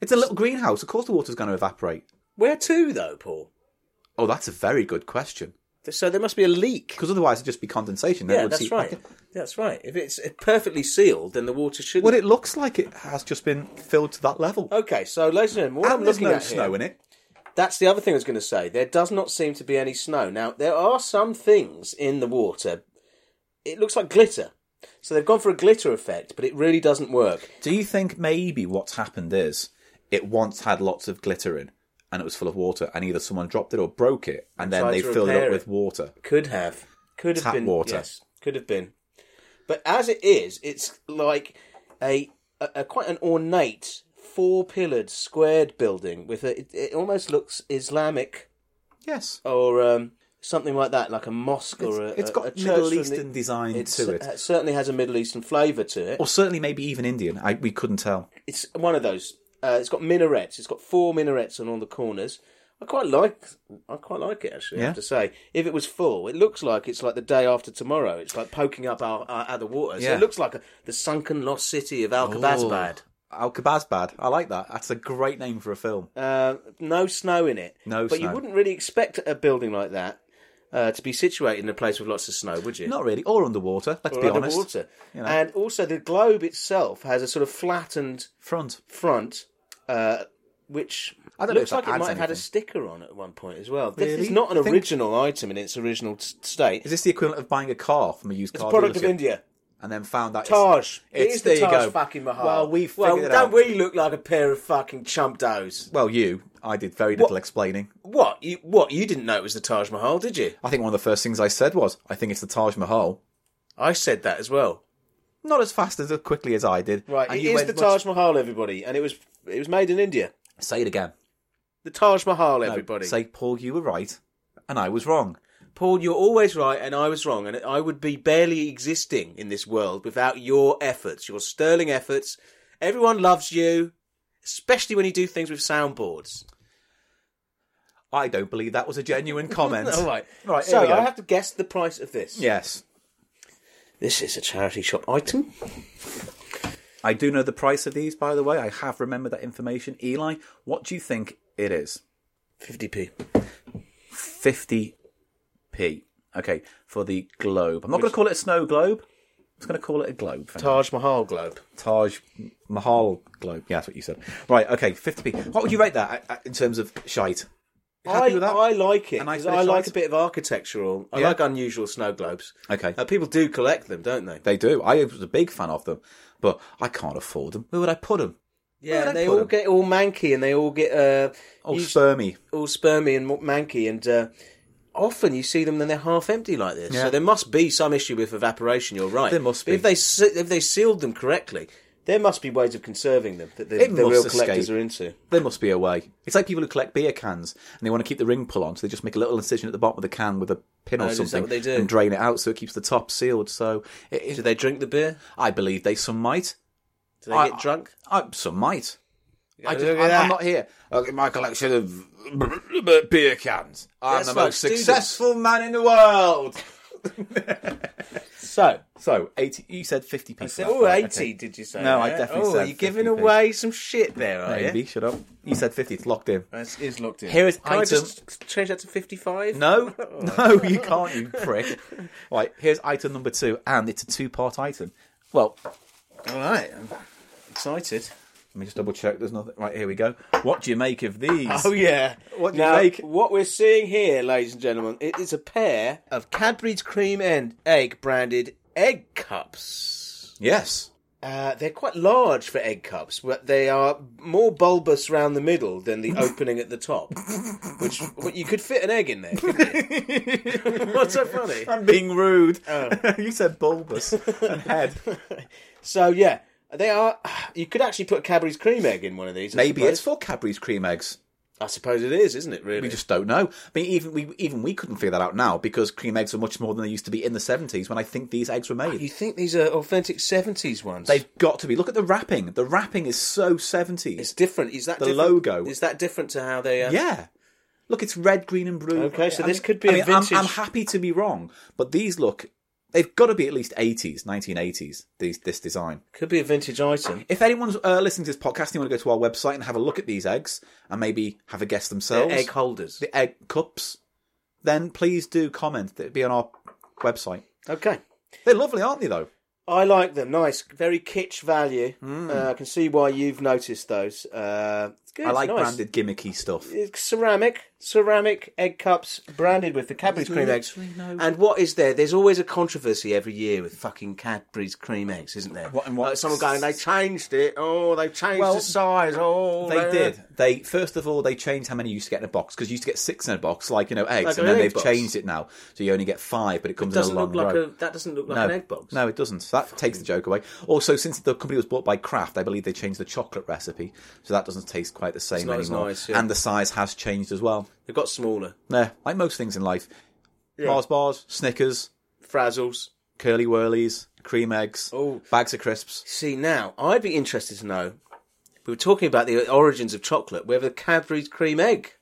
Speaker 1: It's a little greenhouse. Of course, the water's going to evaporate.
Speaker 2: Where to though, Paul?
Speaker 1: Oh, that's a very good question.
Speaker 2: So there must be a leak.
Speaker 1: Because otherwise, it'd just be condensation. Then it
Speaker 2: Yeah,
Speaker 1: would
Speaker 2: that's
Speaker 1: see- [LAUGHS]
Speaker 2: right. That's right. If it's perfectly sealed, then the water shouldn't.
Speaker 1: Well, it looks like it has just been filled to that level.
Speaker 2: Okay, so ladies and gentlemen, Oh, what I'm
Speaker 1: and there's
Speaker 2: looking
Speaker 1: no
Speaker 2: at here-
Speaker 1: snow in it.
Speaker 2: That's the other thing I was going to say. There does not seem to be any snow. Now, there are some things in the water. It looks like glitter. So they've gone for a glitter effect, but it really doesn't work.
Speaker 1: Do you think maybe what's happened is it once had lots of glitter in and it was full of water, and either someone dropped it or broke it, and then
Speaker 2: Tried
Speaker 1: they
Speaker 2: to
Speaker 1: filled it up
Speaker 2: repair
Speaker 1: with
Speaker 2: it.
Speaker 1: water?
Speaker 2: Could have. Could have
Speaker 1: Tap
Speaker 2: been.
Speaker 1: water.
Speaker 2: Yes, could have been. But as it is, it's like a, a, a quite an ornate four pillared squared building with a. It, it almost looks Islamic
Speaker 1: Yes.
Speaker 2: or um, something like that, like a mosque or a.
Speaker 1: It's- it's
Speaker 2: a-
Speaker 1: got
Speaker 2: a church
Speaker 1: Middle
Speaker 2: from the-
Speaker 1: Eastern design
Speaker 2: it's-
Speaker 1: to it.
Speaker 2: uh, certainly has a Middle Eastern flavour to it.
Speaker 1: Or certainly, maybe even Indian. I, we couldn't tell.
Speaker 2: it's one of those. Uh, it's got minarets. It's got four minarets on all the corners. I quite like. I quite like it actually. I
Speaker 1: Yeah.
Speaker 2: have to say, if it was full, it looks like it's like the day after tomorrow. It's like poking up our, our out of the water. So
Speaker 1: Yeah. Oh.
Speaker 2: it looks like a, the sunken lost city of Alcabazbad.
Speaker 1: Al Kabazbad. I like that. That's a great name for a film.
Speaker 2: Uh, no snow in it.
Speaker 1: No
Speaker 2: but you
Speaker 1: snow.
Speaker 2: wouldn't really expect a building like that uh, to be situated in a place with lots of snow, would you?
Speaker 1: Not really. Or underwater, let's
Speaker 2: Or
Speaker 1: be honest.
Speaker 2: underwater.
Speaker 1: you know.
Speaker 2: And also, the globe itself has a sort of flattened
Speaker 1: Front.
Speaker 2: front, uh, which
Speaker 1: I don't know
Speaker 2: looks
Speaker 1: if that
Speaker 2: like it might
Speaker 1: adds
Speaker 2: have had a
Speaker 1: anything.
Speaker 2: sticker on at one point as well. This
Speaker 1: Really?
Speaker 2: is not an
Speaker 1: I think-
Speaker 2: original item in its original s- state.
Speaker 1: Is this the equivalent of buying a car from a used
Speaker 2: it's a
Speaker 1: car
Speaker 2: product of
Speaker 1: dealership
Speaker 2: India.
Speaker 1: and then found out
Speaker 2: Taj.
Speaker 1: It's,
Speaker 2: it is
Speaker 1: there
Speaker 2: the Taj
Speaker 1: you go.
Speaker 2: fucking Mahal.
Speaker 1: Well, we figured
Speaker 2: well,
Speaker 1: it
Speaker 2: don't
Speaker 1: out.
Speaker 2: we look like a pair of fucking chump does?
Speaker 1: Well, you. I did very little
Speaker 2: What?
Speaker 1: explaining.
Speaker 2: What? You what? You didn't know it was the Taj Mahal, did you?
Speaker 1: I think one of the first things I said was, I think it's the Taj Mahal.
Speaker 2: I said that as well.
Speaker 1: Not as fast as, as quickly as I did.
Speaker 2: Right.
Speaker 1: And
Speaker 2: it
Speaker 1: you
Speaker 2: is
Speaker 1: went
Speaker 2: the
Speaker 1: much-
Speaker 2: Taj Mahal, everybody, and it was it was made in India.
Speaker 1: Say it again.
Speaker 2: The Taj Mahal,
Speaker 1: No,
Speaker 2: everybody.
Speaker 1: Say, Paul, you were right, and I was wrong.
Speaker 2: Paul, you're always right, and I was wrong, and I would be barely existing in this world without your efforts, your sterling efforts. Everyone loves you, especially when you do things with soundboards.
Speaker 1: I don't believe that was a
Speaker 2: [LAUGHS]
Speaker 1: genuine comment.
Speaker 2: All right,
Speaker 1: Right, here
Speaker 2: So
Speaker 1: we go.
Speaker 2: I have to guess the price of this.
Speaker 1: Yes.
Speaker 2: This is a charity shop item.
Speaker 1: I do know the price of these, by the way. I have remembered that information. Eli, what do you think it is?
Speaker 2: Fifty p.
Speaker 1: 50p. Okay, for the globe. I'm not going to call it a snow globe. I'm just going to call it a globe. for now.
Speaker 2: Taj Mahal globe.
Speaker 1: Taj Mahal globe. Yeah, that's what you said. Right, okay, 50p. What would you rate that uh, uh, in terms of shite? You happy
Speaker 2: I,
Speaker 1: with that?
Speaker 2: I like it.
Speaker 1: A nice
Speaker 2: 'cause
Speaker 1: bit of
Speaker 2: I like
Speaker 1: shite?
Speaker 2: a bit of architectural. I
Speaker 1: Yeah.
Speaker 2: like unusual snow globes.
Speaker 1: Okay.
Speaker 2: Uh, people do collect them, don't they?
Speaker 1: They do. I was a big fan of them, but I can't afford them. Where would I put them?
Speaker 2: Yeah,
Speaker 1: would I
Speaker 2: and they
Speaker 1: put
Speaker 2: all
Speaker 1: 'em?
Speaker 2: get all manky, and they all get uh,
Speaker 1: Oh,
Speaker 2: used-
Speaker 1: spermy.
Speaker 2: all spermy and manky, and uh, often you see them then they're half empty like this.
Speaker 1: Yeah.
Speaker 2: So there must be some issue with evaporation. You're right.
Speaker 1: There must
Speaker 2: But
Speaker 1: be.
Speaker 2: If they se- if they sealed them correctly, there must be ways of conserving them that the,
Speaker 1: It
Speaker 2: the
Speaker 1: must
Speaker 2: real collectors
Speaker 1: escape.
Speaker 2: are into.
Speaker 1: There must be a way. It's like people who collect beer cans and they want to keep the ring pull on, so they just make a little incision at the bottom of the can with a pin
Speaker 2: Oh,
Speaker 1: or
Speaker 2: is that
Speaker 1: something
Speaker 2: what they do?
Speaker 1: and drain it out so it keeps the top sealed. So, it, it-
Speaker 2: Do they drink the beer?
Speaker 1: I believe they some might.
Speaker 2: Do they
Speaker 1: I-
Speaker 2: get drunk?
Speaker 1: I, some might. I
Speaker 2: look
Speaker 1: just,
Speaker 2: at
Speaker 1: I'm,
Speaker 2: that.
Speaker 1: I'm not here. Look at my collection of [LAUGHS] beer cans. I'm
Speaker 2: Yes,
Speaker 1: the
Speaker 2: folks,
Speaker 1: most
Speaker 2: do this.
Speaker 1: successful man in the world.
Speaker 2: So
Speaker 1: So, 80, you said 50 people.
Speaker 2: I said, oh, 80, did you say?
Speaker 1: No, I
Speaker 2: that?
Speaker 1: definitely
Speaker 2: oh,
Speaker 1: said
Speaker 2: you're giving
Speaker 1: 50p.
Speaker 2: away some shit there, are
Speaker 1: Maybe,
Speaker 2: you?
Speaker 1: shut up. You said 50, it's locked in.
Speaker 2: That is locked in.
Speaker 1: Here is
Speaker 2: Can I
Speaker 1: item-
Speaker 2: just change that to 55?
Speaker 1: [LAUGHS] No, no, you can't, you prick. Right, here's item number two, and it's a two part item. Well,
Speaker 2: All right, I'm excited.
Speaker 1: Let me just double check. There's nothing. Right, here we go. What do you make of these?
Speaker 2: [LAUGHS] Oh yeah.
Speaker 1: What do you
Speaker 2: now,
Speaker 1: make?
Speaker 2: What we're seeing here, ladies and gentlemen, it is a pair of Cadbury's cream and egg branded egg cups.
Speaker 1: Yes.
Speaker 2: Uh, they're quite large for egg cups, but they are more bulbous round the middle
Speaker 1: [LAUGHS]
Speaker 2: than the opening at the top, which well, you could fit an egg in there. Couldn't
Speaker 1: [LAUGHS]
Speaker 2: you? What's so funny?
Speaker 1: I'm being rude. [LAUGHS] you said bulbous and [LAUGHS] head.
Speaker 2: So yeah, they are. You could actually put Cadbury's cream egg in one of these. I
Speaker 1: Maybe
Speaker 2: suppose.
Speaker 1: it's for Cadbury's cream eggs.
Speaker 2: I suppose it is, isn't it? Really?
Speaker 1: We just don't know. I mean, even we even we couldn't figure that out now because cream eggs are much more than they used to be in the 70s when I think these eggs were made.
Speaker 2: You think these are authentic seventies ones?
Speaker 1: They've got to be. Look at the wrapping. The wrapping is so 70s.
Speaker 2: It's different. Is that
Speaker 1: The
Speaker 2: different-
Speaker 1: logo.
Speaker 2: Is that different to how they? Uh,
Speaker 1: Yeah. Look, it's red, green, and blue.
Speaker 2: Okay, so this could be a
Speaker 1: I'm-
Speaker 2: vintage-
Speaker 1: I'm, happy to be wrong, but these look. They've got to be at least 80s, 1980s. These this design.
Speaker 2: could be a vintage item.
Speaker 1: If anyone's uh, listening to this podcast, and you want to go to our website and have a look at these eggs and maybe have a guess
Speaker 2: They're
Speaker 1: themselves,
Speaker 2: egg holders.
Speaker 1: the egg cups, then please do comment. It'd be on our website.
Speaker 2: Okay.
Speaker 1: They're lovely, aren't they? Though
Speaker 2: I like them. Nice, very kitsch value.
Speaker 1: Hmm.
Speaker 2: Uh, I can see why you've noticed those. Uh, it's good.
Speaker 1: I like
Speaker 2: nice.
Speaker 1: branded gimmicky stuff.
Speaker 2: It's ceramic, ceramic egg cups branded with the Cadbury's cream eggs.
Speaker 1: Literally no-
Speaker 2: And what is there? There's always a controversy every year with fucking Cadbury's cream eggs, isn't there?
Speaker 1: What- and what-
Speaker 2: Like someone going, they changed it. Oh, they changed
Speaker 1: Well,
Speaker 2: the size. Oh,
Speaker 1: They did. They first of all they changed how many you used to get in a box because you used to get six in a box, like you know eggs, and
Speaker 2: Like an
Speaker 1: then
Speaker 2: egg
Speaker 1: they've
Speaker 2: box.
Speaker 1: changed it now, so you only get five, but it comes
Speaker 2: Doesn't
Speaker 1: in a long
Speaker 2: look like
Speaker 1: row.
Speaker 2: a. That doesn't look like
Speaker 1: no,
Speaker 2: an egg box.
Speaker 1: no, it doesn't. So that takes the joke away. Also, since the company was bought by Kraft, I believe they changed the chocolate recipe, so that doesn't taste quite the same
Speaker 2: not as
Speaker 1: anymore.
Speaker 2: nice, yeah.
Speaker 1: And the size has changed as well.
Speaker 2: It got smaller.
Speaker 1: Yeah, like most things in life, Mars bars, Snickers,
Speaker 2: Frazzles.
Speaker 1: curly whirlies, cream eggs,
Speaker 2: Oh.
Speaker 1: bags of crisps.
Speaker 2: See, now, I'd be interested to know. We were talking about the origins of chocolate, whether Cadbury's cream egg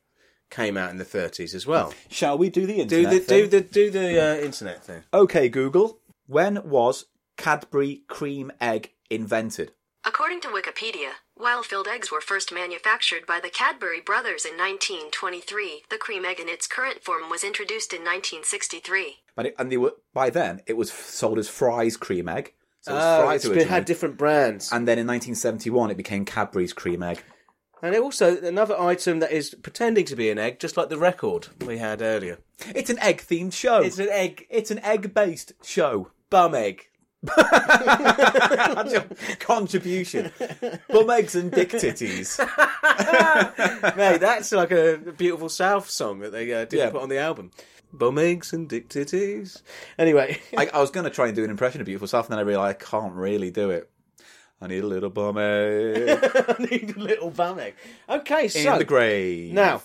Speaker 2: came out in the 30s as well.
Speaker 1: Shall we do the
Speaker 2: Do
Speaker 1: internet?
Speaker 2: the, do
Speaker 1: thing?
Speaker 2: the, do the uh, internet thing.
Speaker 1: Okay, Google. When was Cadbury cream egg invented?
Speaker 5: According to Wikipedia, while filled eggs were first manufactured by the Cadbury brothers in 1923, the cream egg in its current form was introduced in 1963.
Speaker 1: And, it, and they were by then it was f- sold as Fry's cream egg. So it was
Speaker 2: Oh,
Speaker 1: Fry's
Speaker 2: it's been-
Speaker 1: originally.
Speaker 2: had different brands.
Speaker 1: and then in 1971 it became Cadbury's cream egg.
Speaker 2: And it also, another item that is pretending to be an egg, just like the record we had earlier.
Speaker 1: [LAUGHS] It's an egg themed show.
Speaker 2: It's an egg,
Speaker 1: It's an egg based show.
Speaker 2: bum egg.
Speaker 1: That's your [LAUGHS] contribution. Bum eggs and dick titties.
Speaker 2: Mate, that's like a beautiful South song that they uh, didn't
Speaker 1: Yeah.
Speaker 2: put on the album. Bum eggs and dick titties. Anyway. [LAUGHS]
Speaker 1: I, I was going to try and do an impression of Beautiful South, and then I realised I can't really do it. I need a little bum
Speaker 2: [LAUGHS]
Speaker 1: egg
Speaker 2: I need a little bum egg. Okay,
Speaker 1: in
Speaker 2: so
Speaker 1: the grave.
Speaker 2: now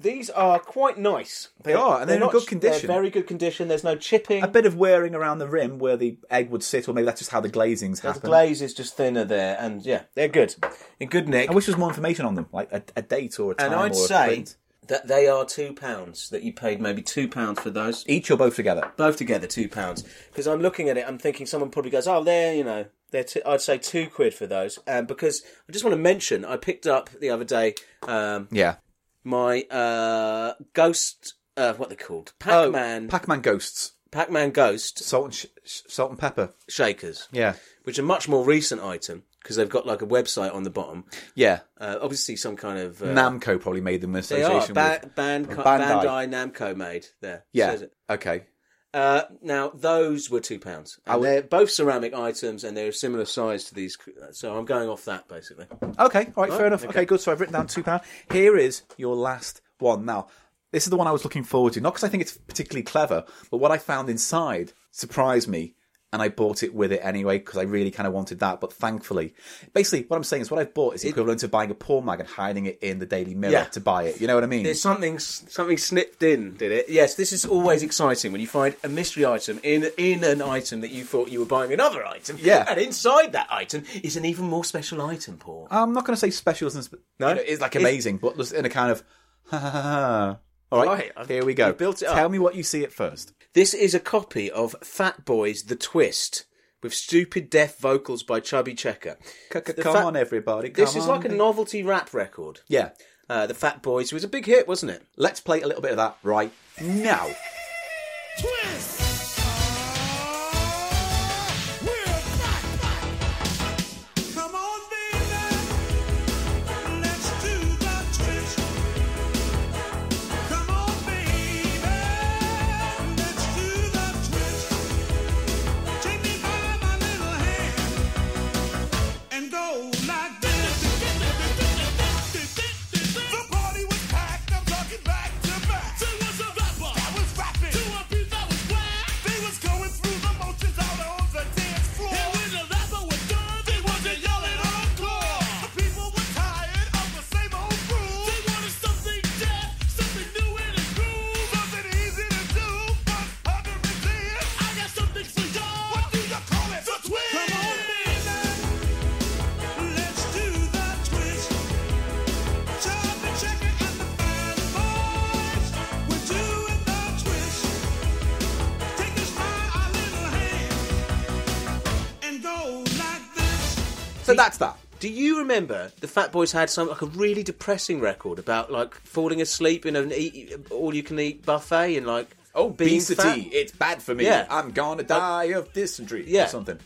Speaker 2: these are quite nice.
Speaker 1: They are, and they're in
Speaker 2: not-
Speaker 1: good condition.
Speaker 2: They're very good condition. There's no chipping.
Speaker 1: a bit of wearing around the rim where the egg would sit, or maybe that's just how the glazings
Speaker 2: The
Speaker 1: happen.
Speaker 2: glaze is just thinner there, and yeah, they're good. In good nick.
Speaker 1: I wish there was more information on them, like a, a date or a time
Speaker 2: and I'd
Speaker 1: or a
Speaker 2: say
Speaker 1: print.
Speaker 2: that they are two pounds. That you paid maybe two pounds for those. E-
Speaker 1: each or both together.
Speaker 2: Both together, two pounds. Because I'm looking at it, I'm thinking someone probably goes, "Oh, there, you know, they're t- I'd say two quid for those." Um, because I just want to mention, I picked up the other day um,
Speaker 1: Yeah.
Speaker 2: my uh, ghost. Uh, what they called?
Speaker 1: Oh,
Speaker 2: Pac-Man.
Speaker 1: Pac-Man ghosts,
Speaker 2: Pac-Man Ghost
Speaker 1: salt and sh- sh- salt and pepper.
Speaker 2: shakers,
Speaker 1: Yeah,
Speaker 2: which are much more recent item because they've got like a website on the bottom.
Speaker 1: yeah.
Speaker 2: Uh, obviously, some kind of uh,
Speaker 1: Namco probably made them in
Speaker 2: They are
Speaker 1: association
Speaker 2: ba-
Speaker 1: with.
Speaker 2: Ban-
Speaker 1: Bandai.
Speaker 2: Bandai Namco made there.
Speaker 1: Yeah.
Speaker 2: Says it.
Speaker 1: Okay.
Speaker 2: Uh, now those were two pounds. And they're both ceramic items, and they're a similar size to these. So I'm going off that basically.
Speaker 1: Okay. All right. Fair enough. Okay. Good. So I've written down two pound. Here is your last one. Now, this is the one I was looking forward to. Not because I think it's particularly clever, but what I found inside surprised me, and I bought it with it anyway because I really kind of wanted that. But thankfully, basically, what I'm saying is what I've bought is equivalent to buying a porn mag and hiding it in the Daily Mirror
Speaker 2: Yeah.
Speaker 1: to buy it. You know what I mean?
Speaker 2: There's something something snipped in, did it? Yes, this is always exciting when you find a mystery item in in an item that you thought you were buying another item.
Speaker 1: Yeah.
Speaker 2: and inside that item is an even more special item, Paul.
Speaker 1: I'm not going to say specials and sp-
Speaker 2: No?
Speaker 1: you know, it's like
Speaker 2: It's-
Speaker 1: amazing, but just in a kind of [LAUGHS] ha ha ha. ha. All right,
Speaker 2: Right, I've-
Speaker 1: here we go.
Speaker 2: you've built it up.
Speaker 1: Tell me what you see at first.
Speaker 2: This is a copy of Fat Boys The Twist with stupid deaf vocals by Chubby Checker.
Speaker 1: C- c-
Speaker 2: The
Speaker 1: come
Speaker 2: Fat-
Speaker 1: on, everybody.
Speaker 2: This
Speaker 1: come
Speaker 2: is
Speaker 1: on.
Speaker 2: like a novelty rap record.
Speaker 1: yeah.
Speaker 2: Uh, the Fat Boys it was a big hit, wasn't it?
Speaker 1: Let's play a little bit of that right now.
Speaker 9: Twist! We're back! Come on, baby!
Speaker 1: So that's that.
Speaker 2: Do you remember the Fat Boys had some like a really depressing record about like falling asleep in an eat, all-you-can-eat buffet and like
Speaker 1: Oh,
Speaker 2: being
Speaker 1: obesity.
Speaker 2: fat?
Speaker 1: It's bad for me.
Speaker 2: Yeah.
Speaker 1: I'm gonna die of dysentery
Speaker 2: Yeah.
Speaker 1: or [LAUGHS] something.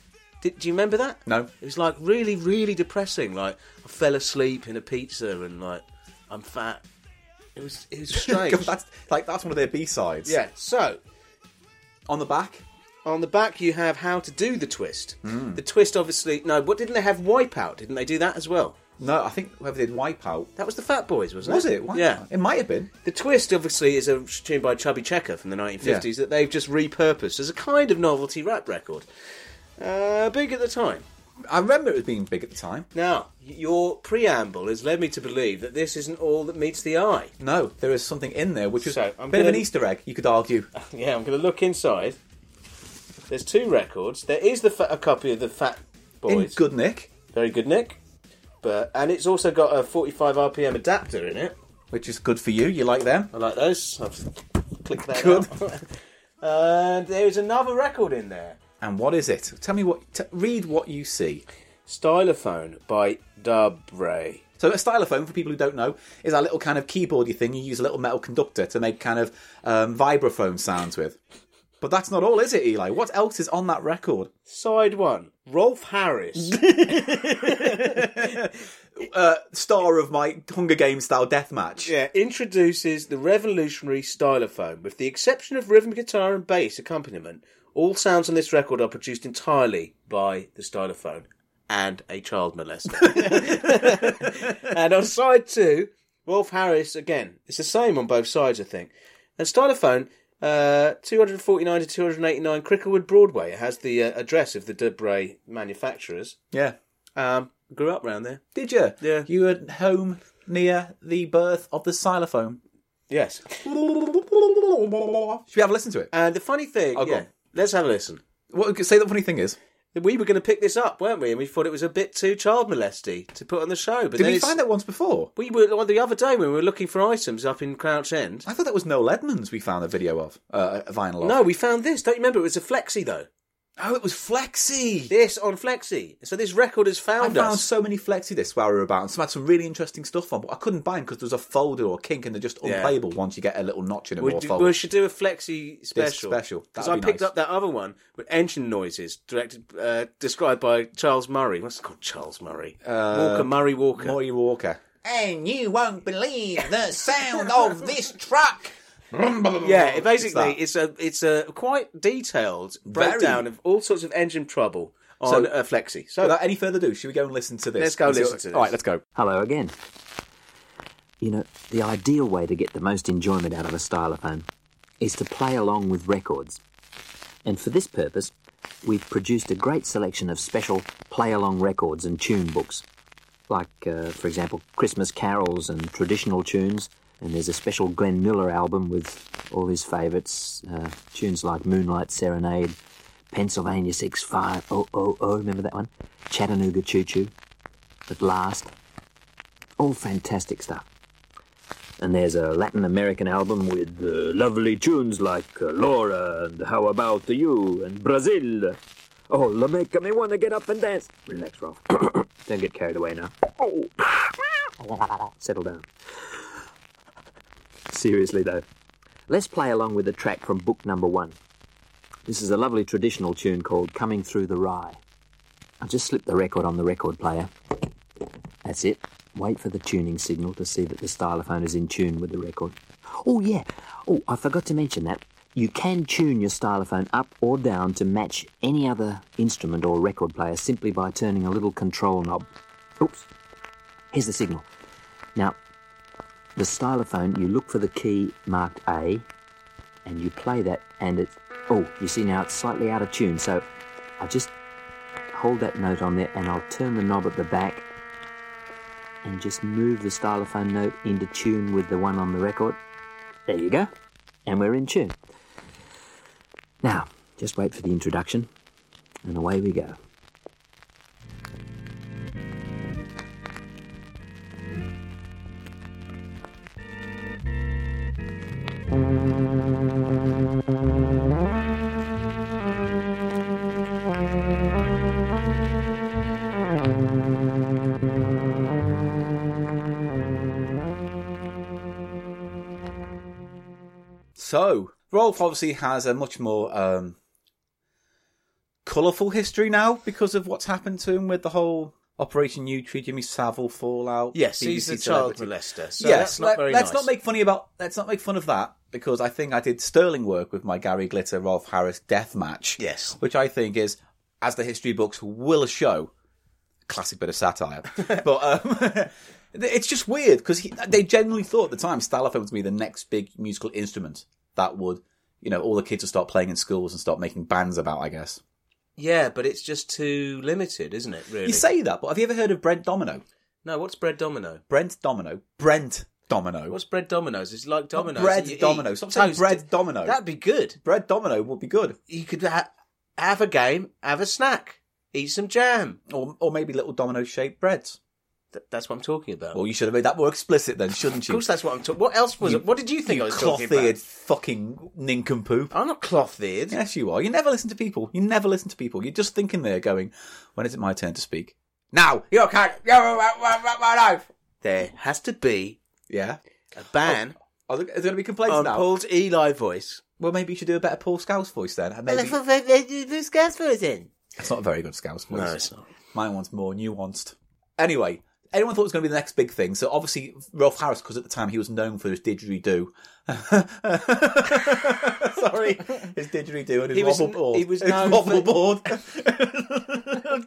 Speaker 2: Did, do you remember that?
Speaker 1: No.
Speaker 2: It was like really, really depressing. Like I fell asleep in a pizza and like I'm fat. It was it was
Speaker 1: [LAUGHS]
Speaker 2: strange.
Speaker 1: God, that's like that's one of their B sides.
Speaker 2: yeah. So
Speaker 1: On the back,
Speaker 2: on the back you have how to do the twist.
Speaker 1: Hmm.
Speaker 2: The twist, obviously. No, what didn't they have? Wipeout. Didn't they do that as well?
Speaker 1: no, I think whoever did Wipeout
Speaker 2: That was the Fat Boys, wasn't
Speaker 1: was
Speaker 2: it?
Speaker 1: it? Wipeout.
Speaker 2: Yeah.
Speaker 1: it might have been.
Speaker 2: The twist, obviously, is a tune by Chubby Checker from the 1950s that they've just repurposed as a kind of novelty rap record. Uh, big at the time.
Speaker 1: I remember it was being big at the time.
Speaker 2: Now, y- your preamble has led me to believe that this isn't all that meets the eye.
Speaker 1: No, there is something in there which is
Speaker 2: So,
Speaker 1: a bit
Speaker 2: I'm
Speaker 1: of an
Speaker 2: gonna-
Speaker 1: Easter egg. You could argue.
Speaker 2: [LAUGHS] Yeah, I'm going to look inside. There's two records. There is the fa- a copy of the Fat
Speaker 1: In
Speaker 2: Boys,
Speaker 1: good nick,
Speaker 2: very good, Nick. But and it's also got a 45 RPM adapter in it.
Speaker 1: which is good for you. You like them?
Speaker 2: I like those. I've clicked that.
Speaker 1: Good.
Speaker 2: out. [LAUGHS] and there is another record in there.
Speaker 1: And what is it? Tell me what. T- read what you see.
Speaker 2: Stylophone by Dub Ray.
Speaker 1: So a stylophone, for people who don't know, is that little kind of keyboardy thing you use a little metal conductor to make kind of um, vibraphone sounds with. But that's not all, is it, Eli? What else is on that record?
Speaker 2: Side one, Rolf Harris.
Speaker 1: Star of my Hunger Games style deathmatch.
Speaker 2: yeah, uh, introduces the revolutionary stylophone. With the exception of rhythm guitar and bass accompaniment, all sounds on this record are produced entirely by the stylophone and a child molester. and on side two, Rolf Harris again. It's the same on both sides, I think. And stylophone. Uh, 249 to 289 Cricklewood Broadway. It has the uh, address of the Debray manufacturers.
Speaker 1: Yeah.
Speaker 2: Um, grew up round there.
Speaker 1: Did you?
Speaker 2: Yeah.
Speaker 1: You were at home near the birth of the xylophone.
Speaker 2: Yes.
Speaker 1: Should we have a listen to it?
Speaker 2: And the funny thing,
Speaker 1: Oh, go
Speaker 2: yeah,
Speaker 1: on.
Speaker 2: let's have a listen.
Speaker 1: What, say the funny thing is,
Speaker 2: We were going to pick this up, weren't we? And we thought it was a bit too child molesty to put on the show. But
Speaker 1: did
Speaker 2: then
Speaker 1: we
Speaker 2: it's-
Speaker 1: find that once before?
Speaker 2: We were well, the other day when we were looking for items up in Crouch End.
Speaker 1: I thought that was Noel Edmonds we found a video of, uh, a vinyl of.
Speaker 2: No, we found this. Don't you remember? It was a flexi though.
Speaker 1: Oh, it was Flexi.
Speaker 2: This on flexi. So this record has
Speaker 1: I
Speaker 2: found
Speaker 1: found
Speaker 2: us.
Speaker 1: so many flexi discs while we were about, and some had some really interesting stuff on, but I couldn't buy them because there was a folder or a kink, and they're just
Speaker 2: Yeah.
Speaker 1: unplayable once you get a little notch in it
Speaker 2: we,
Speaker 1: or a
Speaker 2: d-
Speaker 1: folder.
Speaker 2: we should do a flexi special.
Speaker 1: special.
Speaker 2: Because I
Speaker 1: That'd be
Speaker 2: picked
Speaker 1: nice.
Speaker 2: up that other one with engine noises, directed, uh, described by Charles Murray. What's it called? Charles Murray. Walker Murray Walker.
Speaker 1: Maury Uh, Walker.
Speaker 3: And you won't believe the
Speaker 1: [LAUGHS]
Speaker 3: sound of this truck.
Speaker 2: Yeah, it basically
Speaker 1: that.
Speaker 2: it's, a it's a quite detailed breakdown of all sorts of engine trouble on
Speaker 1: So-
Speaker 2: uh, Flexi. So
Speaker 1: Without any further ado, should we go and listen to this?
Speaker 2: Let's go
Speaker 1: And see
Speaker 2: listen
Speaker 1: what-
Speaker 2: to this.
Speaker 1: All right, let's go.
Speaker 10: Hello again. You know, the ideal way to get the most enjoyment out of a stylophone is to play along with records. And for this purpose, we've produced a great selection of special play along records and tune books. Like, uh, for example, Christmas carols and traditional tunes, and there's a special Glenn Miller album with all his favourites, uh, tunes like Moonlight Serenade, Pennsylvania 65000, oh, remember that one? Chattanooga Choo Choo, At Last, all fantastic stuff. And there's a Latin American album with uh, lovely tunes like uh, Laura and How About You and Brazil. Oh, La Meca, me wanna get up and dance. Relax, Rolf. [COUGHS] Don't get carried away now. Oh. [COUGHS] Settle down. Seriously, though. Let's play along with a track from book number one. This is a lovely traditional tune called Coming Through the Rye. I've just slipped the record on the record player. That's it. Wait for the tuning signal to see that the stylophone is in tune with the record. Oh, yeah. Oh, I forgot to mention that. You can tune your stylophone up or down to match any other instrument or record player simply by turning a little control knob. Oops. Here's the signal. Now, the stylophone, you look for the key marked A and you play that, and it's. Oh, you see now it's slightly out of tune, so I just hold that note on there and I'll turn the knob at the back and just move the stylophone note into tune with the one on the record. There you go. And we're in tune. Now, just wait for the introduction, and away we go.
Speaker 1: So, Rolf obviously has a much more um, colourful history now because of what's happened to him with the whole Operation U Tree, Jimmy Savile fallout.
Speaker 2: Yes,
Speaker 1: BBC
Speaker 2: he's a child
Speaker 1: celebrity.
Speaker 2: molester. So
Speaker 1: yes,
Speaker 2: that's not
Speaker 1: let,
Speaker 2: very
Speaker 1: us
Speaker 2: nice.
Speaker 1: not make funny about. Let's not make fun of that because I think I did sterling work with my Gary Glitter Rolf Harris death match.
Speaker 2: Yes.
Speaker 1: which I think is, as the history books will show, a classic bit of
Speaker 2: [LAUGHS]
Speaker 1: satire. but um, [LAUGHS] it's just weird because they genuinely thought at the time stylophone was going to be the next big musical instrument that would, you know, all the kids would start playing in schools and start making bands about. I guess
Speaker 2: Yeah, but it's just too limited, isn't it? Really?
Speaker 1: you say that, but have you ever heard of Brent Domino?
Speaker 2: no. What's bread domino?
Speaker 1: Brent Domino. Brent Domino.
Speaker 2: What's bread dominoes? It's like dominoes. that
Speaker 1: bread
Speaker 2: you eat.
Speaker 1: domino. Stop saying
Speaker 2: Toast.
Speaker 1: bread domino.
Speaker 2: That'd be good.
Speaker 1: Bread domino would be good.
Speaker 2: You could ha- have a game, have a snack, eat some jam.
Speaker 1: Or, or maybe little domino shaped breads.
Speaker 2: Th- that's what I'm talking about.
Speaker 1: Well, you should have made that more explicit then, shouldn't
Speaker 2: of
Speaker 1: you?
Speaker 2: course, that's what I'm talking. What else was
Speaker 1: You-
Speaker 2: it? What did you think
Speaker 1: you
Speaker 2: I was talking
Speaker 1: cloth-eared
Speaker 2: about?
Speaker 1: fucking nincompoop.
Speaker 2: I'm not cloth-eared. [LAUGHS]
Speaker 1: Yes, you are. You never listen to people. You never listen to people. You're just thinking there going, when is it my turn to speak? Now! You can't! You my life!
Speaker 2: There has to be
Speaker 1: Yeah.
Speaker 2: a ban
Speaker 1: Are there going to be complaints
Speaker 2: on
Speaker 1: now?
Speaker 2: Paul's Eli voice.
Speaker 1: Well, maybe you should do a better Paul Scouse voice then. and Maybe...
Speaker 2: Who's gas voice in?
Speaker 1: That's not a very good Scouse voice.
Speaker 2: No, it's not.
Speaker 1: Mine one's more nuanced. Anyway, anyone thought it was going to be the next big thing. So obviously, Rolf Harris, because at the time he was known for his didgeridoo. [LAUGHS] Sorry, his didgeridoo and his
Speaker 2: He was-
Speaker 1: waffle board.
Speaker 2: he was
Speaker 1: His
Speaker 2: known
Speaker 1: waffle
Speaker 2: for-
Speaker 1: board.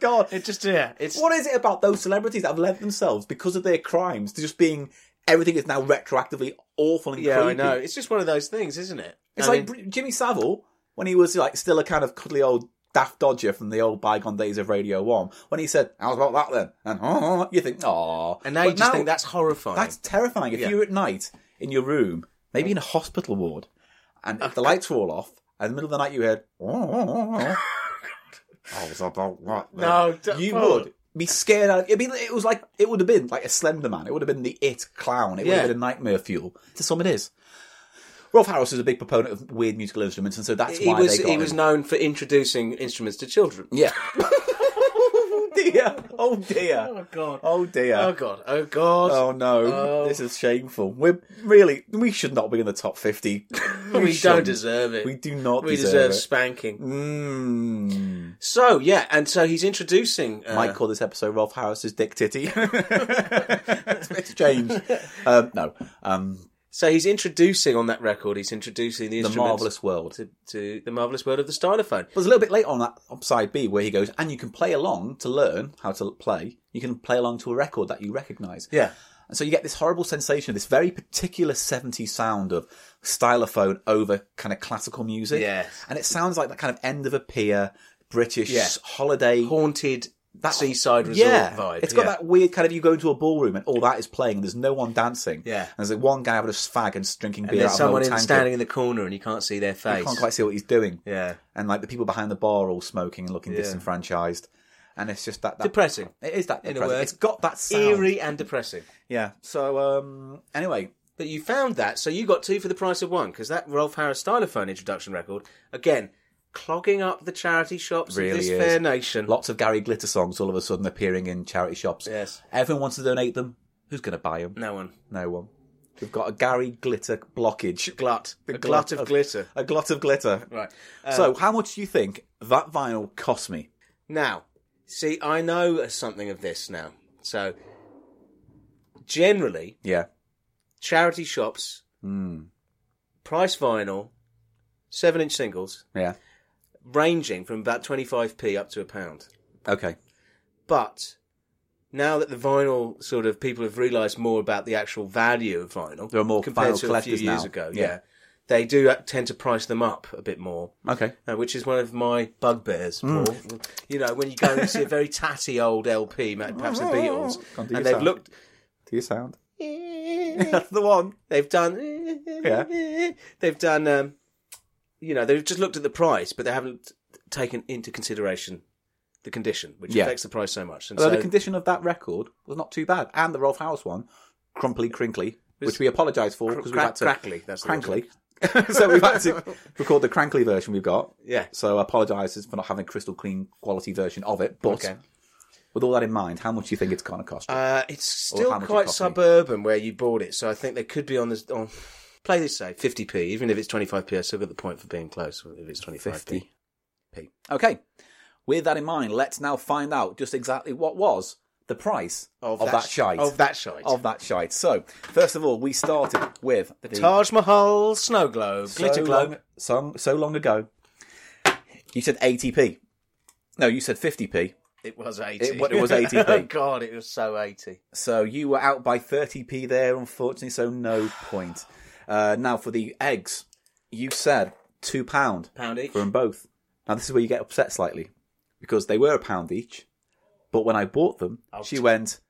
Speaker 1: [LAUGHS] God,
Speaker 2: It just yeah. It's
Speaker 1: what is it about those celebrities that have led themselves because of their crimes to just being everything is now retroactively awful and
Speaker 2: yeah. I
Speaker 1: creepy?
Speaker 2: know. It's just one of those things, isn't it?
Speaker 1: It's
Speaker 2: I
Speaker 1: like
Speaker 2: mean,
Speaker 1: Br- Jimmy Savile when he was like still a kind of cuddly old daft dodger from the old bygone days of Radio One. When he said, "How's about that then?" and oh, you think, "Oh,"
Speaker 2: and now you
Speaker 1: But
Speaker 2: just think that's horrifying.
Speaker 1: that's terrifying. If
Speaker 2: Yeah.
Speaker 1: you were at night in your room, maybe in a hospital ward, and
Speaker 2: [LAUGHS]
Speaker 1: if the lights were all off, and in the middle of the night you heard, "Oh,"
Speaker 2: [LAUGHS]
Speaker 1: how's about that then?"
Speaker 2: no, d-
Speaker 1: you
Speaker 2: Paul.
Speaker 1: would be scared out. It'd be, it was like it would have been like a Slender Man. It would have been the It clown. It would
Speaker 2: Yeah.
Speaker 1: have been a nightmare fuel. To some, it is. Rolf Harris is a big proponent of weird musical instruments, and so that's
Speaker 2: He
Speaker 1: why
Speaker 2: was
Speaker 1: they got
Speaker 2: he
Speaker 1: him.
Speaker 2: was known for introducing instruments to children.
Speaker 1: yeah. [LAUGHS] oh dear! Oh dear! Oh
Speaker 2: God.
Speaker 1: Oh dear!
Speaker 2: Oh god! Oh god!
Speaker 1: Oh no!
Speaker 2: Oh.
Speaker 1: This is shameful. We're really we should not be in the top
Speaker 2: [LAUGHS]
Speaker 1: fifty.
Speaker 2: we don't
Speaker 1: shouldn't.
Speaker 2: deserve it.
Speaker 1: We do not
Speaker 2: We
Speaker 1: deserve,
Speaker 2: deserve spanking.
Speaker 1: it. Mm.
Speaker 2: So yeah, and so he's introducing. Uh,
Speaker 1: Might call this episode Rolf Harris's Dick Titty. [LAUGHS] it's change. Um, no. Um,
Speaker 2: So he's introducing on that record. He's introducing the,
Speaker 1: the
Speaker 2: instruments
Speaker 1: Marvelous World.
Speaker 2: to, to the marvelous world of the stylophone.
Speaker 1: But it's a little bit late on that on side B where he goes, and you can play along to learn how to play. You can play along to a record that you recognise.
Speaker 2: Yeah.
Speaker 1: And so you get this horrible sensation of this very particular 70s sound of stylophone over kind of classical music.
Speaker 2: Yes.
Speaker 1: And it sounds like that kind of end of a pier, British
Speaker 2: Yes.
Speaker 1: holiday.
Speaker 2: Haunted seaside resort
Speaker 1: yeah.
Speaker 2: vibe.
Speaker 1: It's got
Speaker 2: yeah.
Speaker 1: that weird kind of you go into a ballroom and all that is playing and there's no one dancing.
Speaker 2: Yeah.
Speaker 1: And there's like one guy with a fag and drinking beer
Speaker 2: And
Speaker 1: out of
Speaker 2: there's
Speaker 1: an old
Speaker 2: someone in,
Speaker 1: tankard.
Speaker 2: standing in the corner, and you can't see their face.
Speaker 1: You can't quite see what he's doing.
Speaker 2: Yeah.
Speaker 1: And like the people behind the bar are all smoking and looking
Speaker 2: Yeah.
Speaker 1: disenfranchised. And it's just that, that
Speaker 2: Depressing.
Speaker 1: It is that
Speaker 2: In a
Speaker 1: depressing.
Speaker 2: word.
Speaker 1: It's got that sound.
Speaker 2: Eerie and depressing.
Speaker 1: Yeah. So um anyway,
Speaker 2: But you found that, so you got two for the price of one, because that Rolf Harris Stylophone introduction record, again, clogging up the charity shops
Speaker 1: Really
Speaker 2: of this
Speaker 1: is.
Speaker 2: fair nation.
Speaker 1: lots of Gary Glitter songs all of a sudden appearing in charity shops.
Speaker 2: Yes.
Speaker 1: Everyone wants to donate them. Who's going to buy them?
Speaker 2: No one.
Speaker 1: No one. We've got a Gary Glitter blockage. [LAUGHS]
Speaker 2: Glut.
Speaker 1: The
Speaker 2: a glut, of, glitter.
Speaker 1: A glut of glitter.
Speaker 2: Right. Uh,
Speaker 1: so, how much do you think that vinyl cost me?
Speaker 2: Now, see, I know something of this now. So, generally,
Speaker 1: Yeah.
Speaker 2: charity shops,
Speaker 1: Mm.
Speaker 2: price vinyl, 7 inch singles,
Speaker 1: Yeah.
Speaker 2: ranging from about 25p up to a pound.
Speaker 1: Okay.
Speaker 2: But now that the vinyl sort of people have realised more about the actual value of vinyl,
Speaker 1: There are more
Speaker 2: compared
Speaker 1: vinyl
Speaker 2: to a
Speaker 1: collectors
Speaker 2: few years
Speaker 1: now.
Speaker 2: ago.
Speaker 1: Yeah.
Speaker 2: Yeah. they do uh, tend to price them up a bit more.
Speaker 1: Okay.
Speaker 2: uh, which is one of my bugbears, Paul.
Speaker 1: Hmm.
Speaker 2: You know, when you go and see a very tatty old LP, ma-
Speaker 1: [LAUGHS]
Speaker 2: perhaps the Beatles,
Speaker 1: Can't do
Speaker 2: and
Speaker 1: your
Speaker 2: they've
Speaker 1: sound.
Speaker 2: looked,
Speaker 1: Do you
Speaker 2: [LAUGHS]
Speaker 1: sound? [LAUGHS] That's the one.
Speaker 2: they've done, they've done, um, you know, they've just looked at the price, but they haven't taken into consideration the condition, which
Speaker 1: Yeah.
Speaker 2: affects the price so much. And
Speaker 1: Although
Speaker 2: so,
Speaker 1: the condition of that record was not too bad, and the Rolf House one, crumply crinkly,
Speaker 2: Was-
Speaker 1: which we apologise for because we
Speaker 2: crack-
Speaker 1: had to
Speaker 2: crackly, that's the
Speaker 1: crankly. [LAUGHS] so we've had to
Speaker 2: [LAUGHS]
Speaker 1: record the crankly version we've got.
Speaker 2: Yeah.
Speaker 1: So I apologise for not having a crystal clean quality version of it. But
Speaker 2: Okay.
Speaker 1: with all that in mind, how much do you think it's going to cost? you?
Speaker 2: Uh, it's
Speaker 1: Or
Speaker 2: still
Speaker 1: how much it
Speaker 2: quite
Speaker 1: cost me.
Speaker 2: suburban where you bought it, so I think they could be on this on Play this safe, 50p. Even if it's 25p, I still get the point for being close. If it's 25p.
Speaker 1: 50. Okay. With that in mind, let's now find out just exactly what was the price of,
Speaker 2: that
Speaker 1: that,
Speaker 2: sh-
Speaker 1: shite.
Speaker 2: of that shite.
Speaker 1: Of that shite. So, first of all, we started with the
Speaker 2: Taj Mahal snow globe, glitter globe.
Speaker 1: Long, so, so long ago. You said 80p. No, you said 50p.
Speaker 2: It was 80.
Speaker 1: It- what, it was 80p.
Speaker 2: oh, [LAUGHS] God, it was so 80.
Speaker 1: So you were out by 30p there, unfortunately, so no point. Uh, now, for the eggs, you said £2
Speaker 2: Pound each.
Speaker 1: for them both. Now, this is where you get upset slightly because they were a pound each. But when I bought them, she went,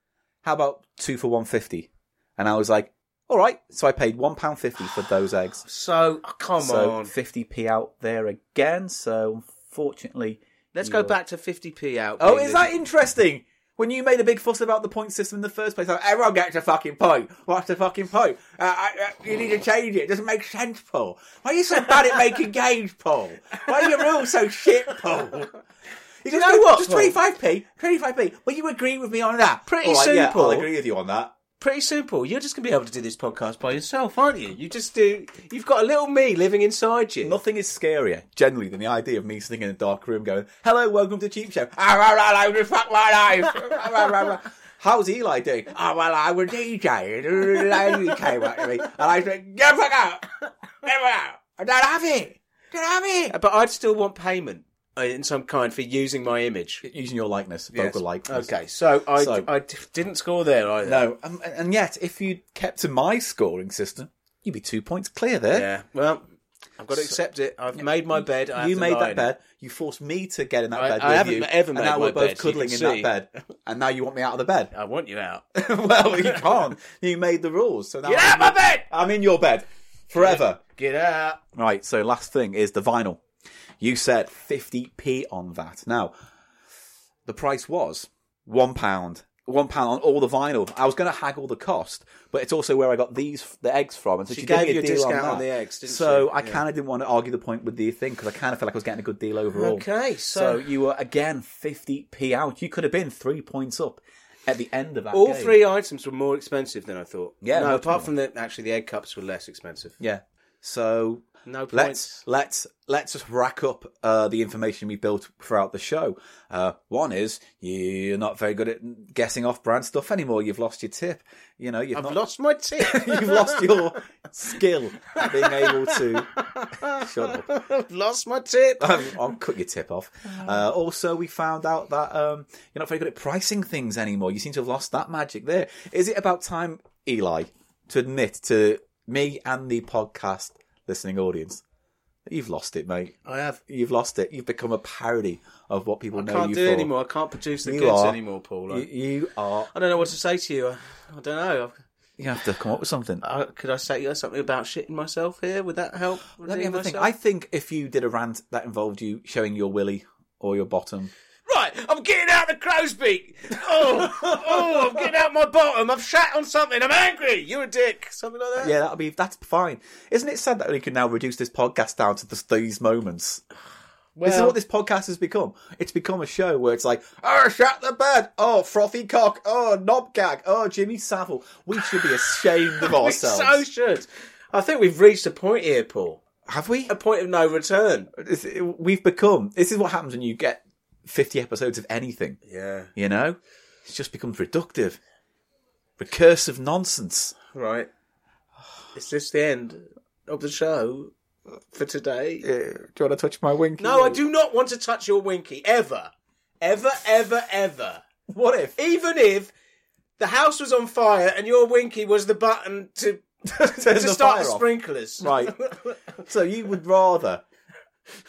Speaker 1: How about two for 150 And I was like, All right. So I paid £1.50 for those eggs.
Speaker 2: So, oh, come
Speaker 1: so
Speaker 2: on.
Speaker 1: 50p out there again. So unfortunately.
Speaker 2: Let's
Speaker 1: you
Speaker 2: go
Speaker 1: were-
Speaker 2: back to 50p out.
Speaker 1: Oh,
Speaker 2: being
Speaker 1: is
Speaker 2: the-
Speaker 1: that interesting? When you made a big fuss about the point system in the first place, like, everyone gets a fucking point. What's the fucking point? Uh, I, uh, you need to change it. It doesn't make sense, Paul. Why are you so bad at making games, Paul? Why are your rules so shit, Paul? [LAUGHS] You just,
Speaker 2: know what,
Speaker 1: Just
Speaker 2: Paul?
Speaker 1: 25p, 25p. Will you agree with me on that?
Speaker 2: Pretty
Speaker 1: All right,
Speaker 2: soon,
Speaker 1: yeah,
Speaker 2: Paul.
Speaker 1: I'll agree with you on that.
Speaker 2: Pretty simple. You're just going to be able to do this podcast by yourself, aren't you? You just do. You've got a little me living inside you.
Speaker 1: Nothing is scarier, generally, than the idea of me sitting in a dark room going, Hello, welcome to Cheap Show. [LAUGHS] Ah, rah, rah, rah, rah, fuck my life. [LAUGHS] Ah, rah, rah, rah. How's Eli doing? Oh, well, I was [LAUGHS] DJing. And he came up to me. And I said, Get the fuck out. Get the fuck out. I don't have it. I don't have it.
Speaker 2: But I'd still want payment uh, in some kind for using my image.
Speaker 1: Using your likeness, vocal likeness.
Speaker 2: Okay, so I,
Speaker 1: So-
Speaker 2: I d- didn't score there either.
Speaker 1: No, um, and- and yet, if you kept to my scoring system, you'd be two points clear there.
Speaker 2: Yeah. Well, I've got to accept it. I've made my bed. I have
Speaker 1: you
Speaker 2: to
Speaker 1: made
Speaker 2: lie
Speaker 1: that
Speaker 2: in it.
Speaker 1: bed. You forced me to get in that
Speaker 2: I-
Speaker 1: bed
Speaker 2: I
Speaker 1: with
Speaker 2: haven't
Speaker 1: you,
Speaker 2: ever made
Speaker 1: and now
Speaker 2: my
Speaker 1: we're both
Speaker 2: bed, so you
Speaker 1: cuddling in
Speaker 2: can see.
Speaker 1: that bed. And now you want me out of the bed.
Speaker 2: I want you [LAUGHS] out.
Speaker 1: [LAUGHS] well, you can't. You made the rules, so now
Speaker 2: Get out
Speaker 1: I'm,
Speaker 2: of my bed.
Speaker 1: I'm in your bed forever.
Speaker 2: Get out.
Speaker 1: Right. So last thing is the vinyl. You said 50p on that. Now, the price was one pound. One pound on all the vinyl. I was going to haggle the cost, but it's also where I got these the eggs from, and so
Speaker 2: She
Speaker 1: she, gave
Speaker 2: gave
Speaker 1: me a
Speaker 2: you a
Speaker 1: deal
Speaker 2: discount
Speaker 1: on,
Speaker 2: on
Speaker 1: that.
Speaker 2: the eggs, didn't
Speaker 1: so
Speaker 2: she?
Speaker 1: I
Speaker 2: Yeah.
Speaker 1: kind of didn't want to argue the point with the thing because I kind of felt like I was getting a good deal overall.
Speaker 2: Okay, so-
Speaker 1: so you were again 50p out. You could have been three points up at the end of that.
Speaker 2: All
Speaker 1: game.
Speaker 2: three items were more expensive than I thought.
Speaker 1: Yeah,
Speaker 2: No,
Speaker 1: much
Speaker 2: apart
Speaker 1: more.
Speaker 2: from the actually the egg cups were less expensive.
Speaker 1: Yeah. So
Speaker 2: No points.
Speaker 1: let's let's let's just rack up uh, the information we built throughout the show. Uh, one is you're not very good at guessing off-brand stuff anymore. You've lost your tip. You know, you've
Speaker 2: I've
Speaker 1: not-
Speaker 2: lost my tip.
Speaker 1: [LAUGHS] you've lost
Speaker 2: [LAUGHS]
Speaker 1: your skill at being able to. Shut up.
Speaker 2: I've lost
Speaker 1: [LAUGHS]
Speaker 2: my tip.
Speaker 1: I'll cut your tip off. Uh, also, we found out that um, you're not very good at pricing things anymore. You seem to have lost that magic there. Is it about time, Eli, to admit to me and the podcast listening audience that you've lost it, mate?
Speaker 2: I have.
Speaker 1: You've lost it. You've become a parody of what people know
Speaker 2: can't
Speaker 1: you
Speaker 2: do it
Speaker 1: for.
Speaker 2: anymore. I can't produce the
Speaker 1: You
Speaker 2: goods
Speaker 1: are-
Speaker 2: anymore, Paul. I,
Speaker 1: You, you are.
Speaker 2: I don't know what to say to you. I, I don't know.
Speaker 1: You have to come up with something.
Speaker 2: I, could I say something about shitting myself here? Would that help?
Speaker 1: Let me have a think.
Speaker 2: myself?
Speaker 1: I think if you did a rant that involved you showing your willy or your bottom,
Speaker 2: Right, I'm getting out the crow's beak. Oh, oh, I'm getting out my bottom. I've shat on something. I'm angry. You're a dick. Something like that.
Speaker 1: yeah, that'll be that's fine. Isn't it sad that we can now reduce this podcast down to just these moments? this is
Speaker 2: Well-
Speaker 1: what this podcast has become. It's become a show where it's like, oh, shut the bed, oh, frothy cock, oh, knob gag, oh, Jimmy Savile. We should be ashamed of
Speaker 2: [LAUGHS] we
Speaker 1: ourselves.
Speaker 2: so should. I think we've reached a point here, Paul.
Speaker 1: Have we?
Speaker 2: A point of no return.
Speaker 1: It's- it- We've become. This is what happens when you get fifty episodes of anything.
Speaker 2: Yeah.
Speaker 1: You know, it just becomes reductive, recursive nonsense.
Speaker 2: Right. Is this the end of the show for today?
Speaker 1: do you want to touch my wink?
Speaker 2: No, I do not want to touch your winky ever, ever, ever, ever.
Speaker 1: What if?
Speaker 2: Even if the house was on fire and your winky was the button to
Speaker 1: [LAUGHS]
Speaker 2: to
Speaker 1: the
Speaker 2: start the
Speaker 1: fire off.
Speaker 2: sprinklers.
Speaker 1: Right. so you would rather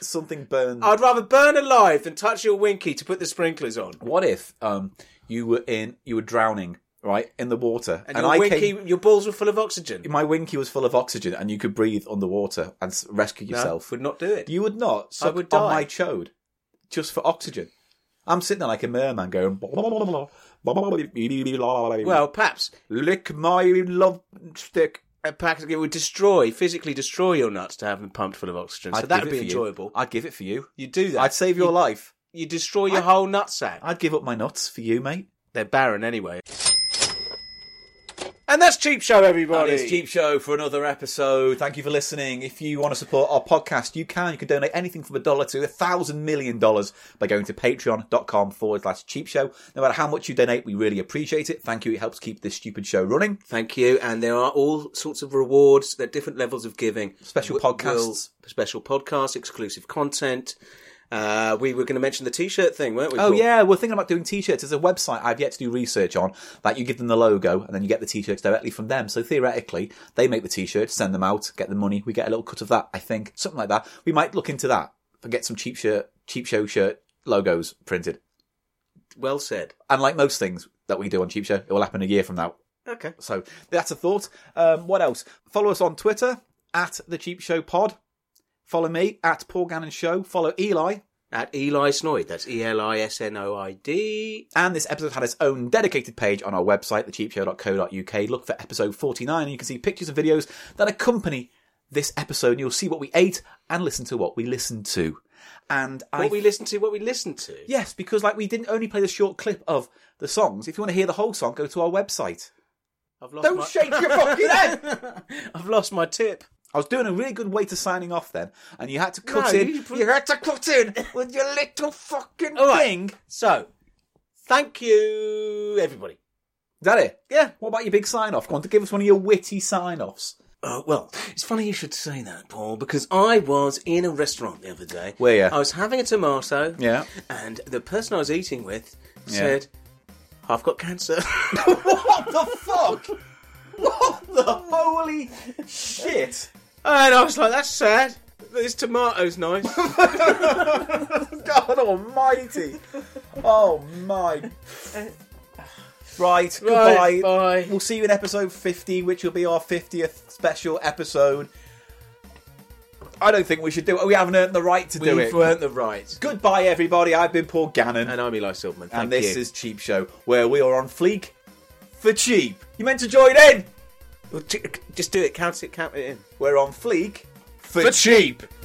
Speaker 1: something burn.
Speaker 2: I'd rather burn alive than touch your winky to put the sprinklers on.
Speaker 1: what if um you were in you were drowning right in the water
Speaker 2: And, your winky,
Speaker 1: came-
Speaker 2: your balls were full of oxygen.
Speaker 1: my winky was full of oxygen and you could breathe underwater and s- rescue
Speaker 2: No,
Speaker 1: yourself.
Speaker 2: would not do it.
Speaker 1: You would not suck
Speaker 2: would
Speaker 1: on
Speaker 2: die.
Speaker 1: my chode just for oxygen. I'm sitting there like a merman going. "Blah, blah, blah, blah, blah, blah, blah, blah, blah."
Speaker 2: well, perhaps
Speaker 1: lick my love stick.
Speaker 2: a pack it would destroy, physically destroy your nuts to have them pumped full of oxygen. So
Speaker 1: I'd
Speaker 2: that
Speaker 1: give
Speaker 2: would
Speaker 1: it
Speaker 2: be
Speaker 1: for you.
Speaker 2: enjoyable.
Speaker 1: I'd give it for you.
Speaker 2: You do that.
Speaker 1: I'd save your life.
Speaker 2: You destroy your
Speaker 1: I'd-
Speaker 2: whole nutsack.
Speaker 1: I'd give up my nuts for you, mate.
Speaker 2: They're barren anyway. And that's Cheap Show, everybody.
Speaker 1: That is Cheap Show for another episode. Thank you for listening. If you want to support our podcast, you can. You can donate anything from a dollar to a thousand million dollars by going to patreon.com forward slash cheap show. No matter how much you donate, we really appreciate it. Thank you. It helps keep this stupid show running.
Speaker 2: Thank you. And there are all sorts of rewards. There are different levels of giving.
Speaker 1: Special
Speaker 2: W-
Speaker 1: podcasts.
Speaker 2: will- special podcasts, exclusive content. Uh, we were going to mention the T-shirt thing, weren't we?
Speaker 1: Oh
Speaker 2: Paul?
Speaker 1: yeah, we're thinking about doing t-shirts. There's a website I've yet to do research on that you give them the logo and then you get the t-shirts directly from them. So theoretically, they make the t-shirts, send them out, get the money, we get a little cut of that, I think. Something like that. We might look into that and get some cheap shirt, cheap show shirt logos printed.
Speaker 2: Well said.
Speaker 1: And like most things that we do on Cheap Show, it will happen a year from now.
Speaker 2: Okay.
Speaker 1: So that's a thought. Um, what else? Follow us on Twitter at the Cheap Show Pod. Follow me at Paul Gannon Show. Follow Eli
Speaker 2: At Eli Snoid. That's E L I S N O I D.
Speaker 1: And this episode had its own dedicated page on our website, thecheapshow.co.uk. Look for episode 49 and you can see pictures and videos that accompany this episode. And you'll see what we ate and listen to what we listened to. And
Speaker 2: What
Speaker 1: I.
Speaker 2: we listen to, what we listen to.
Speaker 1: yes, because like we didn't only play the short clip of the songs. If you want to hear the whole song, go to our website.
Speaker 2: I've lost
Speaker 1: Don't
Speaker 2: my-
Speaker 1: shake your fucking [LAUGHS] head!
Speaker 2: [LAUGHS] I've lost my tip.
Speaker 1: I was doing a really good way to signing off then, and you had to cut
Speaker 2: No,
Speaker 1: in.
Speaker 2: you put-
Speaker 1: had to cut in with your little fucking
Speaker 2: All right.
Speaker 1: thing. Is
Speaker 2: So, thank you, everybody.
Speaker 1: that it?
Speaker 2: Yeah.
Speaker 1: What about your big sign off? Go on, to give us one of your witty sign offs.
Speaker 2: Oh, well, it's funny you should say that, Paul, because I was in a restaurant the other day.
Speaker 1: Were ya?
Speaker 2: I was having a tomato.
Speaker 1: Yeah.
Speaker 2: And the person I was eating with
Speaker 1: Yeah.
Speaker 2: said, I've got cancer. [LAUGHS]
Speaker 1: What the fuck? [LAUGHS] What the holy shit?
Speaker 2: and I was like, that's sad. but This
Speaker 1: [LAUGHS]
Speaker 2: tomato's nice.
Speaker 1: God almighty. Oh my. Right,
Speaker 2: Right,
Speaker 1: goodbye.
Speaker 2: bye.
Speaker 1: We'll see you in episode 50, which will be our 50th special episode. I don't think we should do it. We haven't earned the right to do
Speaker 2: We've
Speaker 1: it.
Speaker 2: earned the right.
Speaker 1: Goodbye, everybody. I've been Paul Gannon.
Speaker 2: And I'm Eli Silverman. Thank
Speaker 1: and this
Speaker 2: you.
Speaker 1: is Cheap Show, where we are on fleek for cheap. You meant to join in?
Speaker 2: Well, j- Just do it. Count it. Count it in.
Speaker 1: We're on fleek for,
Speaker 2: cheap.